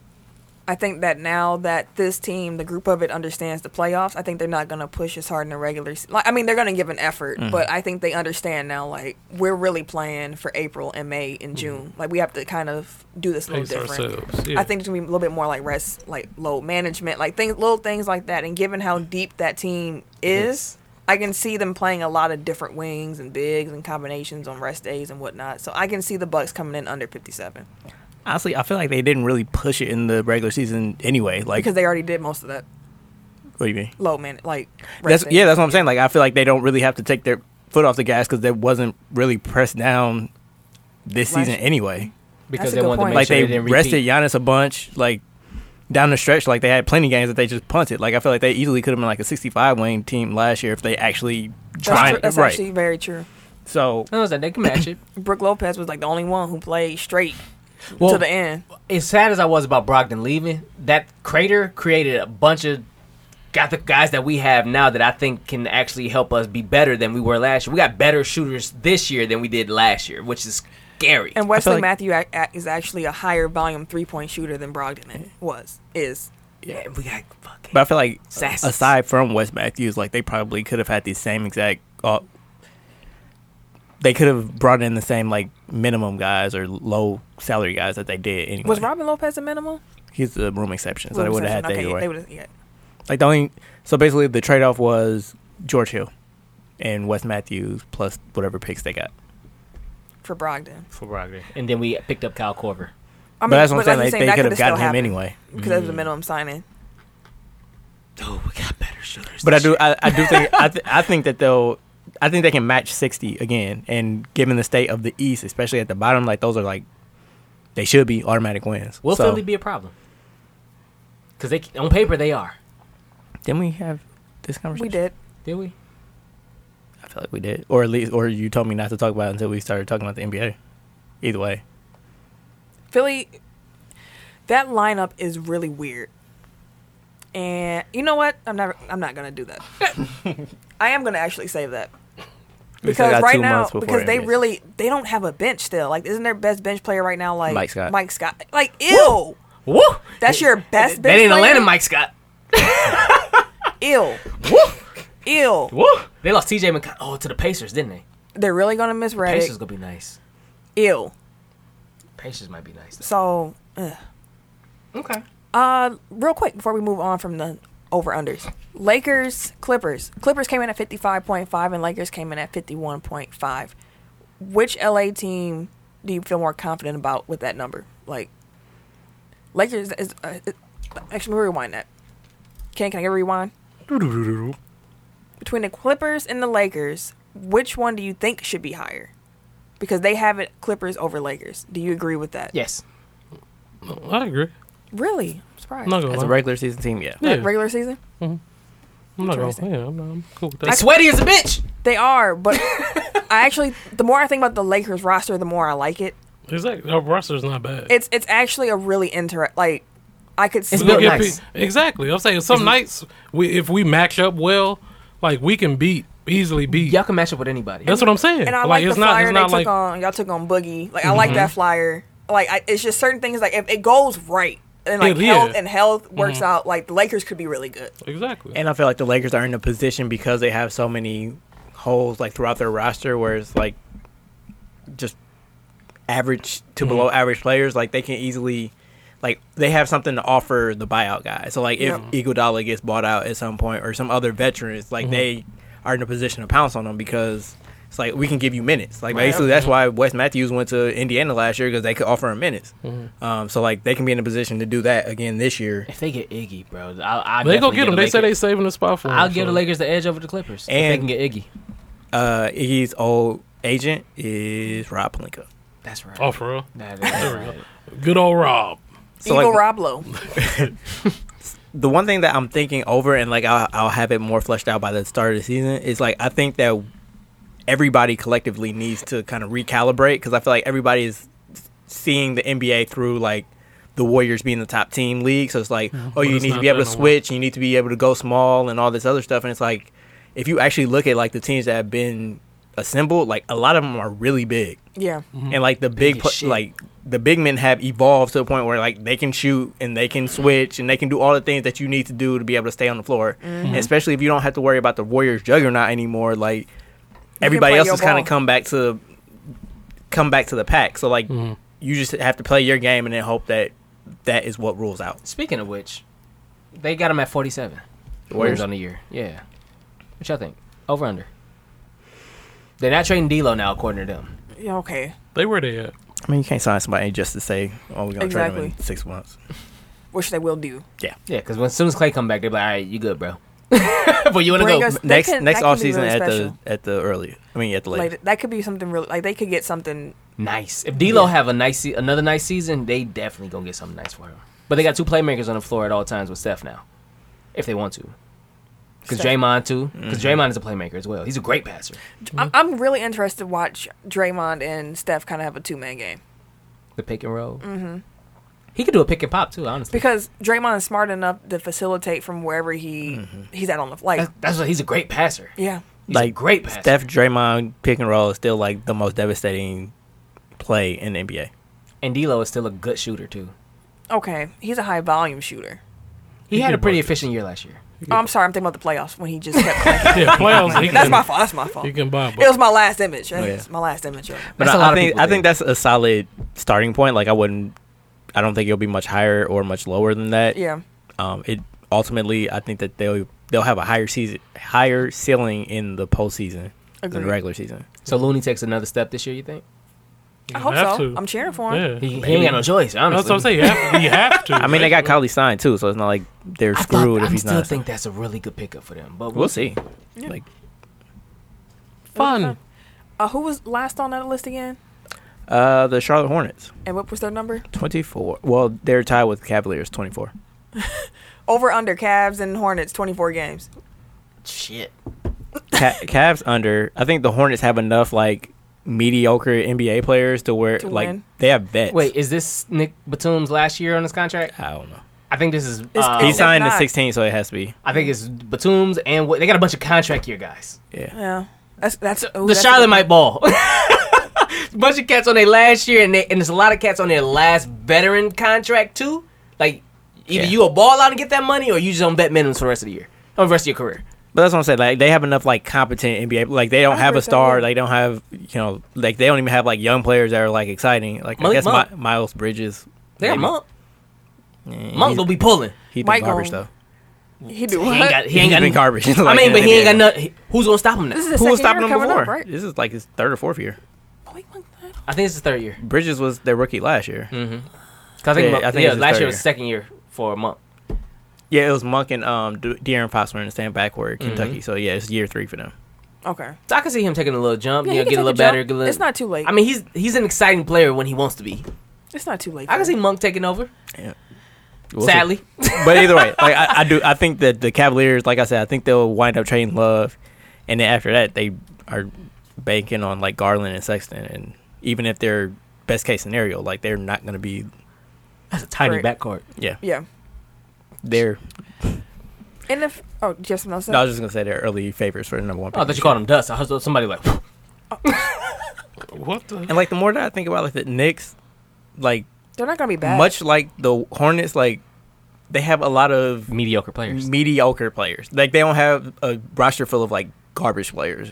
[SPEAKER 3] I think that now that this team, the group of it, understands the playoffs, I think they're not going to push as hard in the regular. se- Like, I mean, they're going to give an effort,
[SPEAKER 4] Mm-hmm.
[SPEAKER 3] but I think they understand now. Like, we're really playing for April and May and June. Like, we have to kind of do this a little
[SPEAKER 4] Mm-hmm. Pace
[SPEAKER 3] different.
[SPEAKER 4] ourselves. Yeah.
[SPEAKER 3] I think it's gonna be a little bit more like rest, like load management, like things, little things like that. And given how deep that team is, I can see them playing a lot of different wings and bigs and combinations on rest days and whatnot. So I can see the Bucks coming in under fifty-seven
[SPEAKER 2] Honestly, I feel like they didn't really push it in the regular season anyway. Like,
[SPEAKER 3] because they already did most of that
[SPEAKER 2] what do you mean?
[SPEAKER 3] load man, like
[SPEAKER 2] That's
[SPEAKER 3] rest
[SPEAKER 2] yeah,
[SPEAKER 3] days.
[SPEAKER 2] that's what I'm saying. Like, I feel like they don't really have to take their foot off the gas because they wasn't really pressed down this
[SPEAKER 3] Last
[SPEAKER 2] season
[SPEAKER 3] year.
[SPEAKER 2] anyway.
[SPEAKER 1] Because
[SPEAKER 3] a
[SPEAKER 1] they
[SPEAKER 3] good
[SPEAKER 1] wanted to
[SPEAKER 3] point.
[SPEAKER 1] make
[SPEAKER 2] like
[SPEAKER 1] sure
[SPEAKER 2] they
[SPEAKER 1] they didn't
[SPEAKER 2] rested
[SPEAKER 1] repeat.
[SPEAKER 2] Giannis a bunch, like down the stretch, like they had plenty games that they just punted. Like I feel like they easily could have been like a 65 wing team last year if they actually
[SPEAKER 3] That's,
[SPEAKER 2] tried.
[SPEAKER 3] true- that's
[SPEAKER 2] right.
[SPEAKER 3] actually very true.
[SPEAKER 2] so
[SPEAKER 1] No, I was like, they can match it.
[SPEAKER 3] Brooke Lopez was like the only one who played straight
[SPEAKER 1] [coughs] Well,
[SPEAKER 3] to the end.
[SPEAKER 1] as sad as I was about Brogdon leaving, that crater created a bunch of got the guys that we have now that I think can actually help us be better than we were last year. We got better shooters this year than we did last year, which is scary.
[SPEAKER 3] And Wesley
[SPEAKER 2] like-
[SPEAKER 3] Matthew ac- ac- is actually a higher volume three-point shooter than Brogdon was is.
[SPEAKER 1] yeah, we got fucking
[SPEAKER 2] But I feel like
[SPEAKER 1] Sass.
[SPEAKER 2] aside from West Matthews, like they probably could have had the same exact. Uh, they could have brought in the same like minimum guys or low salary guys that they did anyway.
[SPEAKER 3] Was Robin Lopez a minimal?
[SPEAKER 2] He's the room exception, so they
[SPEAKER 3] Room
[SPEAKER 2] would have had
[SPEAKER 3] exception.
[SPEAKER 2] that
[SPEAKER 3] Okay,
[SPEAKER 2] anyway.
[SPEAKER 3] they would've- yeah.
[SPEAKER 2] Like the only so basically the trade off was George Hill and Wes Matthews plus whatever picks they got.
[SPEAKER 3] for Brogdon.
[SPEAKER 1] for Brogdon. And then we picked up Kyle Corver.
[SPEAKER 3] I mean,
[SPEAKER 2] but that's what I'm saying.
[SPEAKER 3] like you
[SPEAKER 2] Like,
[SPEAKER 3] said,
[SPEAKER 2] they
[SPEAKER 3] that
[SPEAKER 2] could have
[SPEAKER 3] could've still
[SPEAKER 2] gotten him
[SPEAKER 3] happened
[SPEAKER 2] anyway. Mm.
[SPEAKER 3] because that was the minimum signing.
[SPEAKER 1] Oh, we got better shooters.
[SPEAKER 2] But I
[SPEAKER 1] this
[SPEAKER 2] do
[SPEAKER 1] year.
[SPEAKER 2] I, I do think I, th- I think that they'll I think they can match sixty again. And given the state of the East, especially at the bottom, like those are like they should be automatic wins.
[SPEAKER 1] Will
[SPEAKER 2] so,
[SPEAKER 1] Philly be a problem? Because they on paper they are.
[SPEAKER 2] Didn't we have this conversation?
[SPEAKER 3] We did.
[SPEAKER 1] Did we?
[SPEAKER 2] I feel like we did, or at least, or you told me not to talk about it until we started talking about the NBA. Either way,
[SPEAKER 3] Philly, that lineup is really weird. And you know what? I'm never. I'm not gonna do that.
[SPEAKER 2] [laughs]
[SPEAKER 3] I am gonna actually save that
[SPEAKER 2] We still
[SPEAKER 3] because
[SPEAKER 2] got
[SPEAKER 3] right
[SPEAKER 2] two
[SPEAKER 3] now,
[SPEAKER 2] months before
[SPEAKER 3] because they
[SPEAKER 2] NBA.
[SPEAKER 3] really they don't have a bench still. Like, isn't their best bench player right now like
[SPEAKER 2] Mike Scott.
[SPEAKER 3] Mike Scott. Like, ew.
[SPEAKER 1] Woo!
[SPEAKER 3] That's your best
[SPEAKER 1] That
[SPEAKER 3] bench
[SPEAKER 1] ain't Atlanta,
[SPEAKER 3] player?
[SPEAKER 1] Mike Scott.
[SPEAKER 3] Ew. Ew.
[SPEAKER 1] Woo! They lost T.J. McConnell oh, to the Pacers, didn't they?
[SPEAKER 3] They're really gonna miss
[SPEAKER 1] Pacers
[SPEAKER 3] Redick.
[SPEAKER 1] gonna be nice.
[SPEAKER 3] Ew.
[SPEAKER 1] Pacers might be nice.
[SPEAKER 3] So, ugh.
[SPEAKER 1] Though. Okay.
[SPEAKER 3] Uh, real quick before we move on from the over unders, Lakers Clippers. Clippers came in at fifty five point five, and Lakers came in at fifty one point five. Which LA team do you feel more confident about with that number? Like, Lakers is uh, it- actually let me rewind that. Can can I get a rewind? Between the Clippers and the Lakers, which one do you think should be higher? Because they have it Clippers over Lakers. Do you agree with that?
[SPEAKER 5] Yes.
[SPEAKER 4] I agree.
[SPEAKER 3] Really? I'm surprised.
[SPEAKER 4] I'm not gonna
[SPEAKER 2] As a
[SPEAKER 4] lie.
[SPEAKER 2] regular season team, yeah.
[SPEAKER 4] Yeah,
[SPEAKER 3] Regular season?
[SPEAKER 4] I'm not gonna.
[SPEAKER 3] interesting.
[SPEAKER 4] Yeah, I'm, I'm cool with
[SPEAKER 5] They
[SPEAKER 4] that.
[SPEAKER 5] sweaty as a bitch.
[SPEAKER 3] They are,
[SPEAKER 4] [laughs]
[SPEAKER 3] but I actually the more I think about the Lakers roster, the more I like it.
[SPEAKER 4] Exactly. Our roster's not bad.
[SPEAKER 3] It's it's actually a really interesting like I could see
[SPEAKER 5] It's
[SPEAKER 4] We gonna
[SPEAKER 5] built
[SPEAKER 4] get
[SPEAKER 5] nice.
[SPEAKER 4] pe- exactly. I'm saying some nights we if we match up well, like we can beat easily beat.
[SPEAKER 5] Y'all can match up with anybody.
[SPEAKER 4] That's what I'm saying.
[SPEAKER 3] and I like,
[SPEAKER 4] it's
[SPEAKER 3] the
[SPEAKER 4] not
[SPEAKER 3] flyer
[SPEAKER 4] it's
[SPEAKER 3] they
[SPEAKER 4] not
[SPEAKER 3] took
[SPEAKER 4] like Mm-hmm.
[SPEAKER 3] on. Y'all took on Boogie. Like I like that flyer. Like I, it's just certain things. Like if it goes right, and like
[SPEAKER 4] It- yeah. Mm-hmm.
[SPEAKER 3] health and health works out, like the Lakers could be really good.
[SPEAKER 4] exactly.
[SPEAKER 2] And I feel like the Lakers are in a position because they have so many holes like throughout their roster where it's like just average to below average players. Like they can easily like they have something to offer the buyout guy. So like if Iguodala gets bought out at some point or some other veterans, like they are in a position to pounce on them because it's like we can give you minutes. Like basically that's why Wes Matthews went to Indiana last year because they could offer him minutes. Um, so like they can be in a position to do that again this year.
[SPEAKER 1] If they get Iggy, bro, I, I
[SPEAKER 4] they go get them. They say they saving the spot for. 'em,
[SPEAKER 1] I'll give
[SPEAKER 4] so.
[SPEAKER 1] the Lakers the edge over the Clippers. if
[SPEAKER 2] And-
[SPEAKER 1] they can get Iggy.
[SPEAKER 2] uh Iggy's old agent is Rob Palinka.
[SPEAKER 1] That's right.
[SPEAKER 4] Oh, for real.
[SPEAKER 1] That is right.
[SPEAKER 4] Good old Rob.
[SPEAKER 2] So
[SPEAKER 3] Eagle
[SPEAKER 2] like
[SPEAKER 4] [laughs]
[SPEAKER 3] Roblo.
[SPEAKER 2] the one thing that I'm thinking over and like I'll, I'll have it more fleshed out by the start of the season is like I think that everybody collectively needs to kind of recalibrate because I feel like everybody is seeing the NBA through like the Warriors being the top team league. So it's like, oh, you
[SPEAKER 4] it's
[SPEAKER 2] need to
[SPEAKER 4] not
[SPEAKER 2] be able
[SPEAKER 4] that
[SPEAKER 2] to
[SPEAKER 4] no more.
[SPEAKER 2] switch, you need to be able to go small and all this other stuff. And it's like, if you actually look at like the teams that have been assembled, like a lot of them are really big.
[SPEAKER 3] Yeah,
[SPEAKER 2] and like the big
[SPEAKER 1] as
[SPEAKER 2] pla-
[SPEAKER 1] shit.
[SPEAKER 2] like the big men have evolved to the point where like they can shoot and they can switch and they can do all the things that you need to do to be able to stay on the floor
[SPEAKER 3] Mm-hmm.
[SPEAKER 2] And especially if you don't have to worry about the warriors juggernaut anymore like everybody
[SPEAKER 3] play
[SPEAKER 2] else
[SPEAKER 3] your
[SPEAKER 2] has kind
[SPEAKER 3] ball.
[SPEAKER 2] of come back to come back to the pack so like you just have to play your game and then hope that that is what rules out
[SPEAKER 1] Speaking of which, they got him at 47. The Warriors on the year. Yeah. What y'all think? Over under. They're not trading D'Lo now, according to them.
[SPEAKER 3] yeah, okay.
[SPEAKER 4] They were there.
[SPEAKER 2] i mean you can't sign somebody just to say oh we're gonna trade them in
[SPEAKER 3] Exactly.
[SPEAKER 2] six months
[SPEAKER 3] Which they will do.
[SPEAKER 1] Yeah, because as soon as Clay come back, they'll be like, all right, you good, bro. [laughs] but you want to
[SPEAKER 3] Bring
[SPEAKER 1] go.
[SPEAKER 3] us- That
[SPEAKER 2] next
[SPEAKER 3] can-
[SPEAKER 2] next
[SPEAKER 3] that can
[SPEAKER 2] off
[SPEAKER 3] be
[SPEAKER 2] season
[SPEAKER 3] really
[SPEAKER 2] at
[SPEAKER 3] special.
[SPEAKER 2] the at the early i mean at the latest
[SPEAKER 3] Like that could be something really. Like they could get something.
[SPEAKER 1] Nice. If D'Lo have a nice, se- another nice season, they definitely gonna get something nice for him. But they got two playmakers on the floor at all times with Steph now, if they want to. Because
[SPEAKER 3] Steph.
[SPEAKER 1] Draymond too. Because Draymond is a playmaker as well. He's a great passer.
[SPEAKER 3] I'm,
[SPEAKER 4] Mm-hmm.
[SPEAKER 3] I'm really interested to watch Draymond and Steph kind of have a two man game
[SPEAKER 1] The pick and roll. Mm-hmm. He could do a pick and pop too. Honestly,
[SPEAKER 3] because Draymond is smart enough to facilitate from wherever he he's at on the like.
[SPEAKER 1] that's, that's why he's a great passer.
[SPEAKER 3] yeah,
[SPEAKER 1] He's like a great passer.
[SPEAKER 2] Steph Draymond pick and roll is still like the most devastating play in the NBA.
[SPEAKER 1] and D'Lo is still a good shooter too.
[SPEAKER 3] okay. He's a high volume shooter.
[SPEAKER 1] He, had
[SPEAKER 4] can
[SPEAKER 1] a pretty
[SPEAKER 4] bucket.
[SPEAKER 1] efficient year last year.
[SPEAKER 3] Oh, I'm sorry. I'm thinking about the playoffs when he just
[SPEAKER 4] [laughs]
[SPEAKER 3] kept.
[SPEAKER 4] Yeah, playoffs. he
[SPEAKER 3] That's
[SPEAKER 4] can-
[SPEAKER 3] my fault. That's my fault.
[SPEAKER 4] He can Oh, buy.
[SPEAKER 3] It was my last image. That's
[SPEAKER 2] yeah.
[SPEAKER 3] my last image. of it.
[SPEAKER 2] But
[SPEAKER 1] That's a
[SPEAKER 2] I,
[SPEAKER 1] lot
[SPEAKER 2] I
[SPEAKER 1] of
[SPEAKER 2] think
[SPEAKER 1] people
[SPEAKER 2] I think
[SPEAKER 1] think.
[SPEAKER 2] that's a solid starting point. Like I wouldn't, I don't think it'll be much higher or much lower than that.
[SPEAKER 3] Yeah.
[SPEAKER 2] Um. It ultimately, I think that they'll they'll have a higher season, higher ceiling in the postseason than
[SPEAKER 3] Agreed.
[SPEAKER 2] the regular season.
[SPEAKER 1] So Looney takes another step this year. You think?
[SPEAKER 3] I hope
[SPEAKER 4] have
[SPEAKER 3] so.
[SPEAKER 4] to.
[SPEAKER 3] I'm cheering for him.
[SPEAKER 4] Yeah.
[SPEAKER 1] He, he ain't got no choice. Honestly,
[SPEAKER 4] That's what I'm saying. You have, you have
[SPEAKER 3] [laughs]
[SPEAKER 4] to.
[SPEAKER 2] I mean, they got Kylie signed too, so it's not like they're
[SPEAKER 1] I
[SPEAKER 2] screwed
[SPEAKER 1] thought,
[SPEAKER 2] if
[SPEAKER 1] I
[SPEAKER 2] he's
[SPEAKER 1] still
[SPEAKER 2] not.
[SPEAKER 1] think that's a really good pickup for them. But
[SPEAKER 2] we'll see. Like
[SPEAKER 4] fun.
[SPEAKER 3] Uh, who was last on that list again?
[SPEAKER 2] uh, the Charlotte Hornets,
[SPEAKER 3] And what was their number?
[SPEAKER 2] twenty four. Well, they're tied with Cavaliers, twenty four.
[SPEAKER 3] Over under Cavs and Hornets, 24 games.
[SPEAKER 1] Shit.
[SPEAKER 2] Ca- Cavs under. I think the Hornets have enough like mediocre NBA players to where
[SPEAKER 3] To
[SPEAKER 2] like
[SPEAKER 3] win.
[SPEAKER 2] they have vets.
[SPEAKER 1] Wait, is this Nick Batum's last year on his contract?
[SPEAKER 2] I don't know.
[SPEAKER 1] I think this is.
[SPEAKER 3] It's-
[SPEAKER 1] uh,
[SPEAKER 2] He
[SPEAKER 3] it's-
[SPEAKER 2] signed
[SPEAKER 3] not.
[SPEAKER 2] at 16, so it has to be.
[SPEAKER 1] I think it's Batum's and what they got a bunch of contract year guys.
[SPEAKER 2] Yeah.
[SPEAKER 3] Yeah. That's that's ooh,
[SPEAKER 1] the
[SPEAKER 3] that's
[SPEAKER 1] Charlotte might ball. [laughs] bunch of cats on their last year, and, they, and there's a lot of cats on their last veteran contract too. Like either
[SPEAKER 2] Yeah.
[SPEAKER 1] you a ball out and get that money, or you just don't bet minimums for the rest of the year, or the rest of your career.
[SPEAKER 2] But that's what I'm saying. Like they have enough like competent NBA. Like they don't
[SPEAKER 3] I
[SPEAKER 2] have
[SPEAKER 3] agree
[SPEAKER 2] a
[SPEAKER 3] with that,
[SPEAKER 2] star.
[SPEAKER 3] yeah.
[SPEAKER 2] They don't have you know like they don't even have like young players that are like exciting. Like
[SPEAKER 1] Malik
[SPEAKER 2] I guess
[SPEAKER 1] Monk.
[SPEAKER 2] Mi- Miles Bridges.
[SPEAKER 1] They got
[SPEAKER 2] maybe.
[SPEAKER 1] Monk.
[SPEAKER 2] Yeah,
[SPEAKER 1] Monk
[SPEAKER 2] he's-
[SPEAKER 1] gonna be pulling.
[SPEAKER 2] He been
[SPEAKER 3] Mike
[SPEAKER 2] garbage
[SPEAKER 3] gonna-
[SPEAKER 2] though.
[SPEAKER 3] He do
[SPEAKER 1] He
[SPEAKER 3] what?
[SPEAKER 1] ain't
[SPEAKER 3] [laughs]
[SPEAKER 1] got. He
[SPEAKER 2] He's
[SPEAKER 1] ain't got
[SPEAKER 2] been garbage. [laughs]
[SPEAKER 1] I
[SPEAKER 2] Like,
[SPEAKER 1] mean,
[SPEAKER 2] in
[SPEAKER 1] but
[SPEAKER 2] the
[SPEAKER 1] he ain't got
[SPEAKER 2] NBA.
[SPEAKER 1] nothing. Who's gonna stop him now?
[SPEAKER 3] this is his
[SPEAKER 2] Who was
[SPEAKER 3] second
[SPEAKER 2] stopping
[SPEAKER 3] year
[SPEAKER 2] him
[SPEAKER 3] coming
[SPEAKER 2] before?
[SPEAKER 3] up, right?
[SPEAKER 2] This is like his third or fourth year.
[SPEAKER 3] Oh, he went-
[SPEAKER 1] I think it's his third year.
[SPEAKER 2] Bridges was their rookie last
[SPEAKER 1] Hmm.
[SPEAKER 2] year.
[SPEAKER 1] 'Cause I think,
[SPEAKER 2] Yeah,
[SPEAKER 1] Monk-
[SPEAKER 2] I think
[SPEAKER 1] yeah,
[SPEAKER 2] it's his
[SPEAKER 1] last
[SPEAKER 2] third
[SPEAKER 1] year was
[SPEAKER 2] year.
[SPEAKER 1] second year for a month.
[SPEAKER 2] Yeah, it was Monk and um De- De'Aaron Fox were in the same backward
[SPEAKER 1] Mm-hmm.
[SPEAKER 2] Kentucky. So yeah, it's year three for them.
[SPEAKER 3] Okay.
[SPEAKER 1] So I can see him taking a little jump,
[SPEAKER 3] Yeah,
[SPEAKER 1] you know,
[SPEAKER 3] he can
[SPEAKER 1] get a
[SPEAKER 3] take
[SPEAKER 1] little
[SPEAKER 3] jump.
[SPEAKER 1] better. Get a little,
[SPEAKER 3] It's not too late.
[SPEAKER 1] I mean, he's he's an exciting player when he wants to be.
[SPEAKER 3] it's not too late.
[SPEAKER 1] I can
[SPEAKER 3] for
[SPEAKER 1] see
[SPEAKER 3] him.
[SPEAKER 1] Monk taking over.
[SPEAKER 2] We'll see.
[SPEAKER 1] sadly,
[SPEAKER 2] but either way, like I, I do, I think that the Cavaliers, like I said, I think they'll wind up trading Love, and then after that, they are banking on like Garland and Sexton, and even if they're best case scenario, like they're not going to be,
[SPEAKER 1] that's a tiny
[SPEAKER 3] Right.
[SPEAKER 1] backcourt.
[SPEAKER 2] yeah,
[SPEAKER 3] Yeah.
[SPEAKER 2] they're.
[SPEAKER 3] And if oh, do you have something else? to
[SPEAKER 2] No, I
[SPEAKER 3] say?
[SPEAKER 2] was just going to say they're early favorites for the number one.
[SPEAKER 1] Oh, I thought you called him Dust. I was somebody like
[SPEAKER 4] What the?
[SPEAKER 2] And like the more that I think about like the Knicks, like
[SPEAKER 3] They're not gonna be bad.
[SPEAKER 2] much like the Hornets, like they have a lot of
[SPEAKER 1] mediocre players.
[SPEAKER 2] mediocre players. Like they don't have a roster full of like garbage players.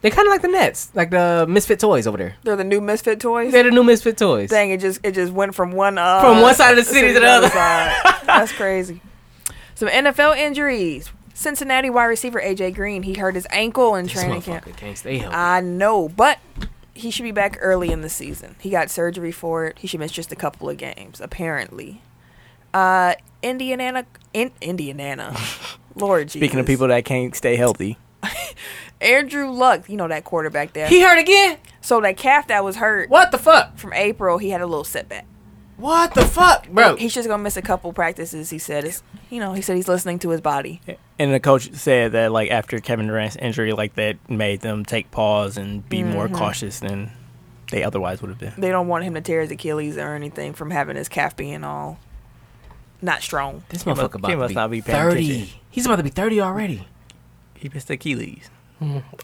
[SPEAKER 1] They kind of like the Nets, like the Misfit Toys over there.
[SPEAKER 3] They're the new misfit toys.
[SPEAKER 1] They're the new Misfit Toys.
[SPEAKER 3] Dang, it just it just went from one uh,
[SPEAKER 1] From one side of the city to the other. [laughs]
[SPEAKER 3] side. That's crazy. Some NFL injuries. Cincinnati wide receiver AJ Green. He hurt his ankle in
[SPEAKER 1] This
[SPEAKER 3] training camp.
[SPEAKER 1] motherfucker can't stay healthy.
[SPEAKER 3] I know, but he should be back early in the season. He got surgery for it. He should miss just a couple of games, apparently. Uh, Indiana, in
[SPEAKER 1] [laughs]
[SPEAKER 3] Indiana, Lord Jesus.
[SPEAKER 2] Speaking of people that can't stay healthy.
[SPEAKER 3] Andrew Luck, you know that quarterback there.
[SPEAKER 1] he hurt again.
[SPEAKER 3] so that calf that was hurt
[SPEAKER 1] What the fuck?
[SPEAKER 3] from April, he had a little setback.
[SPEAKER 1] What the fuck, bro?
[SPEAKER 3] He's just gonna miss a couple practices. He said, it's, you know, he said he's listening to his body.
[SPEAKER 2] And the coach said that like after Kevin Durant's injury, like that made them take pause and be
[SPEAKER 1] Mm-hmm.
[SPEAKER 2] more cautious than they otherwise would have been.
[SPEAKER 3] They don't want him to tear his Achilles or anything from having his calf being all not strong.
[SPEAKER 1] This
[SPEAKER 2] must-
[SPEAKER 1] motherfucker
[SPEAKER 2] he
[SPEAKER 1] about
[SPEAKER 2] must
[SPEAKER 1] to be,
[SPEAKER 2] not be paying
[SPEAKER 1] thirty.
[SPEAKER 2] attention.
[SPEAKER 1] He's about to be thirty already.
[SPEAKER 2] He missed Achilles.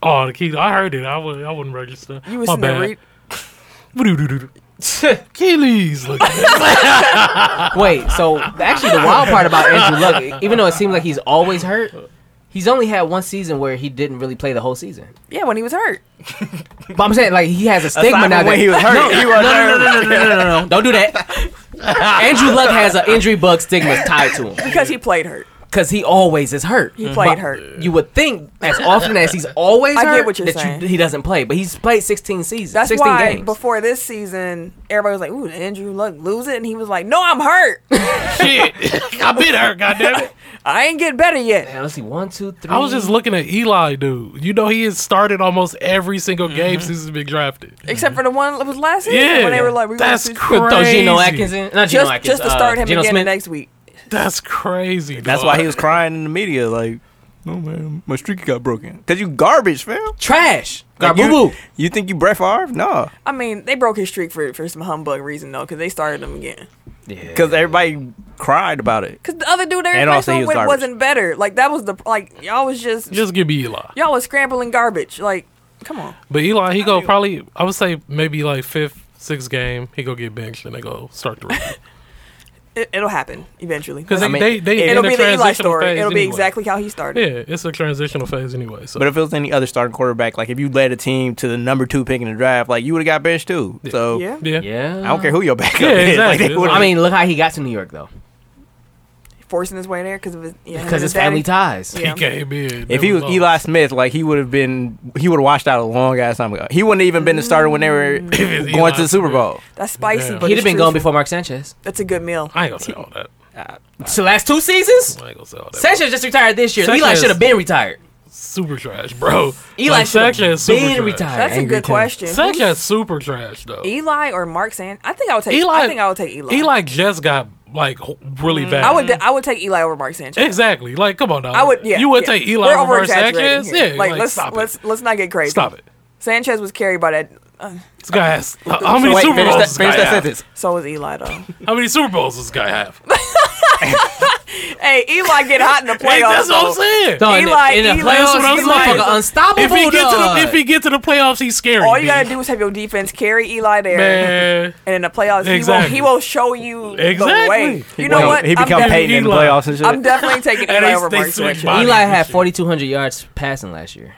[SPEAKER 4] Oh, the key. I heard it. I would. I wouldn't register.
[SPEAKER 3] You was
[SPEAKER 4] My
[SPEAKER 3] sitting there
[SPEAKER 4] bad.
[SPEAKER 3] read,
[SPEAKER 4] Doo-doo-doo-doo.
[SPEAKER 3] [laughs]
[SPEAKER 4] Keeley's look.
[SPEAKER 1] [laughs] Wait, so actually, the wild part about Andrew Luck, even though it seems like he's always hurt, he's only had one season where he didn't really play the whole season.
[SPEAKER 3] yeah, when he was hurt.
[SPEAKER 1] But I'm saying, like, he has a
[SPEAKER 2] Aside
[SPEAKER 1] stigma
[SPEAKER 2] from
[SPEAKER 1] now.
[SPEAKER 2] when
[SPEAKER 1] that-
[SPEAKER 2] he was hurt,
[SPEAKER 1] No,
[SPEAKER 2] he was
[SPEAKER 1] no,
[SPEAKER 2] hurt.
[SPEAKER 1] No, no, no, no, no, no, no, no, [laughs] Don't do that. Andrew Luck has an injury bug stigma tied to him
[SPEAKER 3] Because he played hurt.
[SPEAKER 1] because he always is hurt.
[SPEAKER 3] He played
[SPEAKER 1] But
[SPEAKER 3] hurt.
[SPEAKER 1] You would think, as often as he's always
[SPEAKER 3] I get
[SPEAKER 1] hurt,
[SPEAKER 3] what you're
[SPEAKER 1] that
[SPEAKER 3] saying.
[SPEAKER 1] he doesn't play. But he's played 16 seasons,
[SPEAKER 3] That's
[SPEAKER 1] 16
[SPEAKER 3] why
[SPEAKER 1] games.
[SPEAKER 3] before this season, everybody was like, "Ooh, did Andrew Luck lose it," and he was like, "No, I'm hurt.
[SPEAKER 4] Shit, I been hurt. Goddamn it.
[SPEAKER 3] I ain't get better yet."
[SPEAKER 1] Man, let's see, one, two, three.
[SPEAKER 4] I was just looking at Eli, dude. You know he has started almost every single game
[SPEAKER 1] Mm-hmm.
[SPEAKER 4] since he's been drafted.
[SPEAKER 3] Except for the one that was last season
[SPEAKER 4] Yeah,
[SPEAKER 3] when they were like, "We
[SPEAKER 4] that's
[SPEAKER 3] want to-
[SPEAKER 4] crazy.
[SPEAKER 1] throw Geno Atkins in. Not Geno
[SPEAKER 3] just
[SPEAKER 1] Atkins.
[SPEAKER 3] just to
[SPEAKER 1] uh,
[SPEAKER 3] start him
[SPEAKER 1] Geno
[SPEAKER 3] again
[SPEAKER 1] Smith.
[SPEAKER 3] next week."
[SPEAKER 4] That's
[SPEAKER 2] [laughs]
[SPEAKER 4] crazy.
[SPEAKER 2] That's
[SPEAKER 4] dog.
[SPEAKER 2] why he was crying in the media, like, "No man, my streak got broken." Cause you garbage, fam.
[SPEAKER 1] Trash.
[SPEAKER 2] Like,
[SPEAKER 1] Garboo
[SPEAKER 2] you,
[SPEAKER 1] boo.
[SPEAKER 2] you think you Brett Favre? No,
[SPEAKER 3] I mean, they broke his streak for for some humbug reason though, because they started him again.
[SPEAKER 2] because everybody cried about it.
[SPEAKER 3] Because the other dude they
[SPEAKER 2] And
[SPEAKER 3] replaced
[SPEAKER 2] also he
[SPEAKER 3] him
[SPEAKER 2] was
[SPEAKER 3] with
[SPEAKER 2] garbage.
[SPEAKER 3] wasn't better. Like that was the like y'all was just,
[SPEAKER 4] Just give me Eli.
[SPEAKER 3] y'all was scrambling garbage. Like, come on.
[SPEAKER 4] But Eli, he go probably. I would say maybe like fifth, sixth game, he go get benched and they go start the rookie.
[SPEAKER 3] It, it'll happen eventually.
[SPEAKER 4] Because
[SPEAKER 2] I mean,
[SPEAKER 4] they they in
[SPEAKER 3] it'll be the Eli
[SPEAKER 4] transitional
[SPEAKER 3] story.
[SPEAKER 4] phase
[SPEAKER 3] It'll be
[SPEAKER 4] anyway.
[SPEAKER 3] exactly how he started.
[SPEAKER 4] Yeah, it's a transitional phase anyway. So
[SPEAKER 2] But if it was any other starting quarterback, like if you led a team to the number two pick in the draft, like you would have got benched too. So
[SPEAKER 3] Yeah.
[SPEAKER 4] yeah,
[SPEAKER 1] Yeah.
[SPEAKER 2] I don't care who your backup
[SPEAKER 4] Yeah,
[SPEAKER 2] is. [laughs] Like,
[SPEAKER 4] exactly.
[SPEAKER 2] they would've-
[SPEAKER 1] I mean, look how he got to New York though,
[SPEAKER 3] Forcing his way there because of his yeah, him and
[SPEAKER 1] because his
[SPEAKER 3] daddy.
[SPEAKER 1] family ties.
[SPEAKER 4] [laughs] he
[SPEAKER 3] Yeah.
[SPEAKER 4] came in.
[SPEAKER 2] If he was Eli Smith, like he would have been, he would have washed out a long ass time ago. He wouldn't have even been the starter when they were
[SPEAKER 4] Mm. it's
[SPEAKER 2] going
[SPEAKER 4] Eli
[SPEAKER 2] to the Super Bowl.
[SPEAKER 3] That's spicy.
[SPEAKER 4] Damn.
[SPEAKER 3] But
[SPEAKER 1] He'd
[SPEAKER 3] it's
[SPEAKER 1] have been gone
[SPEAKER 3] truthful.
[SPEAKER 1] before Mark Sanchez.
[SPEAKER 3] That's a good meal.
[SPEAKER 4] I ain't gonna say all that.
[SPEAKER 1] So last two seasons,
[SPEAKER 4] I ain't gonna say all that.
[SPEAKER 1] Sanchez just retired this year. Eli
[SPEAKER 4] Sanchez-
[SPEAKER 1] should have been retired.
[SPEAKER 4] super trash, bro.
[SPEAKER 1] Eli
[SPEAKER 4] like,
[SPEAKER 1] should have been
[SPEAKER 4] Sanchez is super trash.
[SPEAKER 1] retired.
[SPEAKER 3] That's a
[SPEAKER 1] Angry
[SPEAKER 3] good
[SPEAKER 1] too.
[SPEAKER 3] question.
[SPEAKER 4] Sanchez super trash though.
[SPEAKER 3] Eli or Mark San? I think I would take.
[SPEAKER 4] Eli-
[SPEAKER 3] I think I would take Eli. Mm.
[SPEAKER 4] Eli just got like h- really bad.
[SPEAKER 3] I would. I would take Eli over Mark Sanchez.
[SPEAKER 4] exactly. Like, come on, dog.
[SPEAKER 3] I would. Yeah.
[SPEAKER 4] you would
[SPEAKER 3] yeah.
[SPEAKER 4] take Eli
[SPEAKER 3] We're
[SPEAKER 4] over Mark
[SPEAKER 3] over-exaggerating
[SPEAKER 4] Sanchez.
[SPEAKER 3] here.
[SPEAKER 4] Yeah,
[SPEAKER 3] Like, let's
[SPEAKER 4] stop
[SPEAKER 3] let's
[SPEAKER 4] it.
[SPEAKER 3] let's not get crazy.
[SPEAKER 4] Stop it.
[SPEAKER 3] Sanchez was carried by that. Uh,
[SPEAKER 4] This guy has h- how many Super
[SPEAKER 2] finish
[SPEAKER 4] Bowls?
[SPEAKER 2] that,
[SPEAKER 4] this
[SPEAKER 2] finish
[SPEAKER 4] guy
[SPEAKER 2] that
[SPEAKER 4] have?
[SPEAKER 2] sentence.
[SPEAKER 3] so was Eli though.
[SPEAKER 4] How many Super Bowls does this
[SPEAKER 3] [laughs]
[SPEAKER 4] guy have?
[SPEAKER 3] hey, Eli get hot
[SPEAKER 4] [laughs]
[SPEAKER 3] in the
[SPEAKER 4] Like,
[SPEAKER 3] playoffs.
[SPEAKER 4] that's what I'm
[SPEAKER 3] though.
[SPEAKER 4] saying.
[SPEAKER 1] No, in the-
[SPEAKER 3] Eli-
[SPEAKER 1] in the
[SPEAKER 3] Eli-
[SPEAKER 1] playoffs,
[SPEAKER 4] That's what I'm
[SPEAKER 1] he's
[SPEAKER 4] saying.
[SPEAKER 1] motherfucker unstoppable.
[SPEAKER 4] If he get to the
[SPEAKER 1] dog.
[SPEAKER 4] if he get to the playoffs, he's scary.
[SPEAKER 3] All you
[SPEAKER 4] B.
[SPEAKER 3] gotta do is have your defense carry Eli there.
[SPEAKER 4] man.
[SPEAKER 3] And in the playoffs,
[SPEAKER 4] Exactly.
[SPEAKER 3] he, will, he will show you the
[SPEAKER 4] Exactly.
[SPEAKER 3] way.
[SPEAKER 4] He
[SPEAKER 3] You know
[SPEAKER 2] Well,
[SPEAKER 3] what?
[SPEAKER 2] He
[SPEAKER 3] I'm
[SPEAKER 2] become
[SPEAKER 3] defi-
[SPEAKER 2] Peyton in the
[SPEAKER 4] Eli.
[SPEAKER 2] playoffs and shit.
[SPEAKER 3] I'm definitely taking
[SPEAKER 4] [laughs] And
[SPEAKER 3] Eli
[SPEAKER 4] they-
[SPEAKER 3] over
[SPEAKER 4] they
[SPEAKER 3] Mark
[SPEAKER 4] switch
[SPEAKER 3] Sanchez.
[SPEAKER 4] bodies.
[SPEAKER 1] Eli
[SPEAKER 4] and
[SPEAKER 1] had
[SPEAKER 4] shit.
[SPEAKER 1] 4,200 yards passing last year.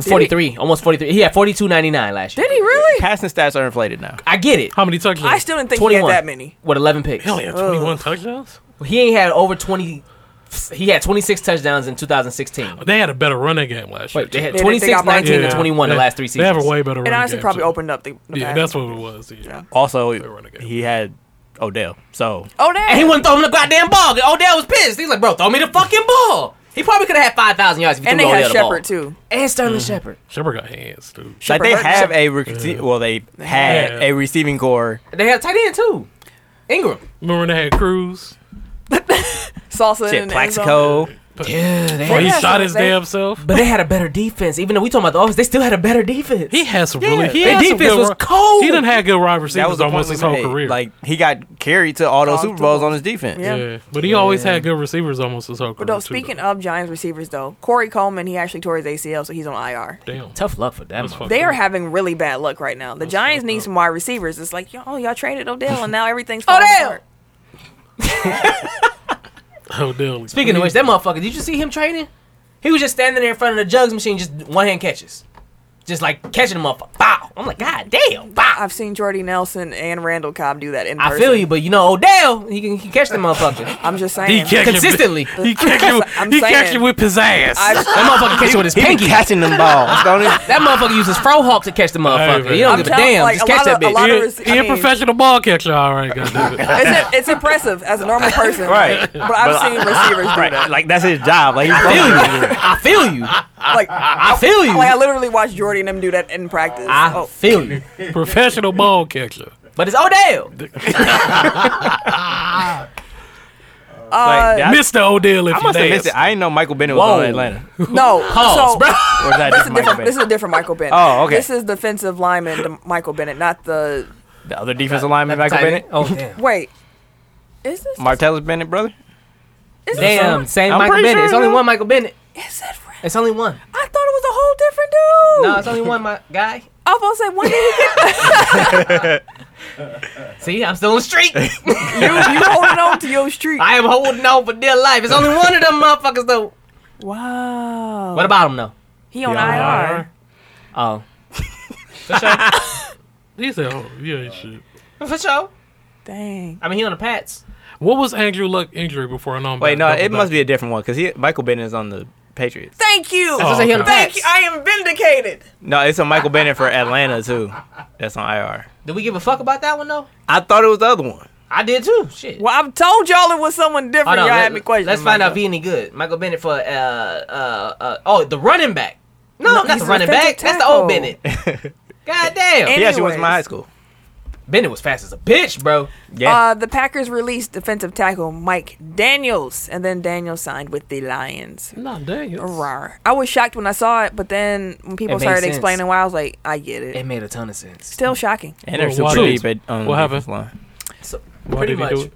[SPEAKER 1] 43, almost 43. He had 42.99 last year.
[SPEAKER 3] Did he really?
[SPEAKER 2] Passing stats are inflated now.
[SPEAKER 1] I get it.
[SPEAKER 4] How many touchdowns?
[SPEAKER 3] I still didn't think he
[SPEAKER 1] 21.
[SPEAKER 3] had that many.
[SPEAKER 1] With 11 picks.
[SPEAKER 4] Hell yeah, 21 touchdowns.
[SPEAKER 1] He ain't had over 20
[SPEAKER 9] He had 26 touchdowns in 2016.
[SPEAKER 4] They had a better running game last year.
[SPEAKER 9] Wait, they
[SPEAKER 4] too.
[SPEAKER 9] had
[SPEAKER 3] They- they
[SPEAKER 9] 26,
[SPEAKER 3] got
[SPEAKER 9] 19,
[SPEAKER 3] Brandon
[SPEAKER 9] and
[SPEAKER 3] now.
[SPEAKER 9] 21 the last three
[SPEAKER 4] They have a
[SPEAKER 9] seasons.
[SPEAKER 4] way better.
[SPEAKER 3] And
[SPEAKER 4] running
[SPEAKER 3] honestly,
[SPEAKER 4] game,
[SPEAKER 3] probably
[SPEAKER 4] too.
[SPEAKER 3] opened up the. the
[SPEAKER 4] Yeah,
[SPEAKER 3] pass.
[SPEAKER 4] that's what it was. Yeah.
[SPEAKER 3] Yeah.
[SPEAKER 2] Also,
[SPEAKER 4] run the game.
[SPEAKER 2] he had Odell. So
[SPEAKER 3] Oh, damn.
[SPEAKER 1] And he wouldn't throw him the goddamn ball. Odell was pissed. He's like, bro, throw me the fucking ball. He probably could have had 5,000 yards if he
[SPEAKER 3] and
[SPEAKER 1] threw
[SPEAKER 3] they
[SPEAKER 1] Odell
[SPEAKER 3] had
[SPEAKER 1] the ball.
[SPEAKER 3] Shepard too.
[SPEAKER 9] And Sterling
[SPEAKER 4] Mm.
[SPEAKER 9] Shepard.
[SPEAKER 4] Shepard got hands too.
[SPEAKER 2] like they
[SPEAKER 3] Shepard-
[SPEAKER 2] have a rec- well, they had
[SPEAKER 4] Yeah.
[SPEAKER 2] a receiving core.
[SPEAKER 1] They had a tight end, too. Ingram.
[SPEAKER 4] Remember when they had Cruz?
[SPEAKER 3] Salsa
[SPEAKER 2] Shit,
[SPEAKER 3] and
[SPEAKER 2] Plaxico.
[SPEAKER 9] Yeah, they
[SPEAKER 4] Or
[SPEAKER 9] had,
[SPEAKER 4] he
[SPEAKER 3] had
[SPEAKER 4] shot
[SPEAKER 3] some-
[SPEAKER 4] his
[SPEAKER 3] they-
[SPEAKER 4] damn self.
[SPEAKER 9] but they had a better defense. Even though we talking about the offense, they still had a better defense.
[SPEAKER 4] He had some
[SPEAKER 2] Yeah,
[SPEAKER 4] really.
[SPEAKER 2] he
[SPEAKER 4] he
[SPEAKER 2] had
[SPEAKER 4] had
[SPEAKER 2] some
[SPEAKER 4] some
[SPEAKER 2] defense
[SPEAKER 4] good
[SPEAKER 2] was
[SPEAKER 4] ru-
[SPEAKER 2] cold.
[SPEAKER 4] He didn't have good wide
[SPEAKER 2] That
[SPEAKER 4] receivers
[SPEAKER 2] was the
[SPEAKER 4] almost
[SPEAKER 2] point
[SPEAKER 4] his
[SPEAKER 2] we
[SPEAKER 4] whole
[SPEAKER 2] made.
[SPEAKER 4] career.
[SPEAKER 2] Like he got carried to all those
[SPEAKER 3] All
[SPEAKER 2] Super
[SPEAKER 3] Super
[SPEAKER 2] Bowls on
[SPEAKER 3] Bowls.
[SPEAKER 2] his defense.
[SPEAKER 3] Yeah.
[SPEAKER 4] yeah, but he always had good receivers almost his whole
[SPEAKER 3] But
[SPEAKER 4] career.
[SPEAKER 3] though,
[SPEAKER 4] too,
[SPEAKER 3] speaking
[SPEAKER 4] though.
[SPEAKER 3] of Giants receivers, though, Corey Coleman he actually tore his ACL, so he's on IR.
[SPEAKER 4] damn,
[SPEAKER 9] Tough luck for them.
[SPEAKER 4] That's fucked
[SPEAKER 3] They
[SPEAKER 4] up. [laughs]
[SPEAKER 3] are having really bad luck right now. The Giants need some wide receivers. It's like, oh, y'all, y'all traded Odell, and now
[SPEAKER 2] [laughs]
[SPEAKER 3] everything's falling
[SPEAKER 1] Odell!
[SPEAKER 3] apart.
[SPEAKER 4] Odell.
[SPEAKER 1] Speaking of which, that motherfucker, did you see him training? He was just standing there in front of the jugs machine, just one hand catches. Just like catching the motherfucker. Bow. I'm like, God damn, bow.
[SPEAKER 3] I've seen Jordy Nelson and Randall Cobb do that in
[SPEAKER 1] I
[SPEAKER 3] person.
[SPEAKER 1] feel you, but you know, Odell, he can, he can catch the
[SPEAKER 2] [laughs]
[SPEAKER 1] motherfucker.
[SPEAKER 3] I'm just
[SPEAKER 4] he
[SPEAKER 3] saying.
[SPEAKER 4] catch
[SPEAKER 1] Consistently.
[SPEAKER 4] It, he catch it.
[SPEAKER 3] I'm
[SPEAKER 4] He catch
[SPEAKER 3] saying.
[SPEAKER 4] it with pizzazz.
[SPEAKER 3] I've,
[SPEAKER 1] That motherfucker catch it with his
[SPEAKER 2] He be
[SPEAKER 1] pinky.
[SPEAKER 2] catching them
[SPEAKER 3] [laughs]
[SPEAKER 2] balls. don't he?
[SPEAKER 1] That motherfucker uses fro hawk to catch the motherfucker.
[SPEAKER 4] man.
[SPEAKER 1] he don't
[SPEAKER 4] I'm
[SPEAKER 1] give a
[SPEAKER 3] telling-
[SPEAKER 1] damn.
[SPEAKER 3] like,
[SPEAKER 1] just
[SPEAKER 3] a
[SPEAKER 1] catch
[SPEAKER 3] lot
[SPEAKER 1] that
[SPEAKER 3] of- a
[SPEAKER 1] bitch.
[SPEAKER 3] lot
[SPEAKER 4] he,
[SPEAKER 3] of
[SPEAKER 4] a-
[SPEAKER 3] rece-
[SPEAKER 4] he
[SPEAKER 3] I
[SPEAKER 4] a
[SPEAKER 3] mean-
[SPEAKER 4] professional ball catcher. All right, goddamn it.
[SPEAKER 3] it's, it's impressive as a normal
[SPEAKER 2] [laughs]
[SPEAKER 3] person,
[SPEAKER 2] Right.
[SPEAKER 3] But I've
[SPEAKER 2] But
[SPEAKER 3] seen receivers do
[SPEAKER 2] Right,
[SPEAKER 3] that.
[SPEAKER 2] like that's his job. Like he's
[SPEAKER 1] I feel
[SPEAKER 2] supposed to do
[SPEAKER 3] [laughs]
[SPEAKER 1] you. I feel you.
[SPEAKER 2] [laughs]
[SPEAKER 3] Like,
[SPEAKER 1] I feel you.
[SPEAKER 3] like I literally watched Jordy and them do that in practice.
[SPEAKER 1] I
[SPEAKER 3] oh,
[SPEAKER 1] feel you. [laughs]
[SPEAKER 4] professional ball catcher.
[SPEAKER 1] But it's Odell.
[SPEAKER 3] uh,
[SPEAKER 2] Like, that-
[SPEAKER 4] Mr. Odell, if
[SPEAKER 2] I
[SPEAKER 4] you
[SPEAKER 2] must have missed
[SPEAKER 4] dance.
[SPEAKER 2] it. I didn't know Michael Bennett was
[SPEAKER 1] Whoa.
[SPEAKER 2] on Atlanta.
[SPEAKER 3] no,
[SPEAKER 2] [laughs]
[SPEAKER 1] Pause,
[SPEAKER 3] so
[SPEAKER 1] bro.
[SPEAKER 2] Or is that just
[SPEAKER 3] this is a
[SPEAKER 2] Michael
[SPEAKER 3] different. This
[SPEAKER 2] Bennett?
[SPEAKER 3] is a different Michael Bennett.
[SPEAKER 2] Oh, okay.
[SPEAKER 3] This is defensive lineman the Michael Bennett, not the
[SPEAKER 2] The other defensive lineman, Michael Bennett,
[SPEAKER 1] Oh damn.
[SPEAKER 3] wait. Is this
[SPEAKER 2] Martellus Bennett, brother.
[SPEAKER 3] is this
[SPEAKER 1] Damn, same
[SPEAKER 2] I'm
[SPEAKER 1] Michael
[SPEAKER 2] pretty
[SPEAKER 1] Bennett.
[SPEAKER 2] sure,
[SPEAKER 1] it's only
[SPEAKER 2] bro.
[SPEAKER 1] one Michael Bennett.
[SPEAKER 3] Is that right?
[SPEAKER 1] It's only one.
[SPEAKER 3] I thought it was a whole different dude.
[SPEAKER 1] No, it's only one my guy.
[SPEAKER 3] I was gonna say when did he get
[SPEAKER 1] See, I'm still on the [laughs] street.
[SPEAKER 3] [laughs] you, you holding on to your street?
[SPEAKER 1] I am holding on for dear life. It's only one of them motherfuckers though.
[SPEAKER 3] wow.
[SPEAKER 1] What about him though?
[SPEAKER 3] he on
[SPEAKER 2] Yeah,
[SPEAKER 3] IR?
[SPEAKER 1] Oh.
[SPEAKER 4] He said, "Oh, yeah, shit."
[SPEAKER 1] For sure.
[SPEAKER 3] Dang.
[SPEAKER 1] I mean he on the Pats. What
[SPEAKER 4] What was Andrew Luck injury before? I know. I'm
[SPEAKER 2] Wait, no,
[SPEAKER 4] back-
[SPEAKER 2] it
[SPEAKER 4] double
[SPEAKER 2] must
[SPEAKER 4] back.
[SPEAKER 2] be a different one because he Michael Bennett is on the Patriots.
[SPEAKER 3] Thank you.
[SPEAKER 4] Oh,
[SPEAKER 1] he on the
[SPEAKER 4] okay.
[SPEAKER 3] Thank
[SPEAKER 1] Pats.
[SPEAKER 3] you. I am vindicated.
[SPEAKER 2] No, it's a Michael Bennett for Atlanta too. That's on IR.
[SPEAKER 1] Did we give a fuck about that one though?
[SPEAKER 2] I thought it was the other one. [laughs]
[SPEAKER 1] I did too. Shit.
[SPEAKER 3] Well, I've told y'all it was someone different.
[SPEAKER 1] Hold on,
[SPEAKER 3] y'all
[SPEAKER 1] let-
[SPEAKER 3] had me questioning.
[SPEAKER 1] Let's find out if
[SPEAKER 3] myself.
[SPEAKER 1] he any good. Michael Bennett for uh uh, uh oh the running back. No, not
[SPEAKER 3] he's
[SPEAKER 1] the
[SPEAKER 3] an
[SPEAKER 1] running back. That's
[SPEAKER 3] offensive
[SPEAKER 1] the old
[SPEAKER 3] tackle.
[SPEAKER 1] Bennett. [laughs] God damn.
[SPEAKER 3] And-
[SPEAKER 2] yeah, she went to
[SPEAKER 3] Anyways.
[SPEAKER 2] my high school.
[SPEAKER 1] Bennett was fast as a bitch, bro.
[SPEAKER 2] Yeah,
[SPEAKER 3] Uh, the Packers released defensive tackle Mike Daniels, and then Daniels signed with the Lions.
[SPEAKER 4] No, Daniels.
[SPEAKER 3] Rawr. I was shocked when I saw it, but then when
[SPEAKER 1] It
[SPEAKER 3] people
[SPEAKER 1] made
[SPEAKER 3] started
[SPEAKER 1] sense.
[SPEAKER 3] explaining why, I was like, I get it.
[SPEAKER 1] It made a ton of sense.
[SPEAKER 3] Still shocking.
[SPEAKER 2] and they're
[SPEAKER 4] Well,
[SPEAKER 2] super
[SPEAKER 4] why-
[SPEAKER 2] deep at, on
[SPEAKER 4] What
[SPEAKER 2] the
[SPEAKER 4] happened?
[SPEAKER 2] defensive line.
[SPEAKER 1] So
[SPEAKER 4] Why
[SPEAKER 1] pretty
[SPEAKER 4] did he
[SPEAKER 1] much,
[SPEAKER 4] do it?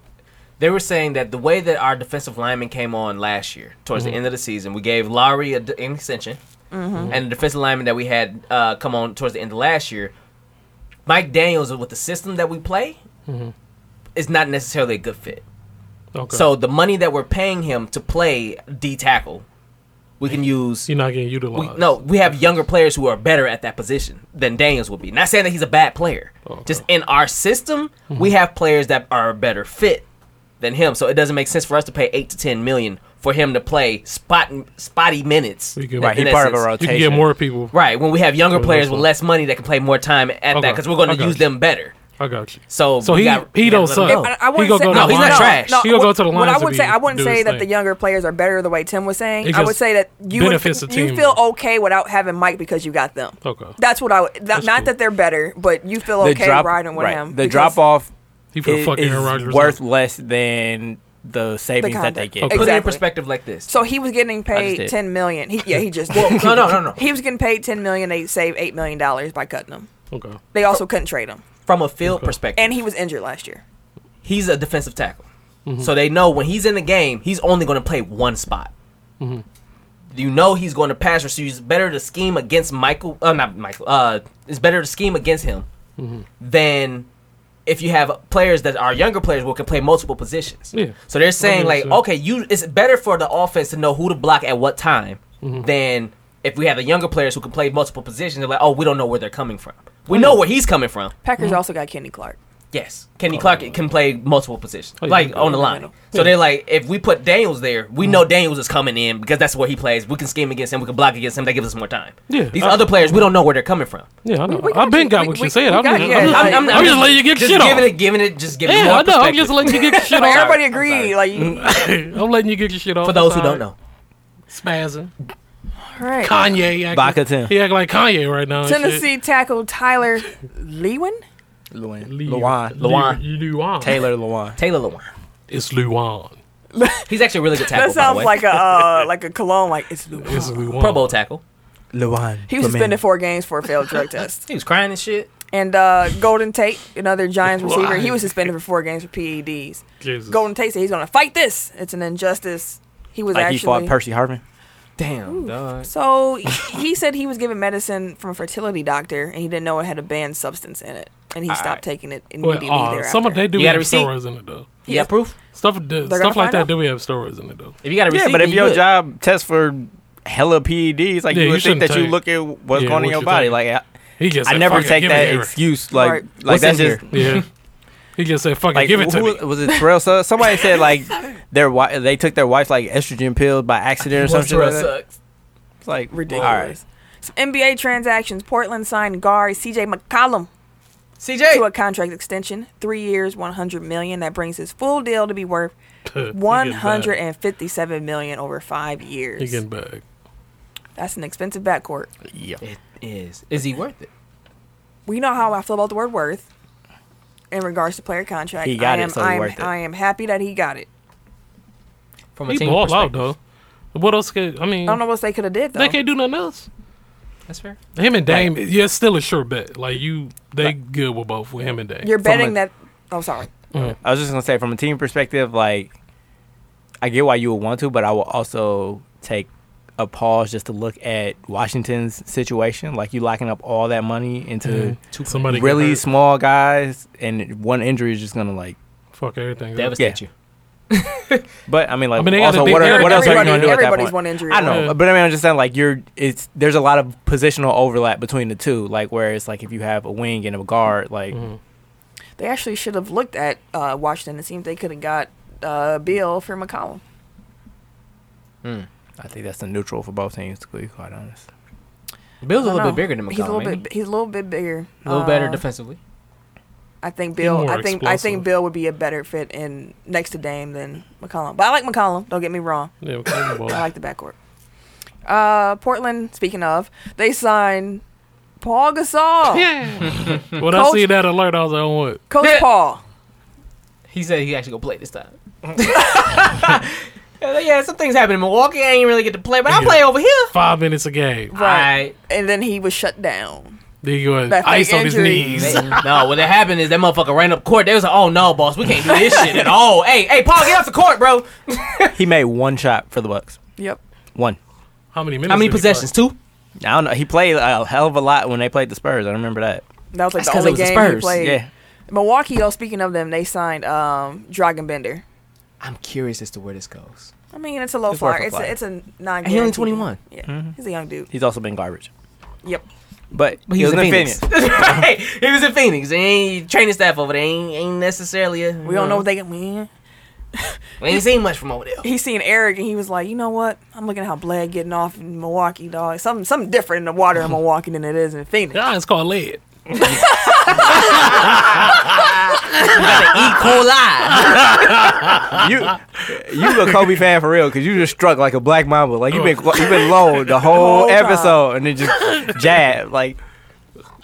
[SPEAKER 1] they were saying that the way that our defensive linemen came on last year, towards the end of the season, we gave Lowry a d- an extension, and the defensive lineman that we had uh, come on towards the end of last year, Mike Daniels, with the system that we play, is not necessarily a good fit.
[SPEAKER 4] Okay.
[SPEAKER 1] So the money that we're paying him to play D tackle, we can use.
[SPEAKER 4] you're not getting
[SPEAKER 1] We,
[SPEAKER 4] utilized.
[SPEAKER 1] no, we have younger players who are better at that position than Daniels would be. Not saying that he's a bad player.
[SPEAKER 4] Okay. Mhm.
[SPEAKER 1] Just in our system, we have players that are a better fit than him. So it doesn't make sense for us to pay eight to ten million for him to play spot spotty minutes.
[SPEAKER 4] We can-
[SPEAKER 1] in-
[SPEAKER 2] Right,
[SPEAKER 1] in
[SPEAKER 2] he's
[SPEAKER 1] that
[SPEAKER 2] part of a
[SPEAKER 1] sense.
[SPEAKER 4] you
[SPEAKER 2] rotation.
[SPEAKER 4] can get more people.
[SPEAKER 1] Right, when we have younger
[SPEAKER 4] Well,
[SPEAKER 1] players
[SPEAKER 4] that's
[SPEAKER 1] with
[SPEAKER 4] what-
[SPEAKER 1] less money that can play more time at that
[SPEAKER 4] Okay.
[SPEAKER 1] because we're going
[SPEAKER 4] Okay.
[SPEAKER 1] to use them better.
[SPEAKER 4] I got you.
[SPEAKER 1] So
[SPEAKER 4] So
[SPEAKER 1] we
[SPEAKER 4] he-
[SPEAKER 1] got-
[SPEAKER 4] he
[SPEAKER 1] we gotta
[SPEAKER 4] don't
[SPEAKER 1] let
[SPEAKER 4] suck.
[SPEAKER 1] them know.
[SPEAKER 4] He
[SPEAKER 3] I, I
[SPEAKER 4] gonna
[SPEAKER 3] wouldn't say
[SPEAKER 4] go to
[SPEAKER 1] No, the he's not Lions. trash.
[SPEAKER 3] No,
[SPEAKER 4] He gonna
[SPEAKER 3] what-
[SPEAKER 4] go to the
[SPEAKER 3] What
[SPEAKER 4] Lions
[SPEAKER 3] I
[SPEAKER 4] to
[SPEAKER 3] would
[SPEAKER 4] be-
[SPEAKER 3] say, I wouldn't
[SPEAKER 4] do
[SPEAKER 3] say
[SPEAKER 4] his
[SPEAKER 3] that
[SPEAKER 4] thing.
[SPEAKER 3] the younger players are better the way Tim was saying.
[SPEAKER 4] It
[SPEAKER 3] I would
[SPEAKER 4] just
[SPEAKER 3] say that you would,
[SPEAKER 4] benefits the
[SPEAKER 3] you
[SPEAKER 4] team
[SPEAKER 3] feel
[SPEAKER 4] more.
[SPEAKER 3] okay without having Mike because you got them.
[SPEAKER 4] Okay.
[SPEAKER 3] That's what I would. That,
[SPEAKER 4] That's
[SPEAKER 3] not
[SPEAKER 4] cool.
[SPEAKER 3] that they're better, but you feel okay riding with
[SPEAKER 2] right.
[SPEAKER 3] him.
[SPEAKER 2] The
[SPEAKER 3] because-
[SPEAKER 2] drop off
[SPEAKER 4] He for
[SPEAKER 2] is,
[SPEAKER 4] fucking Aaron
[SPEAKER 2] is
[SPEAKER 4] Rodgers.
[SPEAKER 2] worth
[SPEAKER 4] up.
[SPEAKER 2] less than the savings that they
[SPEAKER 3] contract.
[SPEAKER 2] get.
[SPEAKER 4] Okay.
[SPEAKER 1] Put it in
[SPEAKER 3] Exactly.
[SPEAKER 1] perspective like this.
[SPEAKER 3] So he was getting
[SPEAKER 2] did.
[SPEAKER 3] paid ten million. He, yeah, he just
[SPEAKER 1] Well, no, no, no, no.
[SPEAKER 3] He was getting paid ten million. They saved eight million dollars by cutting him.
[SPEAKER 4] Okay.
[SPEAKER 3] They also couldn't trade him,
[SPEAKER 1] From a field perspective,
[SPEAKER 3] and he was injured last year.
[SPEAKER 1] he's a defensive tackle. So they know when he's in the game, he's only going to play one spot. You know he's going to pass, so it's better to scheme against Michael. Uh, not Michael. Uh, it's better to scheme against him than if you have players that are younger players who can play multiple positions.
[SPEAKER 4] Yeah.
[SPEAKER 1] So they're saying like,
[SPEAKER 4] sense.
[SPEAKER 1] okay, you it's better for the offense to know who to block at what time than if we have the younger players who can play multiple positions. They're like, oh, we don't know where they're coming from. We know where he's coming from.
[SPEAKER 3] Packers also got Kenny Clark.
[SPEAKER 10] Yes.
[SPEAKER 1] Kenny Clark can play multiple positions,
[SPEAKER 4] Oh, yeah,
[SPEAKER 1] like
[SPEAKER 4] yeah,
[SPEAKER 1] on the
[SPEAKER 4] yeah,
[SPEAKER 1] line.
[SPEAKER 4] yeah. Mm.
[SPEAKER 1] So they're like, if we put Daniels there, we know Daniels is coming in because that's where he plays. We can scheme against him, we can block against him. That gives us more time.
[SPEAKER 4] Yeah,
[SPEAKER 1] These
[SPEAKER 4] I-
[SPEAKER 1] other players, we don't know where they're coming
[SPEAKER 4] [laughs]
[SPEAKER 1] from.
[SPEAKER 4] Yeah, I know.
[SPEAKER 3] we got
[SPEAKER 4] I've been
[SPEAKER 3] you.
[SPEAKER 4] got
[SPEAKER 3] We-
[SPEAKER 4] what
[SPEAKER 3] we-
[SPEAKER 4] you said.
[SPEAKER 3] we
[SPEAKER 4] I'm
[SPEAKER 3] got
[SPEAKER 4] just-
[SPEAKER 3] you.
[SPEAKER 4] I'm
[SPEAKER 3] I'm-
[SPEAKER 4] just-
[SPEAKER 3] I'm-
[SPEAKER 4] I'm just letting you get
[SPEAKER 1] just
[SPEAKER 4] shit
[SPEAKER 1] giving
[SPEAKER 4] off.
[SPEAKER 1] It, giving it, just giving it
[SPEAKER 4] Yeah,
[SPEAKER 1] more
[SPEAKER 4] I know. I'm
[SPEAKER 1] perspective.
[SPEAKER 4] just letting you get your shit
[SPEAKER 3] Like, [laughs]
[SPEAKER 4] off.
[SPEAKER 3] everybody
[SPEAKER 1] sorry.
[SPEAKER 3] agreed. Like, you-
[SPEAKER 4] I'm letting you get your shit
[SPEAKER 1] [laughs]
[SPEAKER 4] off.
[SPEAKER 1] For those
[SPEAKER 4] I'm
[SPEAKER 1] who don't
[SPEAKER 4] sorry.
[SPEAKER 1] know,
[SPEAKER 4] Spazzing.
[SPEAKER 3] all right.
[SPEAKER 4] Kanye. acting-
[SPEAKER 2] Baka Tim.
[SPEAKER 4] He act like Kanye right now. and shit.
[SPEAKER 3] Tennessee tackle Tyler Lewin.
[SPEAKER 2] Luan.
[SPEAKER 4] Lee-
[SPEAKER 2] Luan.
[SPEAKER 4] Lu-
[SPEAKER 1] Luan.
[SPEAKER 4] Luan.
[SPEAKER 2] Taylor Luan.
[SPEAKER 1] Taylor Lewan.
[SPEAKER 4] It's Luan.
[SPEAKER 1] He's actually a really good tackle.
[SPEAKER 3] That sounds
[SPEAKER 1] by
[SPEAKER 3] like a uh, like a cologne. Like it's Lewin.
[SPEAKER 4] It's Luan.
[SPEAKER 1] the way. Pro Bowl tackle.
[SPEAKER 2] Luan.
[SPEAKER 3] He was suspended four games for a failed drug test.
[SPEAKER 1] He was crying and shit.
[SPEAKER 3] And uh, Golden Tate, another Giants receiver, he was suspended for four games for PEDs.
[SPEAKER 4] Jesus.
[SPEAKER 3] Golden Tate said he's going to fight this. It's an injustice. He was
[SPEAKER 2] Like he
[SPEAKER 3] actually
[SPEAKER 2] fought Percy Harvin.
[SPEAKER 1] Damn, dog.
[SPEAKER 3] so he said he was given medicine from a fertility doctor and he didn't know it had a banned substance in it, and he stopped taking it
[SPEAKER 4] Well,
[SPEAKER 3] immediately
[SPEAKER 4] uh,
[SPEAKER 3] thereafter.
[SPEAKER 4] some of they do
[SPEAKER 1] You got a
[SPEAKER 4] have
[SPEAKER 1] receipt?
[SPEAKER 4] stories in it though.
[SPEAKER 1] You got proof?
[SPEAKER 4] Stuff do- stuff
[SPEAKER 3] gonna
[SPEAKER 4] like
[SPEAKER 3] find
[SPEAKER 4] that
[SPEAKER 3] out.
[SPEAKER 4] do we have stories in it though.
[SPEAKER 1] If you got a receipt,
[SPEAKER 2] Yeah, but if
[SPEAKER 1] then
[SPEAKER 2] your
[SPEAKER 1] good.
[SPEAKER 2] job tests for hella PEDs, like
[SPEAKER 4] Yeah,
[SPEAKER 2] you
[SPEAKER 4] you
[SPEAKER 2] would think
[SPEAKER 4] shouldn't
[SPEAKER 2] that you
[SPEAKER 4] take-
[SPEAKER 2] look at what's
[SPEAKER 4] Yeah,
[SPEAKER 2] going on
[SPEAKER 4] what
[SPEAKER 2] in your
[SPEAKER 4] you
[SPEAKER 2] body.
[SPEAKER 4] think.
[SPEAKER 2] Like I,
[SPEAKER 4] He just
[SPEAKER 2] I
[SPEAKER 4] said,
[SPEAKER 2] never
[SPEAKER 4] "Fuck it,
[SPEAKER 2] take
[SPEAKER 4] give me
[SPEAKER 2] that
[SPEAKER 4] here."
[SPEAKER 2] excuse. Like
[SPEAKER 3] Right.
[SPEAKER 2] like
[SPEAKER 1] What's in
[SPEAKER 2] that's just
[SPEAKER 4] Yeah. He just said, "Fuck it,
[SPEAKER 2] like
[SPEAKER 4] give it to
[SPEAKER 2] who- [laughs]
[SPEAKER 4] me."
[SPEAKER 2] was it Terrell? Suggs? Somebody
[SPEAKER 3] [laughs]
[SPEAKER 2] said like their wife they took their wife's like estrogen pill by accident or
[SPEAKER 1] What's
[SPEAKER 2] something.
[SPEAKER 1] real
[SPEAKER 2] Like that.
[SPEAKER 1] sucks.
[SPEAKER 2] It's like
[SPEAKER 3] Ridiculous.
[SPEAKER 2] All right.
[SPEAKER 3] Some NBA transactions. Portland signed guard CJ McCollum to
[SPEAKER 1] CJ.
[SPEAKER 3] a contract extension, three years, one hundred million. That brings his full deal to be worth
[SPEAKER 4] He getting
[SPEAKER 3] one hundred
[SPEAKER 4] back.
[SPEAKER 3] and fifty-seven million over five
[SPEAKER 4] He
[SPEAKER 3] years.
[SPEAKER 4] getting back.
[SPEAKER 3] That's an expensive backcourt.
[SPEAKER 2] Yeah.
[SPEAKER 1] It is. Is he worth it?
[SPEAKER 3] We know how I feel about the word worth in regards to player contract.
[SPEAKER 2] He got
[SPEAKER 3] I
[SPEAKER 2] it,
[SPEAKER 3] am,
[SPEAKER 2] so it's
[SPEAKER 3] I am,
[SPEAKER 2] worth it.
[SPEAKER 3] I am happy that he got it.
[SPEAKER 1] From
[SPEAKER 4] He
[SPEAKER 1] team
[SPEAKER 4] ball out
[SPEAKER 1] perspective.
[SPEAKER 4] though. What else could I mean?
[SPEAKER 3] I don't know what they could have did though.
[SPEAKER 4] They can't do nothing else.
[SPEAKER 1] That's fair.
[SPEAKER 4] Him and Dame, yeah, it's still a sure bet. Like you, they good with both with him and Dame.
[SPEAKER 3] You're betting
[SPEAKER 2] a-
[SPEAKER 3] that. Oh, sorry.
[SPEAKER 2] I was just gonna say from a team perspective, like I get why you would want to, but I will also take a pause just to look at Washington's situation. Like you locking up all that money into
[SPEAKER 4] Somebody Mm-hmm. get
[SPEAKER 2] really
[SPEAKER 4] hurt.
[SPEAKER 2] small guys, and one inry is just gonna like.
[SPEAKER 4] fuck everything. [laughs] up.
[SPEAKER 1] Devastate
[SPEAKER 2] Yeah.
[SPEAKER 1] you.
[SPEAKER 2] But I mean, like
[SPEAKER 4] I mean, they got
[SPEAKER 2] also,
[SPEAKER 4] a big-
[SPEAKER 2] what,
[SPEAKER 4] they
[SPEAKER 2] are,
[SPEAKER 4] got
[SPEAKER 2] what
[SPEAKER 4] a
[SPEAKER 2] else are you
[SPEAKER 4] big-
[SPEAKER 2] gonna do at that
[SPEAKER 3] everybody's
[SPEAKER 2] point?
[SPEAKER 3] one injury
[SPEAKER 2] I know,
[SPEAKER 4] away.
[SPEAKER 2] but I mean, I'm just saying, like you're. It's there's a lot of positional overlap between the two. Like where it's like if you have a wing and a guard, like
[SPEAKER 4] Mm-hmm.
[SPEAKER 3] They actually should have looked at uh, Washington and seen if they could have got uh, Bill for McCollum.
[SPEAKER 2] I think that's the neutral for both teams. To be quite honest,
[SPEAKER 1] Bill's a
[SPEAKER 3] I
[SPEAKER 1] little
[SPEAKER 3] know.
[SPEAKER 1] bit bigger than McCollum.
[SPEAKER 3] He's a little
[SPEAKER 1] ain't
[SPEAKER 3] bit. He's a little bit bigger.
[SPEAKER 1] he? a little better
[SPEAKER 3] Uh,
[SPEAKER 1] defensively.
[SPEAKER 3] I think Bill.
[SPEAKER 4] more
[SPEAKER 3] I think I
[SPEAKER 4] explosive.
[SPEAKER 3] think Bill would be a better fit in next to Dame than McCollum. But I like McCollum. Don't get me wrong.
[SPEAKER 4] Yeah, we got the ball.
[SPEAKER 3] I [laughs] like the backcourt. Uh, Portland. Speaking of, they signed Paul Gasol,
[SPEAKER 4] when I
[SPEAKER 3] Coach-
[SPEAKER 4] see that alert, I was like, oh, what?
[SPEAKER 3] Coach
[SPEAKER 1] Yeah.
[SPEAKER 3] Paul.
[SPEAKER 1] He said he actually gonna play this time. [laughs] Yeah, like, yeah, some things happen in Milwaukee. I ain't really get to play, but I'll
[SPEAKER 4] Yeah.
[SPEAKER 1] play over here.
[SPEAKER 4] Five minutes a game.
[SPEAKER 3] Right.
[SPEAKER 1] Right.
[SPEAKER 3] And then he was shut down.
[SPEAKER 4] Then you go ahead,
[SPEAKER 3] That
[SPEAKER 4] ice
[SPEAKER 3] fake
[SPEAKER 4] on his
[SPEAKER 3] injury.
[SPEAKER 1] [laughs]
[SPEAKER 4] knees.
[SPEAKER 1] no, what that happened is that motherfucker ran up court. They was like, "Oh no, boss, we can't do this shit at all." Hey, hey, Paul, get off the court, bro.
[SPEAKER 2] he made one shot for the Bucks.
[SPEAKER 3] Yep.
[SPEAKER 2] One.
[SPEAKER 4] How many minutes?
[SPEAKER 1] How many
[SPEAKER 4] did he
[SPEAKER 1] possessions? Two.
[SPEAKER 2] I don't know. He played a hell of a lot when they played the Spurs. I remember that.
[SPEAKER 3] That was like
[SPEAKER 1] That's
[SPEAKER 3] the
[SPEAKER 1] 'cause it
[SPEAKER 3] only
[SPEAKER 1] was the
[SPEAKER 3] game he
[SPEAKER 1] Spurs.
[SPEAKER 3] played.
[SPEAKER 2] Yeah.
[SPEAKER 3] Milwaukee, though, speaking of them, they signed um, Dragon Bender.
[SPEAKER 1] I'm curious as to where this goes.
[SPEAKER 3] I mean, it's a low
[SPEAKER 2] It's worth
[SPEAKER 3] flyer.
[SPEAKER 2] a
[SPEAKER 3] It's
[SPEAKER 2] flyer.
[SPEAKER 3] a, it's a non.
[SPEAKER 1] he's only Mm-hmm. 21.
[SPEAKER 3] Yeah, he's a young dude.
[SPEAKER 2] He's also been garbage.
[SPEAKER 3] Yep.
[SPEAKER 2] But,
[SPEAKER 1] But
[SPEAKER 2] he was in Phoenix.
[SPEAKER 1] [laughs] right. He was in Phoenix. They ain't training staff over there. Ain't, ain't necessarily. A,
[SPEAKER 3] We don't know what they can win.
[SPEAKER 1] We ain't seen much from over there.
[SPEAKER 3] He seen Eric and he was like, you know what? I'm looking at how Bled getting off in Milwaukee, dog. Something something different in the water
[SPEAKER 4] [laughs]
[SPEAKER 3] in Milwaukee than it is in Phoenix.
[SPEAKER 4] play? Ah, it's called lead.
[SPEAKER 1] E. [laughs] coli.
[SPEAKER 2] you
[SPEAKER 4] [laughs]
[SPEAKER 2] you a Kobe fan for real because you just struck like a black mamba. Like you've been
[SPEAKER 4] Oh.
[SPEAKER 2] you been low [laughs] the whole
[SPEAKER 3] Whole time.
[SPEAKER 2] episode and then just jab. Like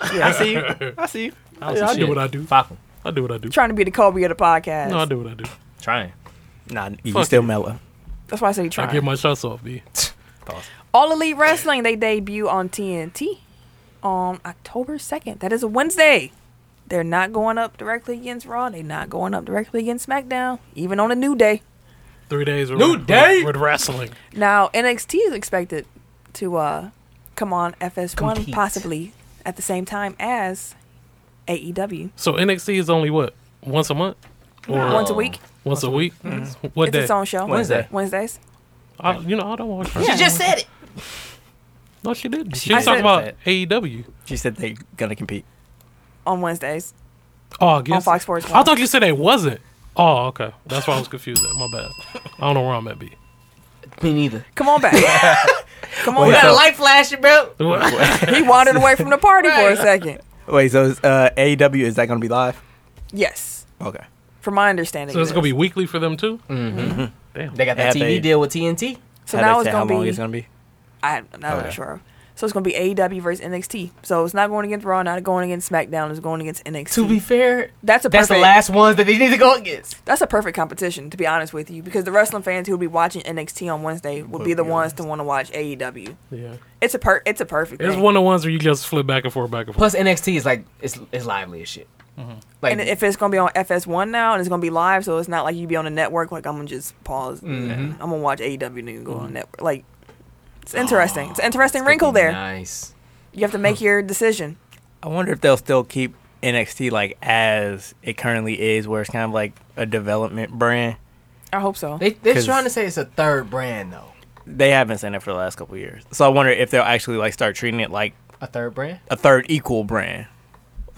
[SPEAKER 2] I see you. I see you.
[SPEAKER 4] Yeah, I do what I do.
[SPEAKER 1] Fuck him.
[SPEAKER 4] I do what I do.
[SPEAKER 3] Trying to be the Kobe of the podcast.
[SPEAKER 4] No, I do what I do.
[SPEAKER 1] Trying.
[SPEAKER 2] Nah, you
[SPEAKER 4] Fuck
[SPEAKER 2] still
[SPEAKER 4] you.
[SPEAKER 2] mellow.
[SPEAKER 3] That's why I say he
[SPEAKER 4] I
[SPEAKER 3] trying.
[SPEAKER 4] get my shots off, B.
[SPEAKER 3] All Elite Wrestling they debut on TNT on October 2nd. That is a Wednesday. They're not going up directly against Raw. They're not going up directly against SmackDown, even on a new day.
[SPEAKER 4] Three days. With,
[SPEAKER 1] New
[SPEAKER 4] with-
[SPEAKER 1] day?
[SPEAKER 4] with wrestling.
[SPEAKER 3] Now NXT is expected to uh, come on FS1
[SPEAKER 1] Compete.
[SPEAKER 3] possibly at the same time as E AEW
[SPEAKER 4] So NXT is only what once a month or
[SPEAKER 3] once a week.
[SPEAKER 4] Once a week. What
[SPEAKER 1] Mm-hmm.
[SPEAKER 3] It's
[SPEAKER 4] day?
[SPEAKER 3] its own show.
[SPEAKER 2] Wednesday.
[SPEAKER 3] Wednesdays.
[SPEAKER 4] I, you know, I don't watch.
[SPEAKER 1] She
[SPEAKER 4] wrestling.
[SPEAKER 1] just said it.
[SPEAKER 4] No, she didn't. She
[SPEAKER 3] I
[SPEAKER 4] was talking
[SPEAKER 3] said
[SPEAKER 4] about
[SPEAKER 2] that.
[SPEAKER 4] AEW.
[SPEAKER 2] She said they gonna compete.
[SPEAKER 3] On Wednesdays.
[SPEAKER 4] Oh, I guess.
[SPEAKER 3] Fox Sports
[SPEAKER 4] I
[SPEAKER 3] One.
[SPEAKER 4] thought you said it wasn't. Oh, okay. That's why I was confused. At. My bad. I don't know where I'm
[SPEAKER 1] [laughs]
[SPEAKER 4] at. B.
[SPEAKER 1] Me neither.
[SPEAKER 3] Come on back. Come on
[SPEAKER 2] Wait,
[SPEAKER 1] You
[SPEAKER 3] back.
[SPEAKER 1] got a
[SPEAKER 2] so-
[SPEAKER 1] light flash, bro.
[SPEAKER 3] He wandered away from the party for a second.
[SPEAKER 2] Wait, so is, uh, AEW is that gonna be live?
[SPEAKER 3] Yes.
[SPEAKER 2] Okay.
[SPEAKER 3] From my understanding.
[SPEAKER 4] So it's
[SPEAKER 3] it
[SPEAKER 4] gonna
[SPEAKER 3] is.
[SPEAKER 4] be weekly for them too.
[SPEAKER 1] Mm-hmm. They got that
[SPEAKER 2] Have
[SPEAKER 1] TV
[SPEAKER 2] they-
[SPEAKER 1] deal with TNT.
[SPEAKER 3] So
[SPEAKER 2] How
[SPEAKER 3] now
[SPEAKER 2] they
[SPEAKER 3] it's
[SPEAKER 2] say how
[SPEAKER 3] gonna
[SPEAKER 2] long
[SPEAKER 3] be.
[SPEAKER 2] it's gonna be?
[SPEAKER 3] I, I'm not
[SPEAKER 2] Okay.
[SPEAKER 3] sure. So it's gonna be AEW versus NXT. So it's not going against Raw, not going against SmackDown. It's going against NXT.
[SPEAKER 1] To be fair,
[SPEAKER 3] that's a
[SPEAKER 1] that's
[SPEAKER 3] perfect,
[SPEAKER 1] the last ones that they need to go against.
[SPEAKER 3] That's a perfect competition, to be honest with you, because the wrestling fans who will be watching NXT on Wednesday will be the ones to want to watch AEW.
[SPEAKER 4] Yeah.
[SPEAKER 3] It's a per. It's a perfect.
[SPEAKER 4] It's
[SPEAKER 3] thing.
[SPEAKER 4] one of the ones where you just flip back and forth, back and
[SPEAKER 1] Plus
[SPEAKER 4] forth.
[SPEAKER 1] NXT is like it's it's lively as shit. Like
[SPEAKER 3] And if it's gonna be on FS1 now, and it's gonna be live, so it's not like you be on the network. Like I'm gonna just pause. I'm gonna watch AEW and then go on network. Like it's interesting. it's an interesting wrinkle there.
[SPEAKER 1] Nice.
[SPEAKER 3] You have to make your decision.
[SPEAKER 2] I wonder if they'll still keep NXT like as it currently is, where it's kind of like a development brand.
[SPEAKER 3] I hope so.
[SPEAKER 1] They they're
[SPEAKER 2] 'Cause-
[SPEAKER 1] trying to say it's a third brand though.
[SPEAKER 2] They haven't seen it for the last couple of years, so I wonder if they'll actually like start treating it like
[SPEAKER 1] A third brand
[SPEAKER 2] a third equal brand.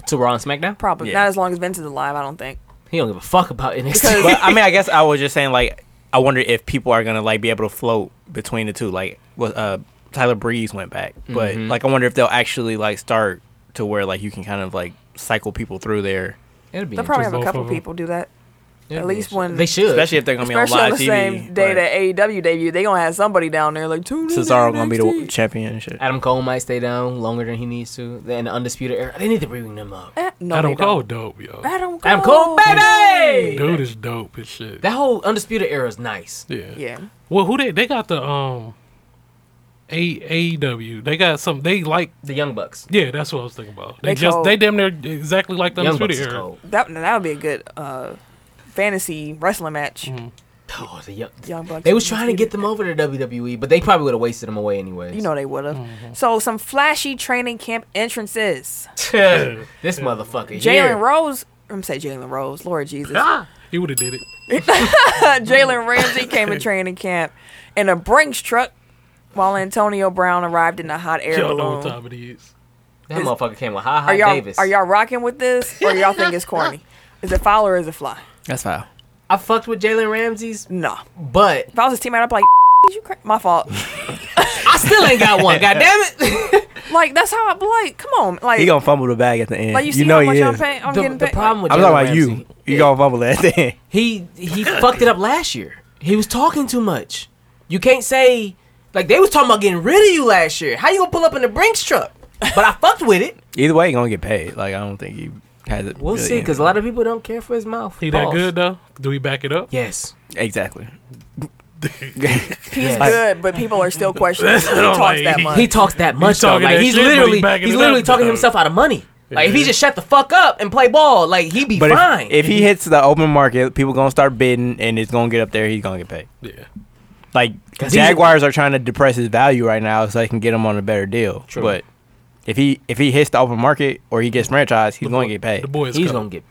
[SPEAKER 1] to Raw and SmackDown.
[SPEAKER 3] Probably
[SPEAKER 2] Yeah.
[SPEAKER 3] not as long as Vince is alive. I don't think.
[SPEAKER 1] He don't give a fuck about NXT.
[SPEAKER 2] but I mean, I guess I was just saying like I wonder if people are gonna like be able to float between the two. Like, what uh, Tyler Breeze went back, but like I wonder if they'll actually like start to where like you can kind of like cycle people through there,
[SPEAKER 1] It'll be
[SPEAKER 3] They'll probably
[SPEAKER 4] just
[SPEAKER 3] have a
[SPEAKER 4] both
[SPEAKER 3] couple
[SPEAKER 4] of 'em.
[SPEAKER 3] people do that.
[SPEAKER 1] interesting.
[SPEAKER 3] at least when-
[SPEAKER 1] they should.
[SPEAKER 2] especially if they're gonna
[SPEAKER 3] Especially
[SPEAKER 2] be on
[SPEAKER 3] on,
[SPEAKER 2] live
[SPEAKER 3] the
[SPEAKER 2] TV.
[SPEAKER 3] same day
[SPEAKER 2] like,
[SPEAKER 3] that AEW debut, they gonna have somebody down there like two.
[SPEAKER 2] Cesaro gonna be the champion and shit.
[SPEAKER 1] Adam Cole might stay down longer than he needs to. Then the undisputed era. They need to bring them up.
[SPEAKER 3] Eh, No,
[SPEAKER 4] Adam
[SPEAKER 3] they don't.
[SPEAKER 4] Cole, dope, yo.
[SPEAKER 3] Adam Cole.
[SPEAKER 1] Adam Cole, baby.
[SPEAKER 4] Dude is dope as shit.
[SPEAKER 1] That whole undisputed era is nice.
[SPEAKER 4] yeah.
[SPEAKER 3] Yeah.
[SPEAKER 4] Well, who they they got the um, A AEW. They got some. They like.
[SPEAKER 1] The Young Bucks.
[SPEAKER 4] Yeah, that's what I was thinking about. They,
[SPEAKER 3] They
[SPEAKER 4] just
[SPEAKER 3] cold.
[SPEAKER 4] they damn near exactly like the
[SPEAKER 1] Young Bucks
[SPEAKER 4] Undisputed
[SPEAKER 1] is
[SPEAKER 4] Era.
[SPEAKER 1] cold.
[SPEAKER 3] That that would be a good uh, fantasy wrestling match.
[SPEAKER 1] Oh, the young,
[SPEAKER 3] Young Bucks
[SPEAKER 1] They was
[SPEAKER 3] is
[SPEAKER 1] trying to get them over to WWE, but they probably would have wasted them away anyways.
[SPEAKER 3] You know they would have.
[SPEAKER 4] Mm-hmm.
[SPEAKER 3] So some flashy training camp entrances.
[SPEAKER 1] [laughs] this motherfucker. here.
[SPEAKER 3] Jalen Rose. I'm say Jalen Rose. Lord
[SPEAKER 4] [laughs]
[SPEAKER 3] Jesus. [laughs]
[SPEAKER 1] Ah!
[SPEAKER 4] He would have did it.
[SPEAKER 3] Jalen Ramsey came to training camp in a Brinks truck, while Antonio Brown arrived in a hot air
[SPEAKER 4] Y'all know what
[SPEAKER 3] balloon.
[SPEAKER 4] time it is.
[SPEAKER 1] That motherfucker came with Ha Ha
[SPEAKER 3] Are y'all
[SPEAKER 1] Davis.
[SPEAKER 3] are y'all rocking with this, or y'all think it's
[SPEAKER 4] [laughs]
[SPEAKER 3] corny? Is it foul or is it fly?
[SPEAKER 2] That's foul.
[SPEAKER 1] I fucked with Jalen Ramsey's,
[SPEAKER 3] No.
[SPEAKER 1] but
[SPEAKER 3] If I was his teammate, I'd be like, [laughs] "You cra-" my fault."
[SPEAKER 1] I still ain't got
[SPEAKER 2] [laughs]
[SPEAKER 1] one. God damn it.
[SPEAKER 3] Like that's how I be like. Come on, like
[SPEAKER 2] He gonna fumble the bag at the end.
[SPEAKER 3] like you see
[SPEAKER 2] know
[SPEAKER 3] how much
[SPEAKER 2] he
[SPEAKER 3] I'm
[SPEAKER 2] is.
[SPEAKER 3] paying.
[SPEAKER 1] [laughs]
[SPEAKER 3] I'm
[SPEAKER 1] the,
[SPEAKER 3] getting
[SPEAKER 1] the
[SPEAKER 3] paid.
[SPEAKER 1] problem with
[SPEAKER 2] I'm
[SPEAKER 1] Jalen
[SPEAKER 2] talking about
[SPEAKER 1] Ramsey,
[SPEAKER 2] you. You gonna fumble at the end.
[SPEAKER 1] He he fucked it up last year. He was talking too much. You can't say like they was talking about getting rid of you last year. How you gonna pull up in the Brinks truck? But I fucked with it.
[SPEAKER 2] Either way, he gonna get paid. Like I don't think he has it.
[SPEAKER 1] We'll
[SPEAKER 2] really
[SPEAKER 1] see,
[SPEAKER 2] in
[SPEAKER 1] because a
[SPEAKER 2] him.
[SPEAKER 1] lot of people don't care for his mouth.
[SPEAKER 4] He that
[SPEAKER 1] Pause.
[SPEAKER 4] good though. Do we back it up?
[SPEAKER 1] Yes.
[SPEAKER 2] exactly.
[SPEAKER 3] He's
[SPEAKER 1] Yes.
[SPEAKER 3] good, but people are
[SPEAKER 4] [laughs]
[SPEAKER 3] still questioning. if he
[SPEAKER 4] I'm
[SPEAKER 3] talks
[SPEAKER 4] like,
[SPEAKER 3] that
[SPEAKER 4] he-
[SPEAKER 3] much.
[SPEAKER 1] He talks that much though.
[SPEAKER 4] talking
[SPEAKER 1] Like
[SPEAKER 4] that
[SPEAKER 1] he's
[SPEAKER 4] shit, but he
[SPEAKER 1] literally
[SPEAKER 4] backing
[SPEAKER 1] he's
[SPEAKER 4] it
[SPEAKER 1] literally
[SPEAKER 4] up,
[SPEAKER 1] talking
[SPEAKER 4] though.
[SPEAKER 1] himself out of money. Like if he
[SPEAKER 4] Yeah.
[SPEAKER 1] just shut the fuck up and play ball, like he'd be
[SPEAKER 2] But
[SPEAKER 1] fine.
[SPEAKER 2] if, if he hits the open market, people gonna start bidding, and it's gonna get up there. He's gonna get paid.
[SPEAKER 4] Yeah.
[SPEAKER 2] Like
[SPEAKER 1] he's-
[SPEAKER 2] Jaguars are trying to depress his value right now, so they can get him on a better deal.
[SPEAKER 1] True.
[SPEAKER 2] But if he if he hits the open market or he gets franchised, he's gonna get paid.
[SPEAKER 4] The boy is
[SPEAKER 1] he's gonna
[SPEAKER 4] cold.
[SPEAKER 1] get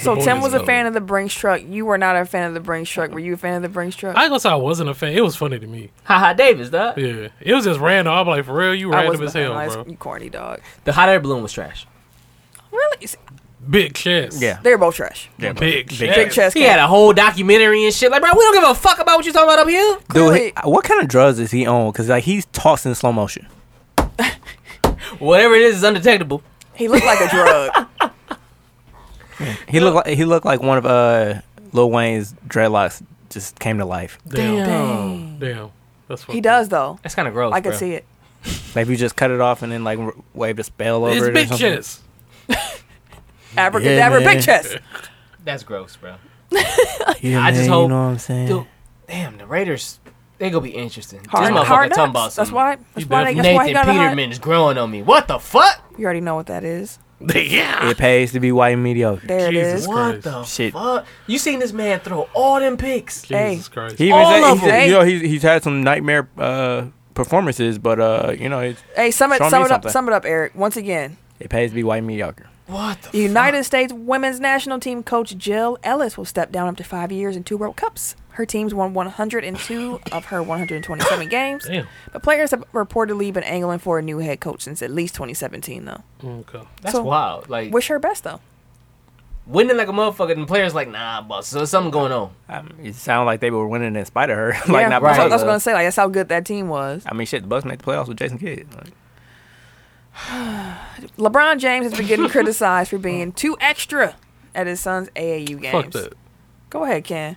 [SPEAKER 3] So
[SPEAKER 4] boys
[SPEAKER 3] Tim was a
[SPEAKER 4] know.
[SPEAKER 3] fan of the Brinks truck. You were not a fan of the Brinks truck. Were you a fan of the Brinks truck?
[SPEAKER 4] I ain't gonna say I wasn't a fan. It was funny to me.
[SPEAKER 1] haha Davis, dog.
[SPEAKER 4] Yeah. It was just random. I'm like, for real, you
[SPEAKER 3] I
[SPEAKER 4] random
[SPEAKER 3] wasn't a
[SPEAKER 4] as
[SPEAKER 3] fan.
[SPEAKER 4] hell,
[SPEAKER 3] I was-
[SPEAKER 4] bro.
[SPEAKER 3] You corny dog.
[SPEAKER 1] The hot air balloon was trash.
[SPEAKER 3] Really?
[SPEAKER 4] Big chest.
[SPEAKER 2] Yeah.
[SPEAKER 3] They're both trash.
[SPEAKER 2] Yeah, bro.
[SPEAKER 4] Big chest.
[SPEAKER 3] Big chest.
[SPEAKER 1] He had a whole documentary and shit. Like, bro, we don't give a fuck about what you talking about up here.
[SPEAKER 2] Dude,
[SPEAKER 3] Clearly-
[SPEAKER 2] he- what kind of drugs is he on? Because like he's tossed in slow motion.
[SPEAKER 1] Whatever it is is undetectable.
[SPEAKER 3] He looked like a drug.
[SPEAKER 1] [laughs]
[SPEAKER 2] He looked like he looked like one of uh Lil Wayne's dreadlocks just came to life.
[SPEAKER 4] Damn. Damn. That's what
[SPEAKER 3] he does though.
[SPEAKER 1] That's kind of gross.
[SPEAKER 3] I could
[SPEAKER 1] bro.
[SPEAKER 3] see it.
[SPEAKER 2] Like if you just cut it off and then like r- waved a spell over
[SPEAKER 4] It's
[SPEAKER 2] it. or
[SPEAKER 4] big
[SPEAKER 2] something.
[SPEAKER 4] chest.
[SPEAKER 3] Abracadabra,
[SPEAKER 2] man.
[SPEAKER 3] big chest.
[SPEAKER 1] That's gross, bro.
[SPEAKER 2] Yeah,
[SPEAKER 1] I just hope-
[SPEAKER 2] man, you know what I'm saying.
[SPEAKER 1] Dude, damn, the Raiders, they gonna be interesting.
[SPEAKER 3] Hard,
[SPEAKER 1] this motherfucker
[SPEAKER 3] hard
[SPEAKER 1] talking about
[SPEAKER 3] nuts. That's
[SPEAKER 1] some
[SPEAKER 3] why. That's why. They,
[SPEAKER 4] definitely-
[SPEAKER 3] that's why he
[SPEAKER 1] Nathan
[SPEAKER 3] got a hot.
[SPEAKER 1] Peterman is growing on me. What the fuck?
[SPEAKER 3] You already know what that is.
[SPEAKER 4] yeah.
[SPEAKER 3] Ah.
[SPEAKER 2] It pays to be white and mediocre.
[SPEAKER 3] There
[SPEAKER 4] Jesus.
[SPEAKER 3] it is.
[SPEAKER 1] What
[SPEAKER 4] Christ.
[SPEAKER 1] the
[SPEAKER 2] Shit.
[SPEAKER 1] fuck? You seen this man throw all them picks?
[SPEAKER 3] Hey.
[SPEAKER 4] Jesus Christ.
[SPEAKER 2] He even
[SPEAKER 1] All
[SPEAKER 2] said,
[SPEAKER 1] of
[SPEAKER 2] he said
[SPEAKER 3] them.
[SPEAKER 2] you know, he's, he's had some nightmare uh, performances, but uh, you know, it,
[SPEAKER 3] Hey, sum it,
[SPEAKER 2] Show me
[SPEAKER 3] sum it up,
[SPEAKER 2] something.
[SPEAKER 3] sum it up, Eric. Once again,
[SPEAKER 2] it pays to be white and mediocre.
[SPEAKER 1] What the
[SPEAKER 3] the United States women's national team coach Jill Ellis will step down after five years and two World Cups. Her team's won 102 of her 127
[SPEAKER 4] [coughs]
[SPEAKER 3] games,
[SPEAKER 4] Damn.
[SPEAKER 3] but players have reportedly been angling for a new head coach since at least 2017, though.
[SPEAKER 4] Okay.
[SPEAKER 1] That's
[SPEAKER 3] So-
[SPEAKER 1] wild. Like,
[SPEAKER 3] Wish her best, though.
[SPEAKER 1] winning like a motherfucker, and the player's like, nah, boss. So there's something going on.
[SPEAKER 2] Um, it sounded like they were winning in spite of her. [laughs] like
[SPEAKER 3] yeah,
[SPEAKER 2] not
[SPEAKER 3] that's what
[SPEAKER 2] because
[SPEAKER 3] I was
[SPEAKER 2] of-
[SPEAKER 3] gonna say. Like that's how good that team was.
[SPEAKER 2] I mean, shit, the Bucks made the playoffs with Jason Kidd. Like,
[SPEAKER 3] LeBron James has been
[SPEAKER 4] [laughs]
[SPEAKER 3] getting criticized for being too extra at his son's AAU games.
[SPEAKER 4] Fuck that.
[SPEAKER 3] Go ahead, Ken.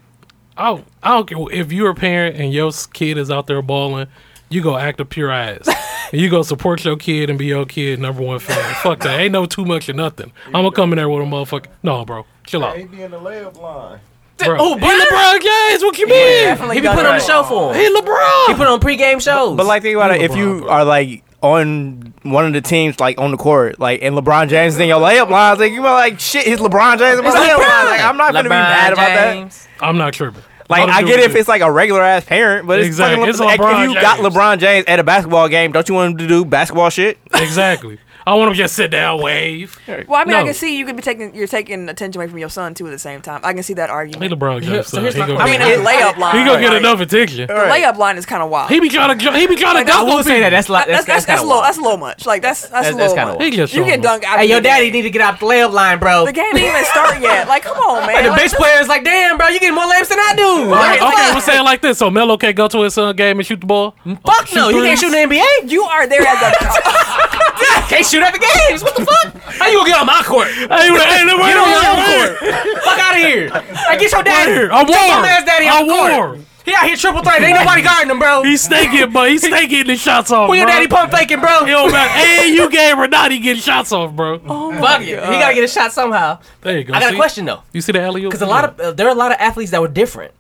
[SPEAKER 4] I don't, I don't care if you're a parent and your kid is out there balling, you go act a pure ass. and you go support your kid and be your kid number one fan. Fuck that. Ain't no too much or nothing. I'm gonna come in there with a motherfucker. No, bro. Chill out.
[SPEAKER 11] AD in the layup line.
[SPEAKER 4] Bro.
[SPEAKER 1] Oh,
[SPEAKER 4] Hey, LeBron James, what you mean?
[SPEAKER 3] Definitely
[SPEAKER 1] He be
[SPEAKER 3] got
[SPEAKER 1] putting
[SPEAKER 3] it
[SPEAKER 1] on
[SPEAKER 3] right.
[SPEAKER 1] the show for him.
[SPEAKER 4] Hey, LeBron.
[SPEAKER 1] He put on pregame shows.
[SPEAKER 2] But like, think about it. If
[SPEAKER 4] LeBron,
[SPEAKER 2] you
[SPEAKER 4] bro.
[SPEAKER 2] are like on one of the teams, like on the court, like and LeBron James is in your layup lines, like you were like, shit, his LeBron James in my layup lines. Like, I'm not gonna be mad about that.
[SPEAKER 4] I'm not tripping.
[SPEAKER 2] Like,
[SPEAKER 4] Let him
[SPEAKER 2] I
[SPEAKER 4] do
[SPEAKER 2] get
[SPEAKER 4] what
[SPEAKER 2] it if
[SPEAKER 4] he do.
[SPEAKER 2] it's like a regular ass parent, but it's
[SPEAKER 4] Exactly.
[SPEAKER 2] fucking
[SPEAKER 4] It's
[SPEAKER 2] like,
[SPEAKER 4] LeBron
[SPEAKER 2] if you got
[SPEAKER 4] James.
[SPEAKER 2] LeBron James at a basketball game, don't you want him to do basketball [laughs] shit?
[SPEAKER 4] exactly. I want him to just sit down, wave. Hey,
[SPEAKER 3] [laughs] Well, I mean, I
[SPEAKER 4] No.
[SPEAKER 3] can see you could be taking you're taking attention away from your son too at the same time. I can see that argument.
[SPEAKER 4] LeBron James.
[SPEAKER 1] so
[SPEAKER 4] son.
[SPEAKER 1] here's
[SPEAKER 4] he
[SPEAKER 1] my
[SPEAKER 4] gonna,
[SPEAKER 3] I
[SPEAKER 1] question.
[SPEAKER 3] mean,
[SPEAKER 4] get-
[SPEAKER 3] the layup line.
[SPEAKER 4] he gonna get
[SPEAKER 3] like,
[SPEAKER 4] enough attention.
[SPEAKER 3] The layup line is kind of wild.
[SPEAKER 4] He be trying to, he be trying to dunk on people.
[SPEAKER 1] That's like
[SPEAKER 3] that's that's, that's,
[SPEAKER 1] kinda
[SPEAKER 3] low.
[SPEAKER 1] wild.
[SPEAKER 3] That's low much. Like that's that's,
[SPEAKER 1] That's-
[SPEAKER 3] low.
[SPEAKER 1] that's kinda
[SPEAKER 3] much.
[SPEAKER 1] wild.
[SPEAKER 4] He just
[SPEAKER 3] You
[SPEAKER 4] showing
[SPEAKER 3] can
[SPEAKER 4] them.
[SPEAKER 3] dunk. out
[SPEAKER 1] Hey,
[SPEAKER 3] of
[SPEAKER 1] your
[SPEAKER 3] the
[SPEAKER 1] daddy
[SPEAKER 3] game.
[SPEAKER 1] need to get out the layup line, bro.
[SPEAKER 3] The game didn't even start yet. Like, come
[SPEAKER 1] [laughs]
[SPEAKER 3] on, man.
[SPEAKER 1] And the
[SPEAKER 3] Like,
[SPEAKER 1] bitch player's like, damn, bro, you getting more layups than I do. Like,
[SPEAKER 4] Okay, we'll say it like this. So Melo can't go to his son's game and shoot the ball.
[SPEAKER 1] fuck no, you can't shoot in the NBA.
[SPEAKER 3] You are there at the.
[SPEAKER 1] Can't shoot at the games. What the fuck? How you gonna get on my court? Get
[SPEAKER 4] Hey, what- hey, wait,
[SPEAKER 1] on
[SPEAKER 4] wait,
[SPEAKER 1] your
[SPEAKER 4] wait.
[SPEAKER 1] own court. fuck out of here. Hey, get your
[SPEAKER 4] Right
[SPEAKER 1] daddy.
[SPEAKER 4] here. I
[SPEAKER 1] Take your ass daddy out the
[SPEAKER 4] war. I
[SPEAKER 1] court.
[SPEAKER 4] war.
[SPEAKER 1] He out here triple threat. Ain't nobody guarding him, bro.
[SPEAKER 4] He's snaking, but he's snaking getting his shots off.
[SPEAKER 1] Who your
[SPEAKER 4] bro.
[SPEAKER 1] daddy pump faking, bro?
[SPEAKER 4] It don't matter. Hey, you gave Renati getting shots off, bro.
[SPEAKER 1] Fuck it. He gotta get a shot somehow.
[SPEAKER 4] There you go.
[SPEAKER 1] Oh I got
[SPEAKER 4] See?
[SPEAKER 1] a question though.
[SPEAKER 4] You see the alley
[SPEAKER 1] Because a lot of uh, there are a lot of athletes that were different.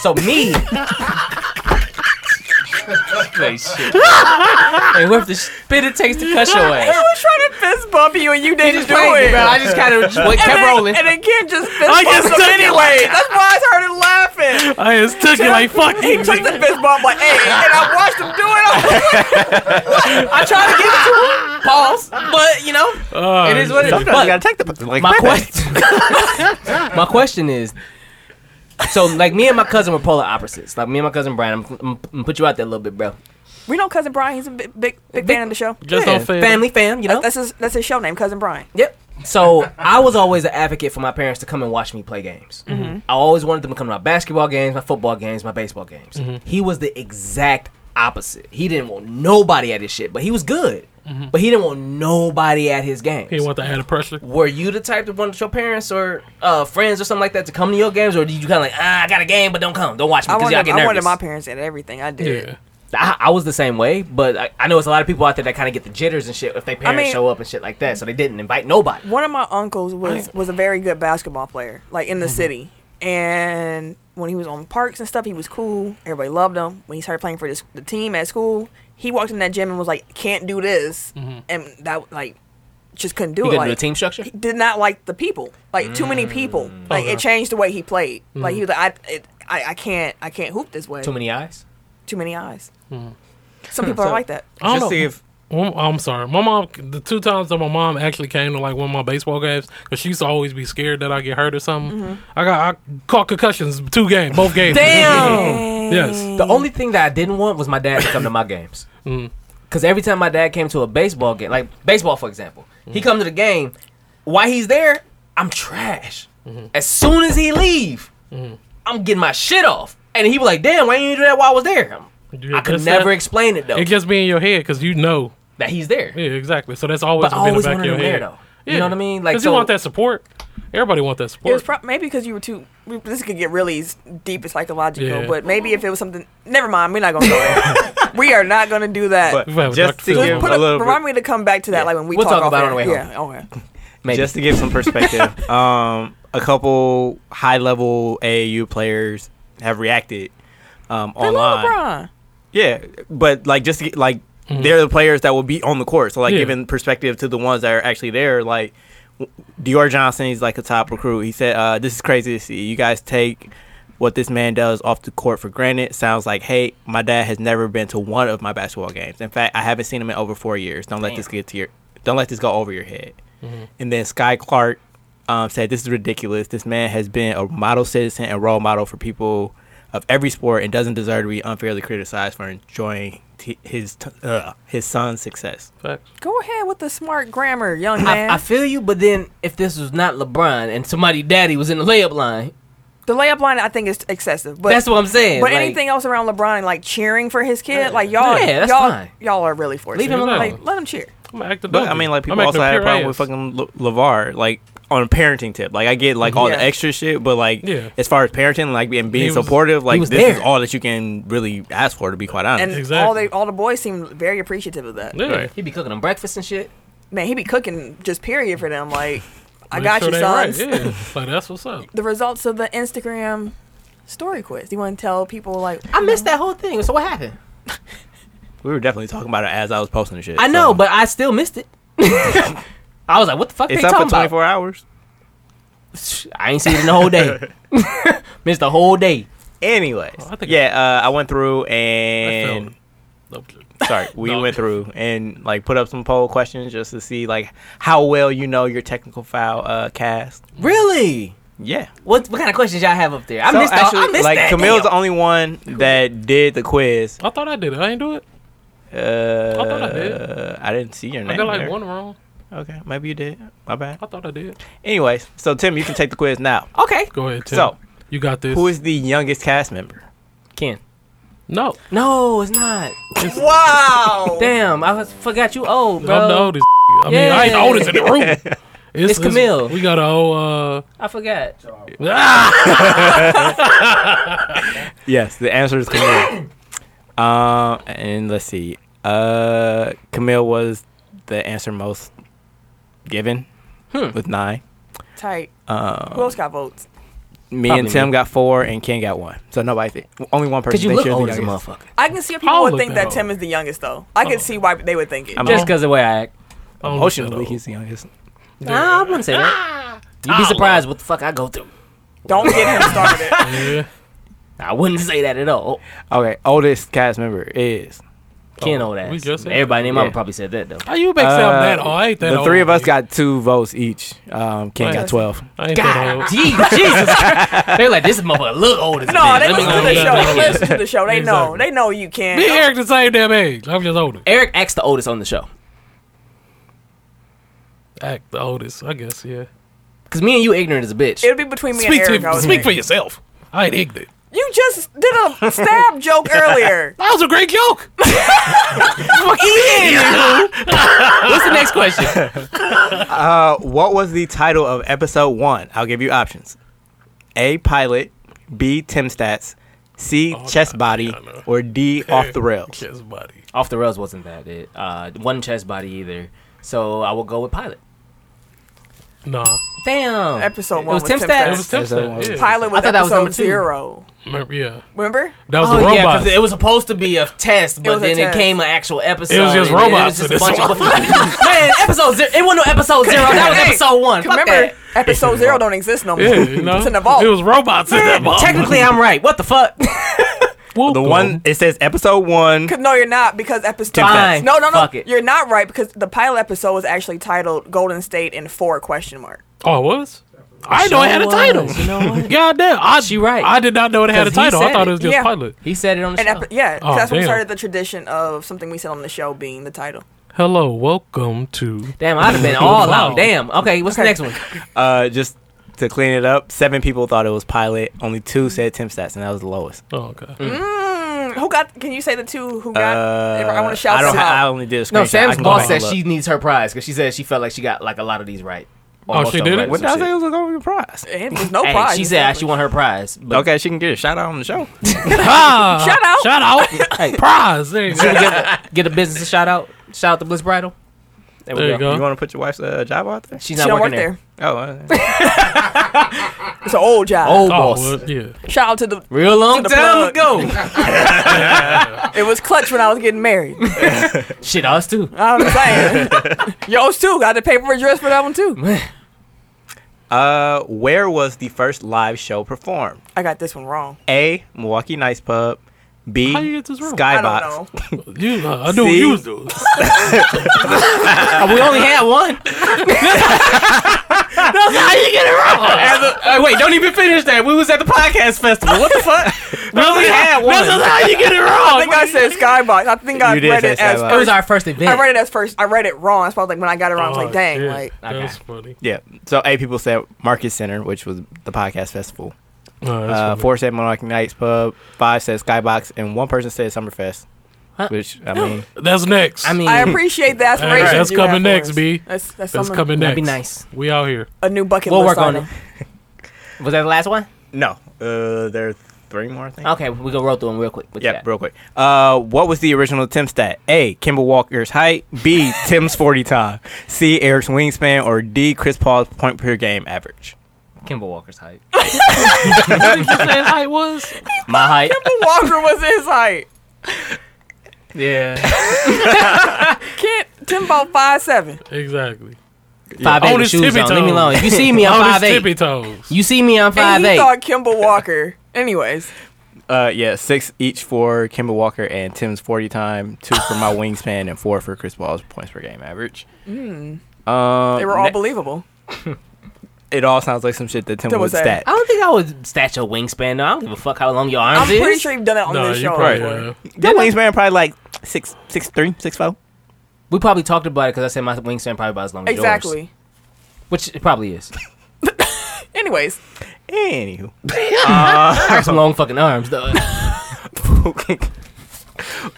[SPEAKER 1] So me, Wait, shit. and with the spit it takes to cut your
[SPEAKER 3] I
[SPEAKER 1] ass.
[SPEAKER 3] was trying to fist bump you and you
[SPEAKER 1] He
[SPEAKER 3] didn't
[SPEAKER 1] just
[SPEAKER 3] do
[SPEAKER 1] played me,
[SPEAKER 3] it.
[SPEAKER 1] bro. I just
[SPEAKER 3] [laughs]
[SPEAKER 1] kind of just went,
[SPEAKER 3] and
[SPEAKER 1] kept
[SPEAKER 3] then,
[SPEAKER 1] rolling.
[SPEAKER 3] And then Ken just fist
[SPEAKER 4] I
[SPEAKER 3] bumped
[SPEAKER 4] just
[SPEAKER 3] him
[SPEAKER 4] took it.
[SPEAKER 3] anyway. [laughs] That's why I started laughing.
[SPEAKER 4] I just took it like
[SPEAKER 1] [laughs]
[SPEAKER 4] fuck
[SPEAKER 3] He
[SPEAKER 4] you. [laughs]
[SPEAKER 3] took the
[SPEAKER 4] nigga.
[SPEAKER 3] fist bump like, hey, and I watched him do it. I was like, [laughs]
[SPEAKER 1] I tried to give it to him. Pause. But you know,
[SPEAKER 4] Uh,
[SPEAKER 1] it is what it is.
[SPEAKER 2] Sometimes you
[SPEAKER 1] But
[SPEAKER 2] gotta take the like.
[SPEAKER 1] my
[SPEAKER 2] Pepe.
[SPEAKER 1] question, [laughs] my question is, so like me and my cousin were polar opposites. Like me and my cousin Brian, I'm, I'm, I'm put you out there a little bit, bro.
[SPEAKER 3] we know cousin Brian. He's a big, big, big fan of the show.
[SPEAKER 4] Just
[SPEAKER 1] Yeah,
[SPEAKER 4] don't fail.
[SPEAKER 1] family fam, you know.
[SPEAKER 3] That's his, that's his show name, cousin Brian.
[SPEAKER 1] Yep. So I was always an advocate for my parents to come and watch me play games.
[SPEAKER 4] Mm-hmm.
[SPEAKER 2] Mm-hmm.
[SPEAKER 1] I always wanted them to come to my basketball games, my football games, my baseball games.
[SPEAKER 4] Mm-hmm.
[SPEAKER 1] He was the exact opposite. He didn't want nobody at his shit, but he was good. But he didn't want nobody at his games.
[SPEAKER 4] Mm-hmm. He didn't want the added pressure.
[SPEAKER 1] Were you the type to want your parents or uh, friends or something like that to come to your games, or did you kind of like, ah, I got a game, but don't come, don't watch me
[SPEAKER 3] I
[SPEAKER 1] because y'all
[SPEAKER 3] wanted,
[SPEAKER 1] get
[SPEAKER 3] I
[SPEAKER 1] nervous?
[SPEAKER 3] wanted my parents at everything I did.
[SPEAKER 4] Yeah.
[SPEAKER 1] I, I was the same way, but I, I know it's a lot of people out there that kind of get the jitters and shit if they parents
[SPEAKER 3] mean-
[SPEAKER 1] show up and shit like that, so they didn't invite nobody.
[SPEAKER 3] One of my uncles was was a very good basketball player, like in the city. And when he was on parks and stuff, he was cool. Everybody loved him. When he started playing for this, the team at school, he walked in that gym and was like, "Can't do this," and that like just couldn't do
[SPEAKER 1] You
[SPEAKER 3] it.
[SPEAKER 1] couldn't
[SPEAKER 3] like,
[SPEAKER 1] do a team structure.
[SPEAKER 3] he did not like the people, like too many people.
[SPEAKER 1] Mm.
[SPEAKER 3] Like
[SPEAKER 4] Okay.
[SPEAKER 3] it changed the way he played. Like he was like, "I, it, I, I can't, I can't hoop this way.
[SPEAKER 1] Too many Mm. eyes.
[SPEAKER 3] Too many eyes." Some people are like that.
[SPEAKER 4] I don't
[SPEAKER 2] Just
[SPEAKER 4] know.
[SPEAKER 2] see if
[SPEAKER 4] Well, I'm sorry. My mom, the two times that my mom actually came to like one of my baseball games, because she used to always be scared that I get hurt or something.
[SPEAKER 1] Mm-hmm.
[SPEAKER 4] I got I caught concussions two games, both games.
[SPEAKER 1] Damn.
[SPEAKER 4] [laughs] yes.
[SPEAKER 1] The only thing that I didn't want was my dad to come to my
[SPEAKER 4] [laughs]
[SPEAKER 1] games.
[SPEAKER 4] Mm-hmm.
[SPEAKER 1] Because every time my dad came to a baseball game, like baseball, for example,
[SPEAKER 4] Mm-hmm.
[SPEAKER 1] he come to the game. While he's there, I'm trash.
[SPEAKER 4] Mm-hmm.
[SPEAKER 1] As soon as he leave, I'm getting my shit off. And he was like, damn, why didn't you do that while I was there? I'm-
[SPEAKER 4] Yeah,
[SPEAKER 1] I could
[SPEAKER 4] that's
[SPEAKER 1] never
[SPEAKER 4] that-
[SPEAKER 1] explain it, though,
[SPEAKER 4] It just be in your head because you know.
[SPEAKER 1] that he's there.
[SPEAKER 4] Yeah, exactly. So that's
[SPEAKER 1] But
[SPEAKER 4] always
[SPEAKER 1] I
[SPEAKER 4] been in the
[SPEAKER 1] always
[SPEAKER 4] back of
[SPEAKER 1] wanted
[SPEAKER 4] your
[SPEAKER 1] him there,
[SPEAKER 4] head.
[SPEAKER 1] though.
[SPEAKER 4] Yeah.
[SPEAKER 1] You know what I mean? Like,
[SPEAKER 4] 'Cause
[SPEAKER 1] so-
[SPEAKER 4] you want that support. Everybody want that
[SPEAKER 3] It was
[SPEAKER 4] support.
[SPEAKER 3] pro- maybe because you were too. This could get really s- deep and psychological,
[SPEAKER 4] Yeah.
[SPEAKER 3] but maybe if it was something. Never mind, we're not gonna
[SPEAKER 1] [laughs]
[SPEAKER 3] go there. we are not gonna do that.
[SPEAKER 2] but
[SPEAKER 4] We've had
[SPEAKER 2] just
[SPEAKER 4] Dr.
[SPEAKER 2] to
[SPEAKER 4] Phil
[SPEAKER 2] give
[SPEAKER 3] Put
[SPEAKER 2] a
[SPEAKER 3] a,
[SPEAKER 2] little bit-
[SPEAKER 3] remind me to come back to that, like when we
[SPEAKER 1] We'll
[SPEAKER 3] talk,
[SPEAKER 1] talk about it
[SPEAKER 3] off
[SPEAKER 1] on the
[SPEAKER 3] air.
[SPEAKER 1] way
[SPEAKER 3] Yeah, okay.
[SPEAKER 1] Maybe.
[SPEAKER 2] just to give some [laughs] perspective, um, a couple high level AAU players have reacted um,
[SPEAKER 1] [laughs]
[SPEAKER 3] They love
[SPEAKER 2] online.
[SPEAKER 3] LeBron.
[SPEAKER 2] Yeah, but like just to get, like they're the players that will be on the court. So like
[SPEAKER 4] Mm-hmm. Yeah.
[SPEAKER 2] giving perspective to the ones that are actually there, like w- Dior Johnson is like a top recruit. He said, uh, "This is crazy to see. You guys take." What this man does off the court for granted sounds like, hey, my dad has never been to one of my basketball games. In fact, I haven't seen him in over four years. Don't let this get to your, don't let this go over your head. And then Sky Clark um, said, "This is ridiculous. This man has been a model citizen and role model for people of every sport, and doesn't deserve to be unfairly criticized for enjoying t- his t- uh, his son's success.
[SPEAKER 4] Facts.
[SPEAKER 3] Go ahead with the smart grammar, young man.
[SPEAKER 1] I, I feel you, but then if this was not LeBron and somebody daddy was in the layup line,
[SPEAKER 3] the layup line, I think, is excessive. But
[SPEAKER 1] that's what I'm saying.
[SPEAKER 3] But
[SPEAKER 1] like,
[SPEAKER 3] anything else around LeBron and like cheering for his kid, like y'all,
[SPEAKER 1] Yeah, that's
[SPEAKER 3] y'all,
[SPEAKER 1] fine.
[SPEAKER 3] y'all are really fortunate.
[SPEAKER 1] Leave him
[SPEAKER 4] alone.
[SPEAKER 3] Like, let him cheer.
[SPEAKER 4] I'm acting
[SPEAKER 2] But I mean, like people
[SPEAKER 4] I'm
[SPEAKER 2] also
[SPEAKER 4] acting
[SPEAKER 2] had a
[SPEAKER 4] pure
[SPEAKER 2] problem
[SPEAKER 4] ass.
[SPEAKER 2] with fucking Le- Levar, like on a parenting tip. Like I get like all
[SPEAKER 3] Yeah.
[SPEAKER 2] the extra shit, but like
[SPEAKER 4] Yeah.
[SPEAKER 2] as far as parenting, like and being
[SPEAKER 4] He was-
[SPEAKER 2] supportive, like
[SPEAKER 1] was
[SPEAKER 2] this is
[SPEAKER 1] there.
[SPEAKER 2] all that you can really ask for. To be quite honest,
[SPEAKER 3] And
[SPEAKER 4] Exactly.
[SPEAKER 3] all they, all the boys seem very appreciative of that.
[SPEAKER 4] Yeah.
[SPEAKER 2] Right.
[SPEAKER 1] he be cooking them breakfast and shit.
[SPEAKER 3] Man, he be cooking just period for them. Like, I
[SPEAKER 4] Make
[SPEAKER 3] got
[SPEAKER 4] sure
[SPEAKER 3] you,
[SPEAKER 4] they
[SPEAKER 3] sons.
[SPEAKER 4] Right.
[SPEAKER 3] [laughs]
[SPEAKER 4] Yeah. like that's what's up.
[SPEAKER 3] The results of the Instagram story quiz. You want to tell people like
[SPEAKER 1] I missed that whole thing. So what happened?
[SPEAKER 2] we were definitely talking about it as I was posting the shit.
[SPEAKER 1] I know,
[SPEAKER 2] so.
[SPEAKER 1] but I still missed it. [laughs] I was like, what the fuck
[SPEAKER 2] it's
[SPEAKER 1] they
[SPEAKER 2] up for
[SPEAKER 1] talking
[SPEAKER 2] twenty
[SPEAKER 1] about?
[SPEAKER 2] four hours.
[SPEAKER 1] I ain't seen it in the whole
[SPEAKER 2] [laughs]
[SPEAKER 1] day. [laughs] missed the whole day.
[SPEAKER 2] Anyways,
[SPEAKER 4] Oh, I think-
[SPEAKER 2] yeah, uh, I went through
[SPEAKER 4] I
[SPEAKER 2] and
[SPEAKER 4] felt. Nope.
[SPEAKER 2] sorry, we
[SPEAKER 4] No.
[SPEAKER 2] went through and like put up some poll questions just to see like how well you know your technical file uh, cast.
[SPEAKER 1] Really?
[SPEAKER 2] Yeah,
[SPEAKER 1] What what kind of questions y'all have up there? I
[SPEAKER 2] So
[SPEAKER 1] missed. all, I missed
[SPEAKER 2] like
[SPEAKER 1] that.
[SPEAKER 2] Camille's the
[SPEAKER 1] damn.
[SPEAKER 2] only one that did the quiz.
[SPEAKER 4] I thought I did it. I ain't do it.
[SPEAKER 2] Uh,
[SPEAKER 4] thought I did.
[SPEAKER 2] I didn't see your name.
[SPEAKER 4] I got like
[SPEAKER 2] there.
[SPEAKER 4] one wrong.
[SPEAKER 2] Okay, maybe you did. My bad.
[SPEAKER 4] I thought I did.
[SPEAKER 2] Anyways, so Tim, you can take the quiz now.
[SPEAKER 1] okay.
[SPEAKER 4] Go ahead, Tim.
[SPEAKER 2] So-
[SPEAKER 4] you got this.
[SPEAKER 2] Who is the youngest cast member?
[SPEAKER 1] Ken.
[SPEAKER 4] no?
[SPEAKER 1] No, it's not.
[SPEAKER 2] [laughs]
[SPEAKER 3] wow.
[SPEAKER 1] Damn, I was, forgot you old, bro.
[SPEAKER 4] I'm the oldest. I mean, I ain't the
[SPEAKER 1] Yeah.
[SPEAKER 4] oldest in
[SPEAKER 2] [laughs]
[SPEAKER 4] the room.
[SPEAKER 1] It's Camille.
[SPEAKER 4] we got a whole. ah!
[SPEAKER 1] I forgot.
[SPEAKER 4] Uh, ah!
[SPEAKER 2] Yes, the answer is Camille. [coughs] uh, and let's see. Uh, Camille was the answer most given
[SPEAKER 4] Hmm.
[SPEAKER 2] with nine.
[SPEAKER 3] Tight.
[SPEAKER 1] Um,
[SPEAKER 2] Uh,
[SPEAKER 3] Who else got votes?
[SPEAKER 2] me
[SPEAKER 1] Probably
[SPEAKER 2] and Tim
[SPEAKER 1] me.
[SPEAKER 2] got four, and Ken got one. So nobody, thi- only one person.
[SPEAKER 1] Cause you
[SPEAKER 2] thinks
[SPEAKER 1] look
[SPEAKER 2] you're the
[SPEAKER 1] old as a
[SPEAKER 2] youngest.
[SPEAKER 1] motherfucker.
[SPEAKER 3] I can see if
[SPEAKER 4] Paul
[SPEAKER 3] people would
[SPEAKER 4] looked Oh,
[SPEAKER 3] think
[SPEAKER 4] that
[SPEAKER 3] that
[SPEAKER 4] old.
[SPEAKER 3] Tim is the youngest though. I could see why they would think it.
[SPEAKER 2] I'm
[SPEAKER 1] Just
[SPEAKER 2] old.
[SPEAKER 1] because the way I act.
[SPEAKER 4] I don't
[SPEAKER 2] Ocean
[SPEAKER 4] know.
[SPEAKER 2] Blue, he's the youngest.
[SPEAKER 1] Nah, I wouldn't say that. You'd be
[SPEAKER 4] Ah,
[SPEAKER 1] surprised what the fuck I go through.
[SPEAKER 3] Don't get
[SPEAKER 1] [laughs]
[SPEAKER 3] him started.
[SPEAKER 4] Yeah.
[SPEAKER 1] I wouldn't [laughs] say that at all.
[SPEAKER 2] Okay, oldest cast member is
[SPEAKER 1] Ken
[SPEAKER 4] Oh,
[SPEAKER 1] old ass.
[SPEAKER 4] we just said
[SPEAKER 1] Everybody named
[SPEAKER 2] Yeah.
[SPEAKER 1] mama probably said that though.
[SPEAKER 4] How you make sound that old? I ain't that
[SPEAKER 2] Uh, the
[SPEAKER 4] old.
[SPEAKER 2] three of us
[SPEAKER 4] dude.
[SPEAKER 2] got two votes each. Um, Ken
[SPEAKER 4] Right.
[SPEAKER 2] got twelve.
[SPEAKER 4] I ain't
[SPEAKER 1] God,
[SPEAKER 4] that old.
[SPEAKER 3] [laughs]
[SPEAKER 1] gee, Jesus. They're like, this motherfucker look old as
[SPEAKER 3] no,
[SPEAKER 1] Let
[SPEAKER 3] they
[SPEAKER 1] me
[SPEAKER 3] listen
[SPEAKER 1] go
[SPEAKER 3] to the
[SPEAKER 1] ahead.
[SPEAKER 3] show.
[SPEAKER 4] Yeah.
[SPEAKER 3] They listen to the show. They know.
[SPEAKER 4] Exactly.
[SPEAKER 3] They know you can.
[SPEAKER 4] Me and Eric the same damn age. I'm just older.
[SPEAKER 1] Eric acts the oldest on the show.
[SPEAKER 4] Act the oldest, I guess. Yeah.
[SPEAKER 1] Cause me and you ignorant as a bitch.
[SPEAKER 3] It'll be between me
[SPEAKER 4] Speak
[SPEAKER 3] and Eric. I
[SPEAKER 4] to
[SPEAKER 3] would
[SPEAKER 4] speak
[SPEAKER 3] think.
[SPEAKER 4] for yourself. I ain't ignorant.
[SPEAKER 3] You just did a stab
[SPEAKER 4] [laughs]
[SPEAKER 3] joke earlier.
[SPEAKER 4] That was a great joke.
[SPEAKER 1] What's the next question?
[SPEAKER 2] Uh, what was the title of episode one? I'll give you options: A. Pilot, B. Tim Stats, C. Chess Body,
[SPEAKER 4] Oh, I know.
[SPEAKER 2] or D. Off the Rails.
[SPEAKER 4] Yes, buddy.
[SPEAKER 1] [laughs] Off the rails wasn't that it. Uh, one chest body either. So I will go with pilot.
[SPEAKER 4] Nah.
[SPEAKER 1] Damn.
[SPEAKER 3] Episode
[SPEAKER 1] it
[SPEAKER 3] one
[SPEAKER 1] was
[SPEAKER 3] was
[SPEAKER 1] Tim
[SPEAKER 3] Tim
[SPEAKER 1] Stats.
[SPEAKER 3] Stats.
[SPEAKER 4] It was Tim.
[SPEAKER 2] That's the one.
[SPEAKER 4] Stat, Yeah.
[SPEAKER 3] Pilot was
[SPEAKER 1] I thought that was
[SPEAKER 3] episode
[SPEAKER 1] number two.
[SPEAKER 3] zero.
[SPEAKER 4] Remember- Yeah. [laughs]
[SPEAKER 3] Remember?
[SPEAKER 4] That was
[SPEAKER 1] Oh
[SPEAKER 4] the
[SPEAKER 1] yeah,
[SPEAKER 4] robot.
[SPEAKER 1] 'cause it was supposed to be a test, but
[SPEAKER 3] was a
[SPEAKER 1] then
[SPEAKER 3] test.
[SPEAKER 1] it came an actual episode.
[SPEAKER 4] It was just
[SPEAKER 1] and then
[SPEAKER 4] robots
[SPEAKER 1] It was just
[SPEAKER 4] in
[SPEAKER 1] a
[SPEAKER 4] this
[SPEAKER 1] bunch of [laughs] man. Episode zero. It wasn't no episode zero. That was
[SPEAKER 3] Hey,
[SPEAKER 1] episode one. Fuck
[SPEAKER 3] Remember,
[SPEAKER 1] that.
[SPEAKER 3] episode zero don't exist no more. [laughs]
[SPEAKER 4] yeah,
[SPEAKER 1] [laughs]
[SPEAKER 4] you know?
[SPEAKER 3] It's in the vault.
[SPEAKER 4] It was robots in that vault.
[SPEAKER 1] Technically, I'm right. What the fuck?
[SPEAKER 4] Whoop
[SPEAKER 2] The
[SPEAKER 4] them.
[SPEAKER 2] one it says episode one.
[SPEAKER 3] no, you're not because episode.
[SPEAKER 1] Fine.
[SPEAKER 3] No, no, no.
[SPEAKER 1] Fuck it.
[SPEAKER 3] You're not right because the pilot episode was actually titled "Golden State in Four Question Mark."
[SPEAKER 4] Oh, it was? I didn't know it had a
[SPEAKER 1] Sure
[SPEAKER 4] title.
[SPEAKER 1] was. You know
[SPEAKER 4] [laughs]
[SPEAKER 1] what?
[SPEAKER 4] God damn. I,
[SPEAKER 1] She right.
[SPEAKER 4] I did not know it had a
[SPEAKER 1] 'Cause he
[SPEAKER 4] title. I
[SPEAKER 1] said
[SPEAKER 4] thought
[SPEAKER 1] it.
[SPEAKER 4] it was just
[SPEAKER 3] Yeah.
[SPEAKER 4] pilot.
[SPEAKER 1] He said it on the
[SPEAKER 3] And
[SPEAKER 1] show.
[SPEAKER 3] ep- yeah, 'cause
[SPEAKER 4] Oh,
[SPEAKER 3] that's when we
[SPEAKER 4] damn.
[SPEAKER 3] started the tradition of something we said on the show being the title.
[SPEAKER 4] Hello, welcome to.
[SPEAKER 1] Damn, I'd have been all
[SPEAKER 4] Wow.
[SPEAKER 1] out. Damn. Okay, what's
[SPEAKER 3] Okay.
[SPEAKER 1] the next one?
[SPEAKER 2] Uh, just to clean it up, seven people thought it was Pilot. Only two said Tim Stats, and that was the lowest.
[SPEAKER 4] Oh, okay.
[SPEAKER 3] Mm, who got? Can you say the two who got?
[SPEAKER 2] Uh,
[SPEAKER 3] I want to shout
[SPEAKER 2] I don't.
[SPEAKER 3] some
[SPEAKER 2] ha- I
[SPEAKER 3] out.
[SPEAKER 2] only did a screenshot.
[SPEAKER 1] No,
[SPEAKER 2] I
[SPEAKER 1] Sam's
[SPEAKER 2] can go
[SPEAKER 1] boss
[SPEAKER 2] back and
[SPEAKER 1] said
[SPEAKER 2] look.
[SPEAKER 1] she needs her prize because she said she felt like she got like a lot of these right. Almost
[SPEAKER 4] she
[SPEAKER 1] all
[SPEAKER 4] did it?
[SPEAKER 1] right or
[SPEAKER 2] What did
[SPEAKER 1] some
[SPEAKER 2] I say?
[SPEAKER 1] shit.
[SPEAKER 2] It was going to be a prize.
[SPEAKER 3] And there's no
[SPEAKER 1] Hey,
[SPEAKER 3] prize.
[SPEAKER 1] she said she
[SPEAKER 3] exactly.
[SPEAKER 1] won her prize. But
[SPEAKER 2] Okay, she can get a shout out on the show.
[SPEAKER 4] Ah,
[SPEAKER 3] Shout out.
[SPEAKER 4] Shout
[SPEAKER 1] [laughs]
[SPEAKER 4] out. Prize. There you go.
[SPEAKER 1] [laughs] get, get a business a shout out. Shout out to Bliss Bridal. There we
[SPEAKER 4] There you
[SPEAKER 1] go.
[SPEAKER 4] go.
[SPEAKER 2] You want to put your wife's uh, job out there?
[SPEAKER 1] She's
[SPEAKER 3] She
[SPEAKER 1] not
[SPEAKER 3] don't
[SPEAKER 1] working there.
[SPEAKER 3] work there.
[SPEAKER 5] [laughs]
[SPEAKER 2] Oh, uh,
[SPEAKER 3] It's an old job.
[SPEAKER 1] Old
[SPEAKER 4] Oh,
[SPEAKER 1] boss.
[SPEAKER 4] well, yeah.
[SPEAKER 3] Shout out to the.
[SPEAKER 1] Real long
[SPEAKER 3] the
[SPEAKER 1] time
[SPEAKER 3] plug.
[SPEAKER 1] [laughs] ago.
[SPEAKER 3] It was clutch when I was getting
[SPEAKER 4] [laughs]
[SPEAKER 3] married.
[SPEAKER 1] Shit, us too.
[SPEAKER 3] I'm saying. Yours too. Got to pay for a dress for that one too.
[SPEAKER 2] uh, where was the first live show performed?
[SPEAKER 3] I got this one wrong.
[SPEAKER 2] A. Milwaukee Nights Pub. B.
[SPEAKER 4] How you get this wrong?
[SPEAKER 3] I don't
[SPEAKER 2] Skybox.
[SPEAKER 3] know.
[SPEAKER 4] You, uh, I knew what
[SPEAKER 2] See?
[SPEAKER 1] [laughs]
[SPEAKER 4] you was doing.
[SPEAKER 1] Uh, we only had one.
[SPEAKER 4] That's how you get it wrong.
[SPEAKER 5] As a- uh, wait, don't even finish that. We was at the podcast festival.
[SPEAKER 4] [laughs]
[SPEAKER 5] What the fuck? we only had
[SPEAKER 4] That's
[SPEAKER 5] one.
[SPEAKER 4] how you get
[SPEAKER 5] [laughs]
[SPEAKER 3] I
[SPEAKER 4] it wrong.
[SPEAKER 3] think I said skybox. I think I
[SPEAKER 2] You did
[SPEAKER 3] read
[SPEAKER 2] say
[SPEAKER 3] it as
[SPEAKER 1] It was
[SPEAKER 2] Skybox.
[SPEAKER 3] first.
[SPEAKER 1] our first event.
[SPEAKER 3] I read it as first. I read it wrong. That's why I was like, when I got it wrong, I was
[SPEAKER 4] Oh,
[SPEAKER 3] like, dang,
[SPEAKER 4] shit.
[SPEAKER 3] like
[SPEAKER 4] that's funny.
[SPEAKER 2] Yeah. So eight people said Market Center, which was the podcast festival.
[SPEAKER 4] No, that's
[SPEAKER 2] Uh,
[SPEAKER 4] funny.
[SPEAKER 2] four said Monarchy Nights Pub. Five said Skybox, and one person said Summerfest.
[SPEAKER 1] Huh?
[SPEAKER 2] Which I mean,
[SPEAKER 4] That's next.
[SPEAKER 1] I mean,
[SPEAKER 3] I appreciate the aspiration.
[SPEAKER 4] Alright, Mm. that's
[SPEAKER 3] you have
[SPEAKER 4] coming
[SPEAKER 3] for
[SPEAKER 4] next,
[SPEAKER 3] us.
[SPEAKER 4] B.
[SPEAKER 3] That's that's,
[SPEAKER 4] that's
[SPEAKER 3] something-
[SPEAKER 4] coming next.
[SPEAKER 1] that'd be nice.
[SPEAKER 4] We out here.
[SPEAKER 3] A new bucket
[SPEAKER 1] We'll
[SPEAKER 3] list
[SPEAKER 1] work on
[SPEAKER 3] item.
[SPEAKER 1] [laughs] Was that the last one?
[SPEAKER 2] no. Uh, there are three more. I think.
[SPEAKER 1] Okay, we gonna roll through them real quick. What you
[SPEAKER 2] Yeah,
[SPEAKER 1] got?
[SPEAKER 2] real quick. Uh, what was the original Tim stat? A. Kimball Walker's height. B. Tim's forty time. C. Eric's wingspan. Or D. Chris Paul's point per game average.
[SPEAKER 1] Kimball Walker's [laughs] height.
[SPEAKER 4] What did you say his height was?
[SPEAKER 1] My height.
[SPEAKER 3] Walker was his height.
[SPEAKER 5] Yeah.
[SPEAKER 3] [laughs] Kid Tim about five seven.
[SPEAKER 4] Exactly.
[SPEAKER 1] Five
[SPEAKER 4] On
[SPEAKER 1] eight with
[SPEAKER 4] his
[SPEAKER 1] shoes
[SPEAKER 4] tippy
[SPEAKER 1] on. Leave me
[SPEAKER 4] toes.
[SPEAKER 1] alone. If you
[SPEAKER 4] [laughs]
[SPEAKER 1] see me, I'm
[SPEAKER 4] On
[SPEAKER 1] five
[SPEAKER 4] his tippy
[SPEAKER 1] eight.
[SPEAKER 4] toes.
[SPEAKER 1] You see me, I'm five
[SPEAKER 3] And he
[SPEAKER 1] eight.
[SPEAKER 3] thought Kimball Walker. Anyways,
[SPEAKER 2] Uh, yeah, six each for Kimball Walker and Tim's forty time. Two for [laughs] my wingspan and four for Chris Paul's points per game average. Um,
[SPEAKER 3] they were all
[SPEAKER 2] ne-
[SPEAKER 3] believable.
[SPEAKER 2] it all sounds like some shit that Tim
[SPEAKER 3] Tim
[SPEAKER 2] would
[SPEAKER 3] would say.
[SPEAKER 2] stat.
[SPEAKER 1] I don't think I would stat your wingspan. No, I don't give a fuck how long your arms
[SPEAKER 3] I'm
[SPEAKER 1] is.
[SPEAKER 3] pretty sure you've done it on
[SPEAKER 4] No,
[SPEAKER 3] this
[SPEAKER 4] you
[SPEAKER 3] show.
[SPEAKER 4] probably
[SPEAKER 3] before.
[SPEAKER 4] have.
[SPEAKER 2] Their wingspan probably like six, six three, six four.
[SPEAKER 1] We probably talked about it because I said my wingspan probably about as long as
[SPEAKER 3] Exactly.
[SPEAKER 1] yours. Which it probably is. [laughs]
[SPEAKER 3] Anyways,
[SPEAKER 2] Anywho,
[SPEAKER 1] I got some long fucking arms
[SPEAKER 4] [laughs]
[SPEAKER 1] though.
[SPEAKER 2] [laughs]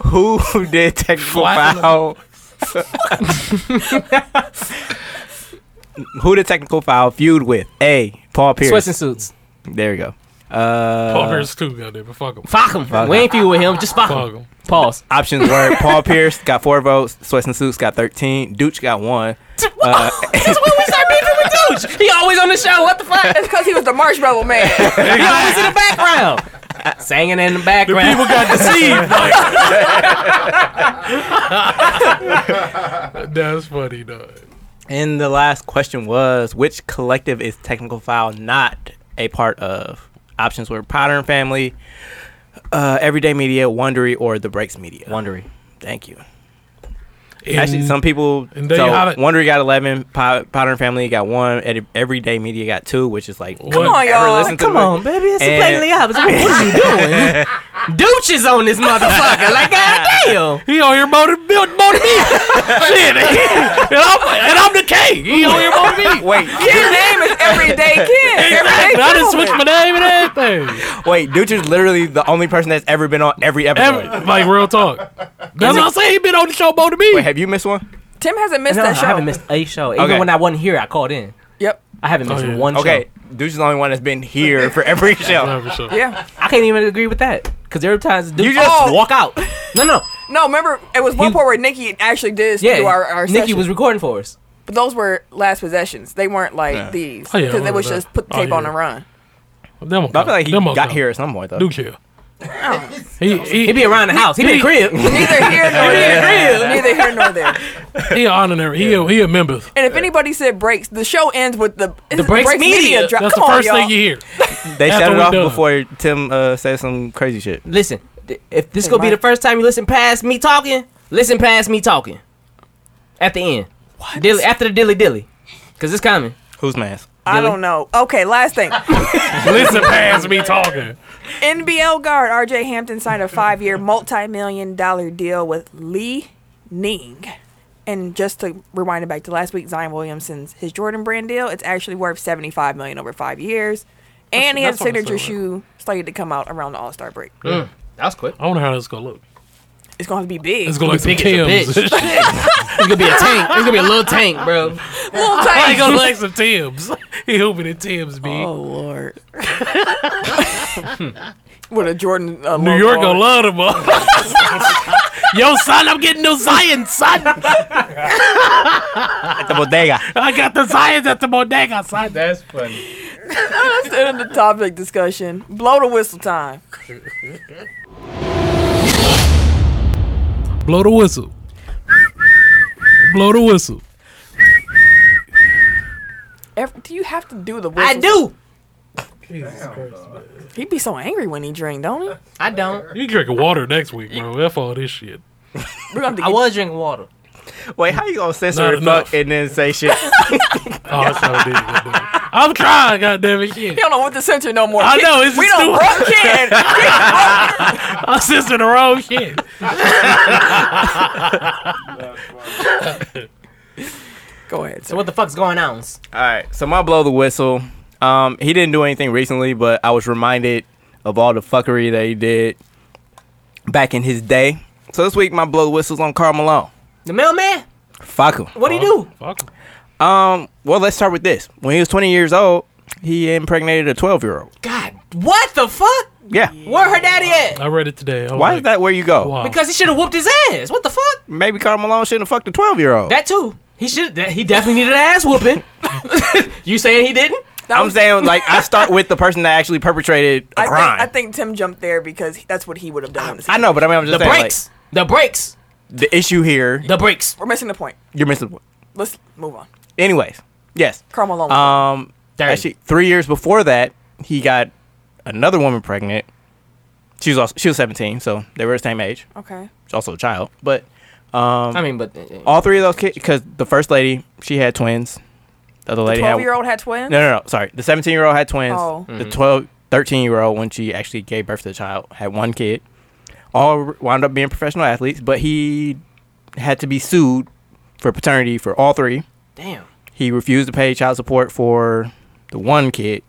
[SPEAKER 2] who did technical
[SPEAKER 4] Flat.
[SPEAKER 2] foul? [laughs] who did technical foul feud with? A. Paul Pierce.
[SPEAKER 1] Sweats and suits.
[SPEAKER 2] There we go. Uh,
[SPEAKER 4] Paul Pierce too got there, but fuck him.
[SPEAKER 1] Fuck him.
[SPEAKER 2] Fuck
[SPEAKER 1] we ain't feud with him. Just fuck,
[SPEAKER 4] Fuck
[SPEAKER 1] him.
[SPEAKER 4] him.
[SPEAKER 1] Pause.
[SPEAKER 2] Options were
[SPEAKER 4] [laughs]
[SPEAKER 2] Paul Pierce got four votes, Sweats and Suits got thirteen, Dooch got one. Uh,
[SPEAKER 1] [laughs] That's when we start beefing with Dooch. He always on the show. What the fuck?
[SPEAKER 3] it's because he was the marshmallow
[SPEAKER 4] [laughs]
[SPEAKER 3] man.
[SPEAKER 1] He always in the background. Singing in the background.
[SPEAKER 4] People got deceived. like- That's funny, though.
[SPEAKER 2] [laughs] and the last question was which collective is technical foul not a part of? Options were Potter and Family, uh, Everyday Media, Wondery, or The Breaks Media.
[SPEAKER 1] Wondering.
[SPEAKER 2] Thank you.
[SPEAKER 4] And
[SPEAKER 2] Actually, some people.
[SPEAKER 4] and there
[SPEAKER 2] so
[SPEAKER 4] you have it.
[SPEAKER 2] Wondery got eleven, Po- Potter and Family got one, Ed- Everyday Media got two, which is like
[SPEAKER 4] Come on,
[SPEAKER 2] whoever
[SPEAKER 3] y'all.
[SPEAKER 2] listened to
[SPEAKER 1] Come
[SPEAKER 2] the-
[SPEAKER 1] on, baby. It's
[SPEAKER 2] And-
[SPEAKER 1] blatantly
[SPEAKER 2] [laughs]
[SPEAKER 1] obvious. What you doing? Dooch is on this motherfucker. Like, goddamn.
[SPEAKER 4] He on here motor built motor me.
[SPEAKER 2] [laughs]
[SPEAKER 4] Shit, and
[SPEAKER 1] [laughs]
[SPEAKER 4] I'm and I'm the king. He on here motor me.
[SPEAKER 2] Wait,
[SPEAKER 3] Your name is
[SPEAKER 4] [laughs]
[SPEAKER 3] Everyday Kid. Everyday
[SPEAKER 4] I done
[SPEAKER 3] Gentleman.
[SPEAKER 4] switched my name and everything.
[SPEAKER 2] wait, Dooch is literally the only person that's ever been on every episode.
[SPEAKER 4] Every, like real talk. That's what I'm saying. He been on the show more than me.
[SPEAKER 2] Wait, have you missed one?
[SPEAKER 3] Tim hasn't missed
[SPEAKER 1] No, I
[SPEAKER 3] that show.
[SPEAKER 1] haven't missed a show. Even
[SPEAKER 2] Okay.
[SPEAKER 1] when I wasn't here, I called in.
[SPEAKER 3] Yep.
[SPEAKER 1] I haven't missed
[SPEAKER 4] Oh, yeah.
[SPEAKER 1] one
[SPEAKER 2] Okay,
[SPEAKER 1] show.
[SPEAKER 2] Deuce is the only one that's been here for [laughs] every show.
[SPEAKER 4] Every show.
[SPEAKER 3] Yeah.
[SPEAKER 1] I can't even agree with that. Because there are times Dooch
[SPEAKER 2] You
[SPEAKER 1] you
[SPEAKER 2] just-
[SPEAKER 1] just walk out. [laughs] No, no.
[SPEAKER 3] No, remember it was one
[SPEAKER 1] He-
[SPEAKER 3] point where Nikki actually did
[SPEAKER 1] Yeah.
[SPEAKER 3] do our, our
[SPEAKER 1] Nikki
[SPEAKER 3] session.
[SPEAKER 1] was recording for us.
[SPEAKER 3] but those were last possessions. They weren't like these
[SPEAKER 4] Oh, yeah, I
[SPEAKER 3] because they
[SPEAKER 4] remember
[SPEAKER 3] was
[SPEAKER 4] that.
[SPEAKER 3] just put the
[SPEAKER 4] Oh,
[SPEAKER 3] tape on
[SPEAKER 4] yeah.
[SPEAKER 3] and run.
[SPEAKER 4] Them
[SPEAKER 2] But I feel like he
[SPEAKER 4] them
[SPEAKER 2] got here at some point though.
[SPEAKER 4] Do kill. He he
[SPEAKER 1] He'd be around the house. He'd be in the crib. [laughs]
[SPEAKER 3] Neither
[SPEAKER 4] [laughs]
[SPEAKER 3] here nor there. Neither here nor there.
[SPEAKER 4] he an honorary. He a, he a member.
[SPEAKER 3] And if anybody said breaks, the show ends with the the
[SPEAKER 1] breaks media.
[SPEAKER 3] drop.
[SPEAKER 4] That's
[SPEAKER 3] Come
[SPEAKER 4] the
[SPEAKER 3] on,
[SPEAKER 4] first
[SPEAKER 3] y'all.
[SPEAKER 4] thing you hear.
[SPEAKER 2] They
[SPEAKER 4] After
[SPEAKER 2] shut it
[SPEAKER 4] we
[SPEAKER 2] off
[SPEAKER 4] done.
[SPEAKER 2] before Tim uh, said some crazy shit.
[SPEAKER 1] Listen, th- if this gonna be
[SPEAKER 3] Mike.
[SPEAKER 1] the first time you listen past me talking, listen past me talking. At the end. What? Dilly, after the dilly dilly. Because it's coming.
[SPEAKER 2] Who's mask?
[SPEAKER 3] I don't know. Okay, last thing. [laughs]
[SPEAKER 4] Listen past me talking.
[SPEAKER 3] NBL guard RJ Hampton signed a five year, multi million dollar deal with Lee Ning. And just to rewind it back to last week, Zion Williamson's his Jordan brand deal, it's actually worth seventy five million over five years. And he has a
[SPEAKER 4] that's what I'm
[SPEAKER 3] signature
[SPEAKER 4] saying.
[SPEAKER 3] shoe slated to come out around the All Star break.
[SPEAKER 1] That was quick.
[SPEAKER 4] I wonder how this gonna look.
[SPEAKER 3] It's gonna be big.
[SPEAKER 4] It's gonna look
[SPEAKER 1] big as a
[SPEAKER 4] like some Tim's. [laughs]
[SPEAKER 1] It's gonna be a tank. It's gonna be a little tank, bro.
[SPEAKER 3] Little
[SPEAKER 4] I ain't
[SPEAKER 3] tight.
[SPEAKER 4] gonna like some Tim's. [laughs] He hooping in Tim's, B.
[SPEAKER 3] Oh [laughs] Lord. With a Jordan uh,
[SPEAKER 4] New
[SPEAKER 3] logo
[SPEAKER 4] York
[SPEAKER 3] on
[SPEAKER 4] gonna
[SPEAKER 3] it.
[SPEAKER 4] love them all. [laughs] Yo, son, I'm getting no Zion, son.
[SPEAKER 2] At the bodega.
[SPEAKER 4] I got the Zions at the bodega, son.
[SPEAKER 5] That's funny.
[SPEAKER 3] Let's end the topic discussion. Blow the whistle time.
[SPEAKER 4] Blow the whistle. Blow the whistle.
[SPEAKER 3] Every, do you have to do the whistle?
[SPEAKER 1] I do.
[SPEAKER 3] He'd be so angry when he drink, don't he?
[SPEAKER 1] I don't.
[SPEAKER 4] You drinking water next week, bro. F all this shit.
[SPEAKER 3] We're gonna have to
[SPEAKER 1] I was drinking water.
[SPEAKER 2] [laughs] Wait, how you gonna
[SPEAKER 4] Not
[SPEAKER 2] censor the
[SPEAKER 4] enough.
[SPEAKER 2] fuck and then say shit?
[SPEAKER 4] [laughs] Oh, that's how it is. goddamn it. I'm trying, goddamn it. [laughs] Shit.
[SPEAKER 3] You don't know what the censor no more.
[SPEAKER 4] I
[SPEAKER 3] Kids-
[SPEAKER 4] know, it's
[SPEAKER 3] we
[SPEAKER 4] just
[SPEAKER 3] don't
[SPEAKER 4] too-
[SPEAKER 3] broke kid.
[SPEAKER 4] [laughs] I'm sensing the wrong shit.
[SPEAKER 3] Go ahead.
[SPEAKER 5] So what the fuck's going on?
[SPEAKER 2] All right, so my blow the whistle. Um, he didn't do anything recently, but I was reminded of all the fuckery that he did back in his day. So this week, my blow the whistle's on Carl Malone.
[SPEAKER 5] The mailman?
[SPEAKER 2] Fuck him.
[SPEAKER 1] Oh,
[SPEAKER 5] What'd he do?
[SPEAKER 4] Fuck 'em.
[SPEAKER 2] Um, well, let's start with this. When he was 20 years old, he impregnated a 12 year old.
[SPEAKER 5] God, what the fuck?
[SPEAKER 2] Yeah.
[SPEAKER 5] Where her daddy at?
[SPEAKER 1] Oh.
[SPEAKER 4] I read it today. I was
[SPEAKER 2] Why
[SPEAKER 4] like,
[SPEAKER 2] is that where you go?
[SPEAKER 4] Wow.
[SPEAKER 5] Because he should have whooped his ass. What the fuck?
[SPEAKER 2] Maybe Carl Malone shouldn't have fucked a 12 year old.
[SPEAKER 5] That too. He should. that- He definitely needed an ass whooping. [laughs] you saying he didn't?
[SPEAKER 2] I'm saying, like, I start with the person that actually perpetrated a
[SPEAKER 3] I think,
[SPEAKER 2] crime.
[SPEAKER 3] I think Tim jumped there because he- that's what he would have done. in
[SPEAKER 2] I
[SPEAKER 3] the situation.
[SPEAKER 2] know, but I mean, I'm just
[SPEAKER 5] The
[SPEAKER 2] saying, like,
[SPEAKER 5] brakes. The brakes.
[SPEAKER 2] the issue here,
[SPEAKER 5] The brakes.
[SPEAKER 3] We're missing the point.
[SPEAKER 2] you're missing the point.
[SPEAKER 3] Let's move on.
[SPEAKER 2] Anyways, yes.
[SPEAKER 3] Carl Malone.
[SPEAKER 4] Uh,
[SPEAKER 2] Um,
[SPEAKER 5] Dirty.
[SPEAKER 2] actually, three years before that, he got another woman pregnant. She was also, she was 17, so they were the same age.
[SPEAKER 3] okay.
[SPEAKER 2] She's also a child, but
[SPEAKER 5] I mean, but
[SPEAKER 2] um,
[SPEAKER 5] uh,
[SPEAKER 2] all three of those kids, because the first lady she had twins, the other lady had
[SPEAKER 3] Twelve year old had twins.
[SPEAKER 2] no, no, no. Sorry. The 17 year old had twins.
[SPEAKER 3] Oh.
[SPEAKER 2] The 12, 13 year old, when she actually gave birth to the child, had one kid. All wound up being professional athletes, but he had to be sued for paternity for all three.
[SPEAKER 5] damn.
[SPEAKER 2] He refused to pay child support for the one kid.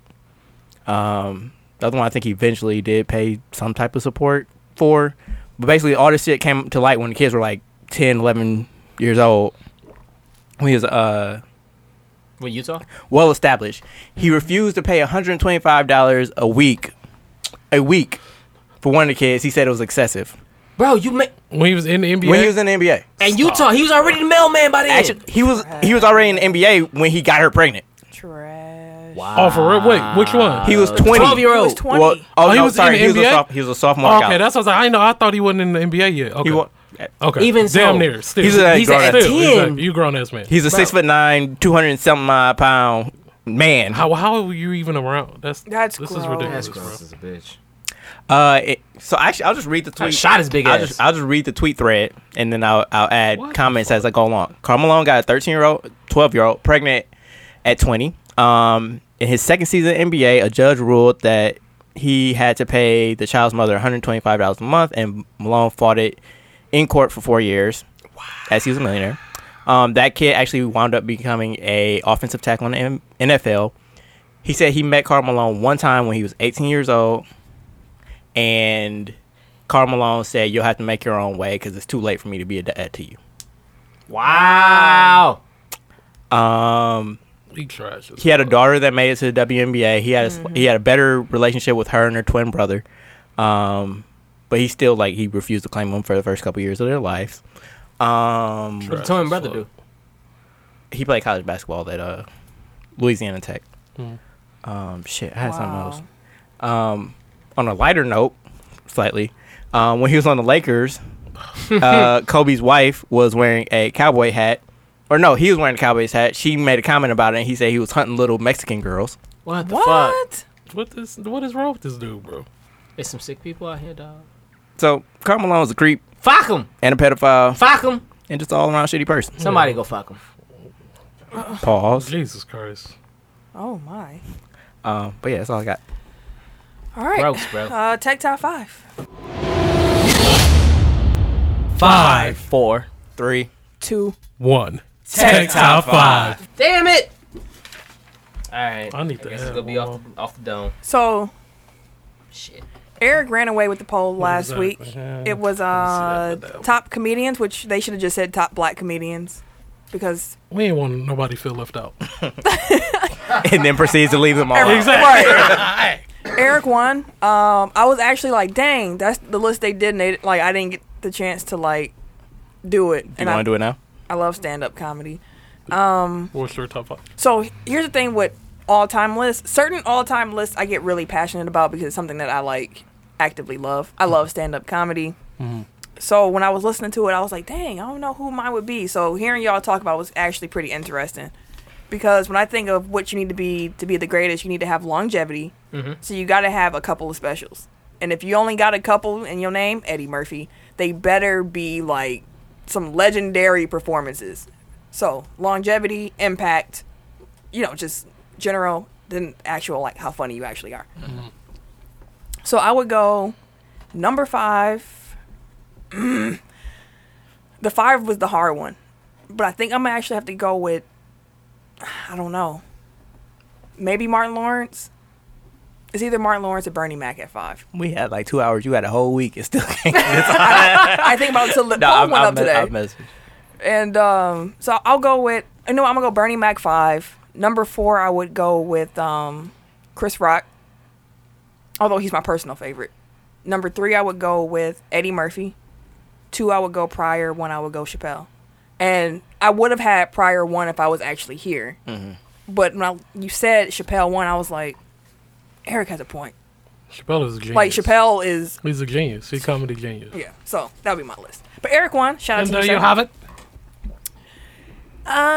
[SPEAKER 2] Um, the other one, I think he eventually did pay some type of support for. But basically, all this shit came to light when the kids were like 10, 11 years old. When he was uh,
[SPEAKER 5] What Utah?
[SPEAKER 2] well established. He refused to pay $125 a week, a week for one of the kids. He said it was excessive.
[SPEAKER 5] Bro, you ma-
[SPEAKER 4] when he was in the NBA.
[SPEAKER 2] When he was in the NBA,
[SPEAKER 5] and Utah. He was already the mailman by the end.
[SPEAKER 2] actually, he was he was already in the NBA when he got her pregnant.
[SPEAKER 3] Trash.
[SPEAKER 4] oh, for real? Wait, which one?
[SPEAKER 2] He was 20.
[SPEAKER 5] 12 year
[SPEAKER 3] He
[SPEAKER 5] old.
[SPEAKER 3] was 20.
[SPEAKER 2] Well, oh,
[SPEAKER 4] Uh, he
[SPEAKER 2] no,
[SPEAKER 4] was in
[SPEAKER 2] sorry,
[SPEAKER 4] the
[SPEAKER 2] he was a
[SPEAKER 4] NBA?
[SPEAKER 2] soph- he was a sophomore.
[SPEAKER 4] Oh,
[SPEAKER 2] guy.
[SPEAKER 4] okay, that's what I was like. I didn't know. I thought he wasn't in the NBA yet. Okay.
[SPEAKER 2] he wa-
[SPEAKER 4] okay.
[SPEAKER 5] Even
[SPEAKER 4] Damn
[SPEAKER 5] so,
[SPEAKER 4] near. Still.
[SPEAKER 2] he's a
[SPEAKER 5] He's
[SPEAKER 2] grown
[SPEAKER 5] at
[SPEAKER 2] ass-
[SPEAKER 4] Still,
[SPEAKER 5] 10.
[SPEAKER 4] exactly. You grown ass man.
[SPEAKER 2] He's a six foot nine, two hundred and something uh, pound man.
[SPEAKER 4] how, how were you even around? That's
[SPEAKER 3] That's
[SPEAKER 4] this
[SPEAKER 3] gross.
[SPEAKER 4] is ridiculous,
[SPEAKER 3] That's
[SPEAKER 4] bro.
[SPEAKER 5] is a bitch.
[SPEAKER 2] Uh, it, so actually, I'll just read the tweet.
[SPEAKER 5] shot his big
[SPEAKER 2] I'll
[SPEAKER 5] ass.
[SPEAKER 2] Just, I'll just read the tweet thread and then I'll I'll add
[SPEAKER 4] What the
[SPEAKER 2] comments as I go along. Carl Malone got a 13 year old, 12 year old, pregnant at 20. Um, in his second season in NBA, a judge ruled that he had to pay the child's mother 125 dollars a month, and Malone fought it in court for four years, as he was a millionaire. Um, that kid actually wound up becoming a offensive tackle in the M- NFL. He said he met Carl Malone one time when he was 18 years old, and Carl Malone said, "You'll have to make your own way because it's too late for me to be a dad to you."
[SPEAKER 5] Wow.
[SPEAKER 2] Um,
[SPEAKER 4] He trash. as
[SPEAKER 2] he had a
[SPEAKER 4] fuck.
[SPEAKER 2] daughter that made it to the WNBA. He had a, he had a better relationship with her and her twin brother, um, but he still like he refused to claim them for the first couple years of their lives. Um,
[SPEAKER 5] What
[SPEAKER 4] Trash
[SPEAKER 5] did Tony
[SPEAKER 4] as
[SPEAKER 5] brother
[SPEAKER 4] fuck.
[SPEAKER 5] do?
[SPEAKER 2] he played college basketball at uh, Louisiana Tech.
[SPEAKER 5] Mm.
[SPEAKER 2] Um, shit, I had something else.
[SPEAKER 3] Wow.
[SPEAKER 2] Um, on a lighter note, slightly, um, when he was on
[SPEAKER 5] [laughs]
[SPEAKER 2] the Lakers, uh, Kobe's wife was wearing a cowboy hat. Or no, he was wearing a cowboy's hat. She made a comment about it, and he said he was hunting little Mexican girls.
[SPEAKER 5] What the fuck?
[SPEAKER 3] What?
[SPEAKER 4] What is what is wrong with this dude, bro?
[SPEAKER 5] There's some sick people out here, dog.
[SPEAKER 2] So Carl Malone's a creep
[SPEAKER 5] Fuck him.
[SPEAKER 2] and a pedophile
[SPEAKER 5] Fuck him.
[SPEAKER 2] and just all around shitty person.
[SPEAKER 5] Somebody go fuck him.
[SPEAKER 2] Pause.
[SPEAKER 4] Jesus Christ.
[SPEAKER 3] Oh my.
[SPEAKER 2] Um, but yeah, that's all I got.
[SPEAKER 3] All right.
[SPEAKER 5] Gross, bro.
[SPEAKER 3] Uh, tech top five.
[SPEAKER 2] Five, four, three.
[SPEAKER 3] Two.
[SPEAKER 4] One.
[SPEAKER 5] Tech
[SPEAKER 4] top five.
[SPEAKER 5] Damn it. All right.
[SPEAKER 4] I need to
[SPEAKER 5] guess
[SPEAKER 4] add
[SPEAKER 5] it's gonna be
[SPEAKER 4] one
[SPEAKER 5] off the, off the dome.
[SPEAKER 3] So
[SPEAKER 5] Shit.
[SPEAKER 3] Eric ran away with the poll
[SPEAKER 4] is
[SPEAKER 3] last
[SPEAKER 4] that?
[SPEAKER 3] week.
[SPEAKER 4] Yeah.
[SPEAKER 3] It was
[SPEAKER 4] Let
[SPEAKER 3] uh
[SPEAKER 4] me see that window.
[SPEAKER 3] top comedians, which they should have just said top black comedians, because
[SPEAKER 4] We ain't want nobody feel left out.
[SPEAKER 2] and then proceeds to
[SPEAKER 5] [laughs]
[SPEAKER 2] leave them all. out.
[SPEAKER 3] Eric won. Um, I was actually like, dang, that's the list they did. And they like, I didn't get the chance to like do it.
[SPEAKER 2] You
[SPEAKER 3] I,
[SPEAKER 2] want to do it now?
[SPEAKER 3] I love stand up comedy.
[SPEAKER 4] What's your top five?
[SPEAKER 3] So here's the thing with all time lists. Certain all time lists I get really passionate about because it's something that I like actively love. I love stand up comedy. So when I was listening to it, I was like, dang, I don't know who mine would be. So hearing y'all talk about it was actually pretty interesting. Because when I think of what you need to be to be the greatest, you need to have longevity. So you got to have a couple of specials. And if you only got a couple in your name, Eddie Murphy, they better be like some legendary performances. So longevity, impact, you know, just general than actual like how funny you actually are. So I would go number five. [clears throat] the five was the hard one, but I think I'm gonna actually have to go with I don't know. Maybe Martin Lawrence. It's either Martin Lawrence or Bernie Mac at five.
[SPEAKER 2] We had like two hours. You had a whole week. It still [laughs]
[SPEAKER 1] [laughs]
[SPEAKER 2] can't. it's
[SPEAKER 3] I think about
[SPEAKER 2] [laughs]
[SPEAKER 3] to look. Paul went up today. And um, so I'll go with you know I'm gonna go Bernie Mac five. Number four, I would go with um, Chris Rock, although he's my personal favorite. Number three, I would go with Eddie Murphy. Two, I would go Pryor. One, I would go Chappelle. And I would have had Pryor one if I was actually here. But when I, you said Chappelle one, I was like, Eric has a point.
[SPEAKER 4] Chappelle is a genius.
[SPEAKER 3] Like Chappelle is
[SPEAKER 4] He's a genius. He's comedy genius.
[SPEAKER 3] yeah. So that would be my list. But Eric one, shout out
[SPEAKER 4] And
[SPEAKER 3] to
[SPEAKER 4] there
[SPEAKER 3] you.
[SPEAKER 4] you
[SPEAKER 3] sir.
[SPEAKER 4] have it.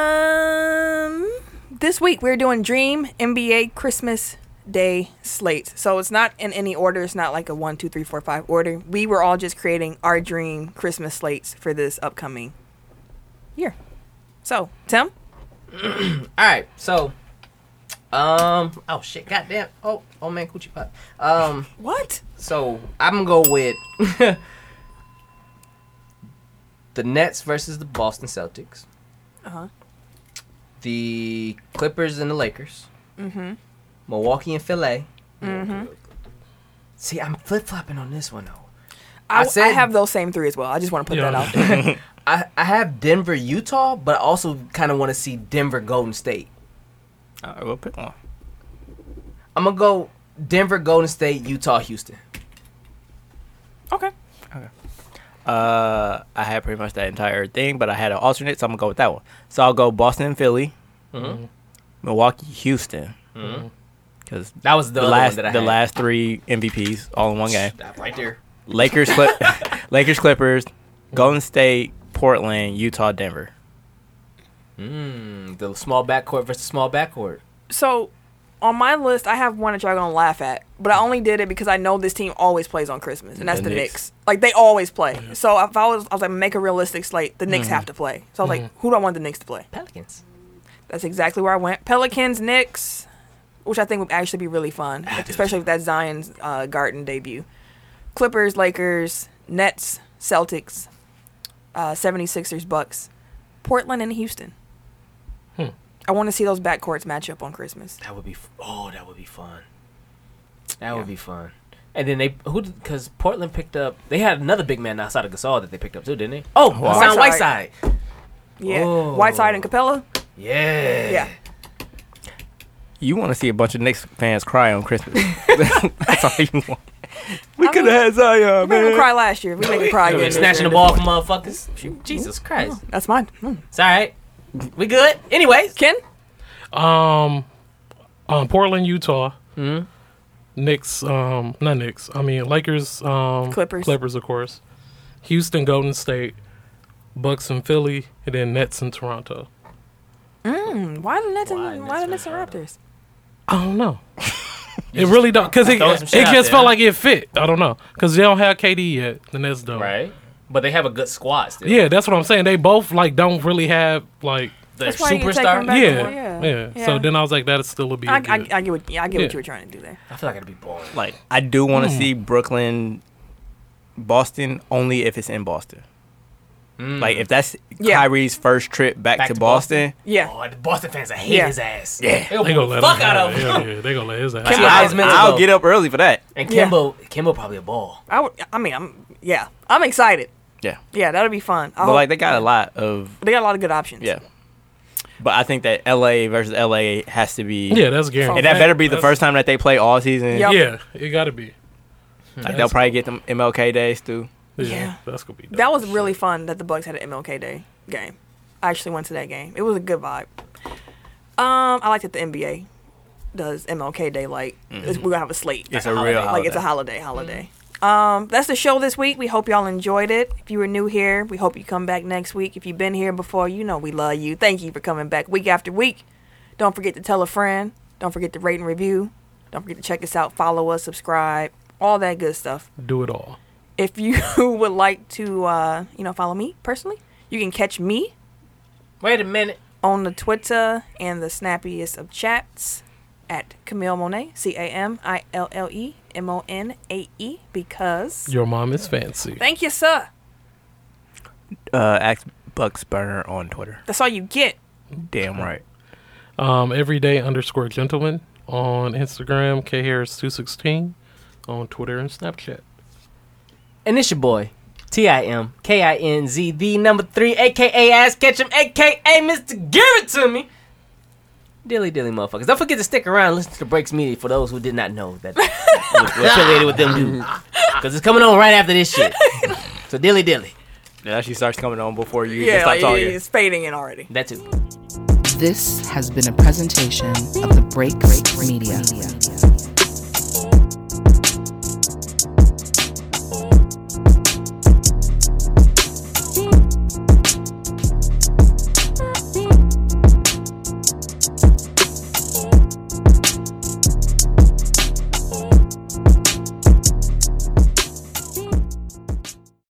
[SPEAKER 3] Um, this week we're doing Dream NBA Christmas Day slate. So it's not in any order. It's not like a one, two, three, four, five order. We were all just creating our dream Christmas slates for this upcoming year. So Tim,
[SPEAKER 1] All right, so, um, oh shit, goddamn, oh, oh man, coochie pop. Um,
[SPEAKER 3] what?
[SPEAKER 1] so I'm gonna go with [laughs] the Nets versus the Boston Celtics. Uh
[SPEAKER 3] Uh-huh.
[SPEAKER 1] The Clippers and the Lakers. Mm-hmm. Milwaukee and Philly. Mm-hmm. See, I'm flip flopping on this one though.
[SPEAKER 3] I,
[SPEAKER 1] I said-
[SPEAKER 3] I have those same three as well. I just want to put that
[SPEAKER 4] Yeah.
[SPEAKER 3] out there.
[SPEAKER 1] I, I have Denver, Utah, but I also kind of want to see Denver, Golden State.
[SPEAKER 2] All right, we'll pick one.
[SPEAKER 1] I'm gonna go Denver, Golden State, Utah, Houston.
[SPEAKER 3] Okay.
[SPEAKER 2] Uh, I had pretty much that entire thing, but I had an alternate, so I'm gonna go with that one. So I'll go Boston and Philly, Mm-hmm. Milwaukee, Houston, because
[SPEAKER 1] That was the,
[SPEAKER 2] the
[SPEAKER 1] other
[SPEAKER 2] last
[SPEAKER 1] one that I
[SPEAKER 2] the
[SPEAKER 1] had.
[SPEAKER 2] last three MVPs all in
[SPEAKER 1] [laughs]
[SPEAKER 2] one game.
[SPEAKER 1] That right there.
[SPEAKER 2] Lakers, Clip- [laughs] Lakers, Clippers, Golden State, Portland, Utah, Denver.
[SPEAKER 1] Mm, the small backcourt versus small backcourt.
[SPEAKER 3] So on my list, I have one that y'all gonna laugh at, but I only did it because I know this team always plays on Christmas, and that's
[SPEAKER 2] The
[SPEAKER 3] the,
[SPEAKER 2] Knicks.
[SPEAKER 3] Knicks. Like they always play. So if I was, I was like, make a realistic slate. The Knicks
[SPEAKER 2] Mm-hmm.
[SPEAKER 3] have to play. So I was like, who do I want the Knicks to play?
[SPEAKER 1] Pelicans.
[SPEAKER 3] That's exactly where I went. Pelicans, Knicks, which I think would actually be really fun, especially with that Zion's uh, Garden debut. Clippers, Lakers, Nets, Celtics, uh, 76ers, Bucks, Portland, and Houston.
[SPEAKER 2] Hmm.
[SPEAKER 3] I want to see those backcourts match up on Christmas.
[SPEAKER 1] That would be. f- Oh, that would be fun. That would be fun. And then they who because Portland picked up. They had another big man outside of Gasol that they picked up too, didn't they? Oh,
[SPEAKER 2] Wow.
[SPEAKER 1] Hassan Whiteside.
[SPEAKER 3] Whiteside. Yeah,
[SPEAKER 1] Oh.
[SPEAKER 3] Whiteside and Capella.
[SPEAKER 1] Yeah.
[SPEAKER 3] Yeah,
[SPEAKER 2] You want to see a bunch of Knicks fans cry
[SPEAKER 1] [laughs]
[SPEAKER 2] on Christmas? [laughs] That's all you want. We could have had Zion,
[SPEAKER 3] we made him
[SPEAKER 2] man.
[SPEAKER 3] cry last year. We make him cry
[SPEAKER 1] They
[SPEAKER 3] again.
[SPEAKER 1] were
[SPEAKER 3] this
[SPEAKER 1] snatching
[SPEAKER 3] year.
[SPEAKER 1] the ball from motherfuckers. Jesus Christ.
[SPEAKER 3] That's mine. Hmm.
[SPEAKER 1] It's all right. We good. Anyways.
[SPEAKER 3] Ken,
[SPEAKER 4] Um, um, Portland, Utah. Knicks, um, not Knicks. I mean Lakers, um,
[SPEAKER 3] Clippers.
[SPEAKER 4] Clippers, of course. Houston, Golden State, Bucks and Philly, and then Nets and Toronto.
[SPEAKER 3] why the Nets?
[SPEAKER 1] Why
[SPEAKER 3] and- Why the
[SPEAKER 1] Nets
[SPEAKER 3] Nets
[SPEAKER 1] and
[SPEAKER 3] and Raptors?
[SPEAKER 4] I
[SPEAKER 1] [laughs]
[SPEAKER 4] don't know. it really don't because it,
[SPEAKER 1] Throw some
[SPEAKER 4] it
[SPEAKER 1] shit out
[SPEAKER 4] just
[SPEAKER 1] there.
[SPEAKER 4] felt like it fit. I don't know because they don't have KD yet. The Nets don't.
[SPEAKER 1] Right. But they have a good squad still.
[SPEAKER 4] Yeah, that's what I'm saying. They both like don't really have like
[SPEAKER 1] The
[SPEAKER 3] That's why you take them
[SPEAKER 1] superstar.
[SPEAKER 3] back.
[SPEAKER 4] yeah,
[SPEAKER 3] yeah,
[SPEAKER 4] yeah
[SPEAKER 3] yeah.
[SPEAKER 4] So then I was like, that'd still be.
[SPEAKER 3] I,
[SPEAKER 4] a
[SPEAKER 3] I,
[SPEAKER 4] good-
[SPEAKER 3] I get what yeah, I get what
[SPEAKER 4] Yeah.
[SPEAKER 3] you were trying to do there.
[SPEAKER 1] I feel like it'd be boring.
[SPEAKER 2] Like, I do want to see Brooklyn, Boston, only if it's in Boston. Like, if that's
[SPEAKER 3] Yeah.
[SPEAKER 2] Kyrie's first trip Hmm. back,
[SPEAKER 1] Back
[SPEAKER 2] to,
[SPEAKER 1] to
[SPEAKER 2] Boston,
[SPEAKER 1] Boston?
[SPEAKER 3] Yeah.
[SPEAKER 1] Oh, the Boston fans, I hate
[SPEAKER 3] Yeah.
[SPEAKER 1] his ass. Yeah. They'll
[SPEAKER 4] they
[SPEAKER 1] beat
[SPEAKER 4] gonna let
[SPEAKER 1] the fuck
[SPEAKER 4] him
[SPEAKER 1] out
[SPEAKER 4] have
[SPEAKER 1] of
[SPEAKER 4] it.
[SPEAKER 1] him.
[SPEAKER 4] Yeah, yeah, they gonna let his ass.
[SPEAKER 1] Kim-
[SPEAKER 4] out.
[SPEAKER 1] I-
[SPEAKER 2] I'll,
[SPEAKER 1] Heisman as
[SPEAKER 2] I'll
[SPEAKER 1] well.
[SPEAKER 2] get up early for that.
[SPEAKER 1] And
[SPEAKER 3] Yeah.
[SPEAKER 1] Kimbo, Kimbo probably a ball.
[SPEAKER 3] I, would, I mean, I'm yeah, I'm excited.
[SPEAKER 2] Yeah.
[SPEAKER 3] Yeah, that'll be fun. I
[SPEAKER 2] But,
[SPEAKER 3] hope-
[SPEAKER 2] like, they got a lot of
[SPEAKER 3] they got a lot of good options.
[SPEAKER 2] Yeah. But I think that LA versus LA has to be.
[SPEAKER 4] Yeah, that's guaranteed.
[SPEAKER 2] And that better be the
[SPEAKER 4] That's-
[SPEAKER 2] first time that they play all season.
[SPEAKER 3] Yep.
[SPEAKER 4] Yeah, it gotta be.
[SPEAKER 2] Like they'll probably get them MLK days too.
[SPEAKER 4] Yeah,
[SPEAKER 3] Yeah.
[SPEAKER 4] that's gonna be. Dope.
[SPEAKER 3] that was really fun that the Bucks had an MLK Day game. I actually went to that game. It was a good vibe. Um, I like that the NBA does MLK Day. Like it's- we're gonna have a slate.
[SPEAKER 2] It's
[SPEAKER 1] a
[SPEAKER 2] a
[SPEAKER 1] holiday.
[SPEAKER 2] real
[SPEAKER 3] like it's a holiday holiday um that's the show this week we hope y'all enjoyed it if you were new here we hope you come back next week if you've been here before you know we love you thank you for coming back week after week don't forget to tell a friend don't forget to rate and review don't forget to check us out follow us subscribe all that good stuff
[SPEAKER 4] do it all.
[SPEAKER 3] [laughs] if you would like to uh you know follow me personally You can catch me
[SPEAKER 1] Wait a minute.
[SPEAKER 3] on the Twitter and the snappiest of chats at Camille Monet, C A M I L L E M O N A E, because.
[SPEAKER 4] Your mom is fancy.
[SPEAKER 3] Thank you, sir.
[SPEAKER 2] Uh, ask Bucks Burner on Twitter.
[SPEAKER 3] That's all you get.
[SPEAKER 2] Damn right.
[SPEAKER 4] Um, everyday underscore gentleman on Instagram, K Harris two sixteen on Twitter and Snapchat.
[SPEAKER 1] And it's your boy, T I M K I N Z, the number three, aka Ass Ketchum, aka Mr. Give It To Me. Dilly dilly motherfuckers. Don't forget to stick around and listen to the Breaks Media for those who did not know [laughs] that we're affiliated with them dudes. Because it's coming on right after this [laughs] shit. So dilly dilly.
[SPEAKER 2] It actually starts coming on before you
[SPEAKER 3] Yeah,
[SPEAKER 2] yeah, stop
[SPEAKER 3] like,
[SPEAKER 2] talking.
[SPEAKER 3] it's fading in already.
[SPEAKER 1] That too.
[SPEAKER 12] This has been a presentation of the Break Media.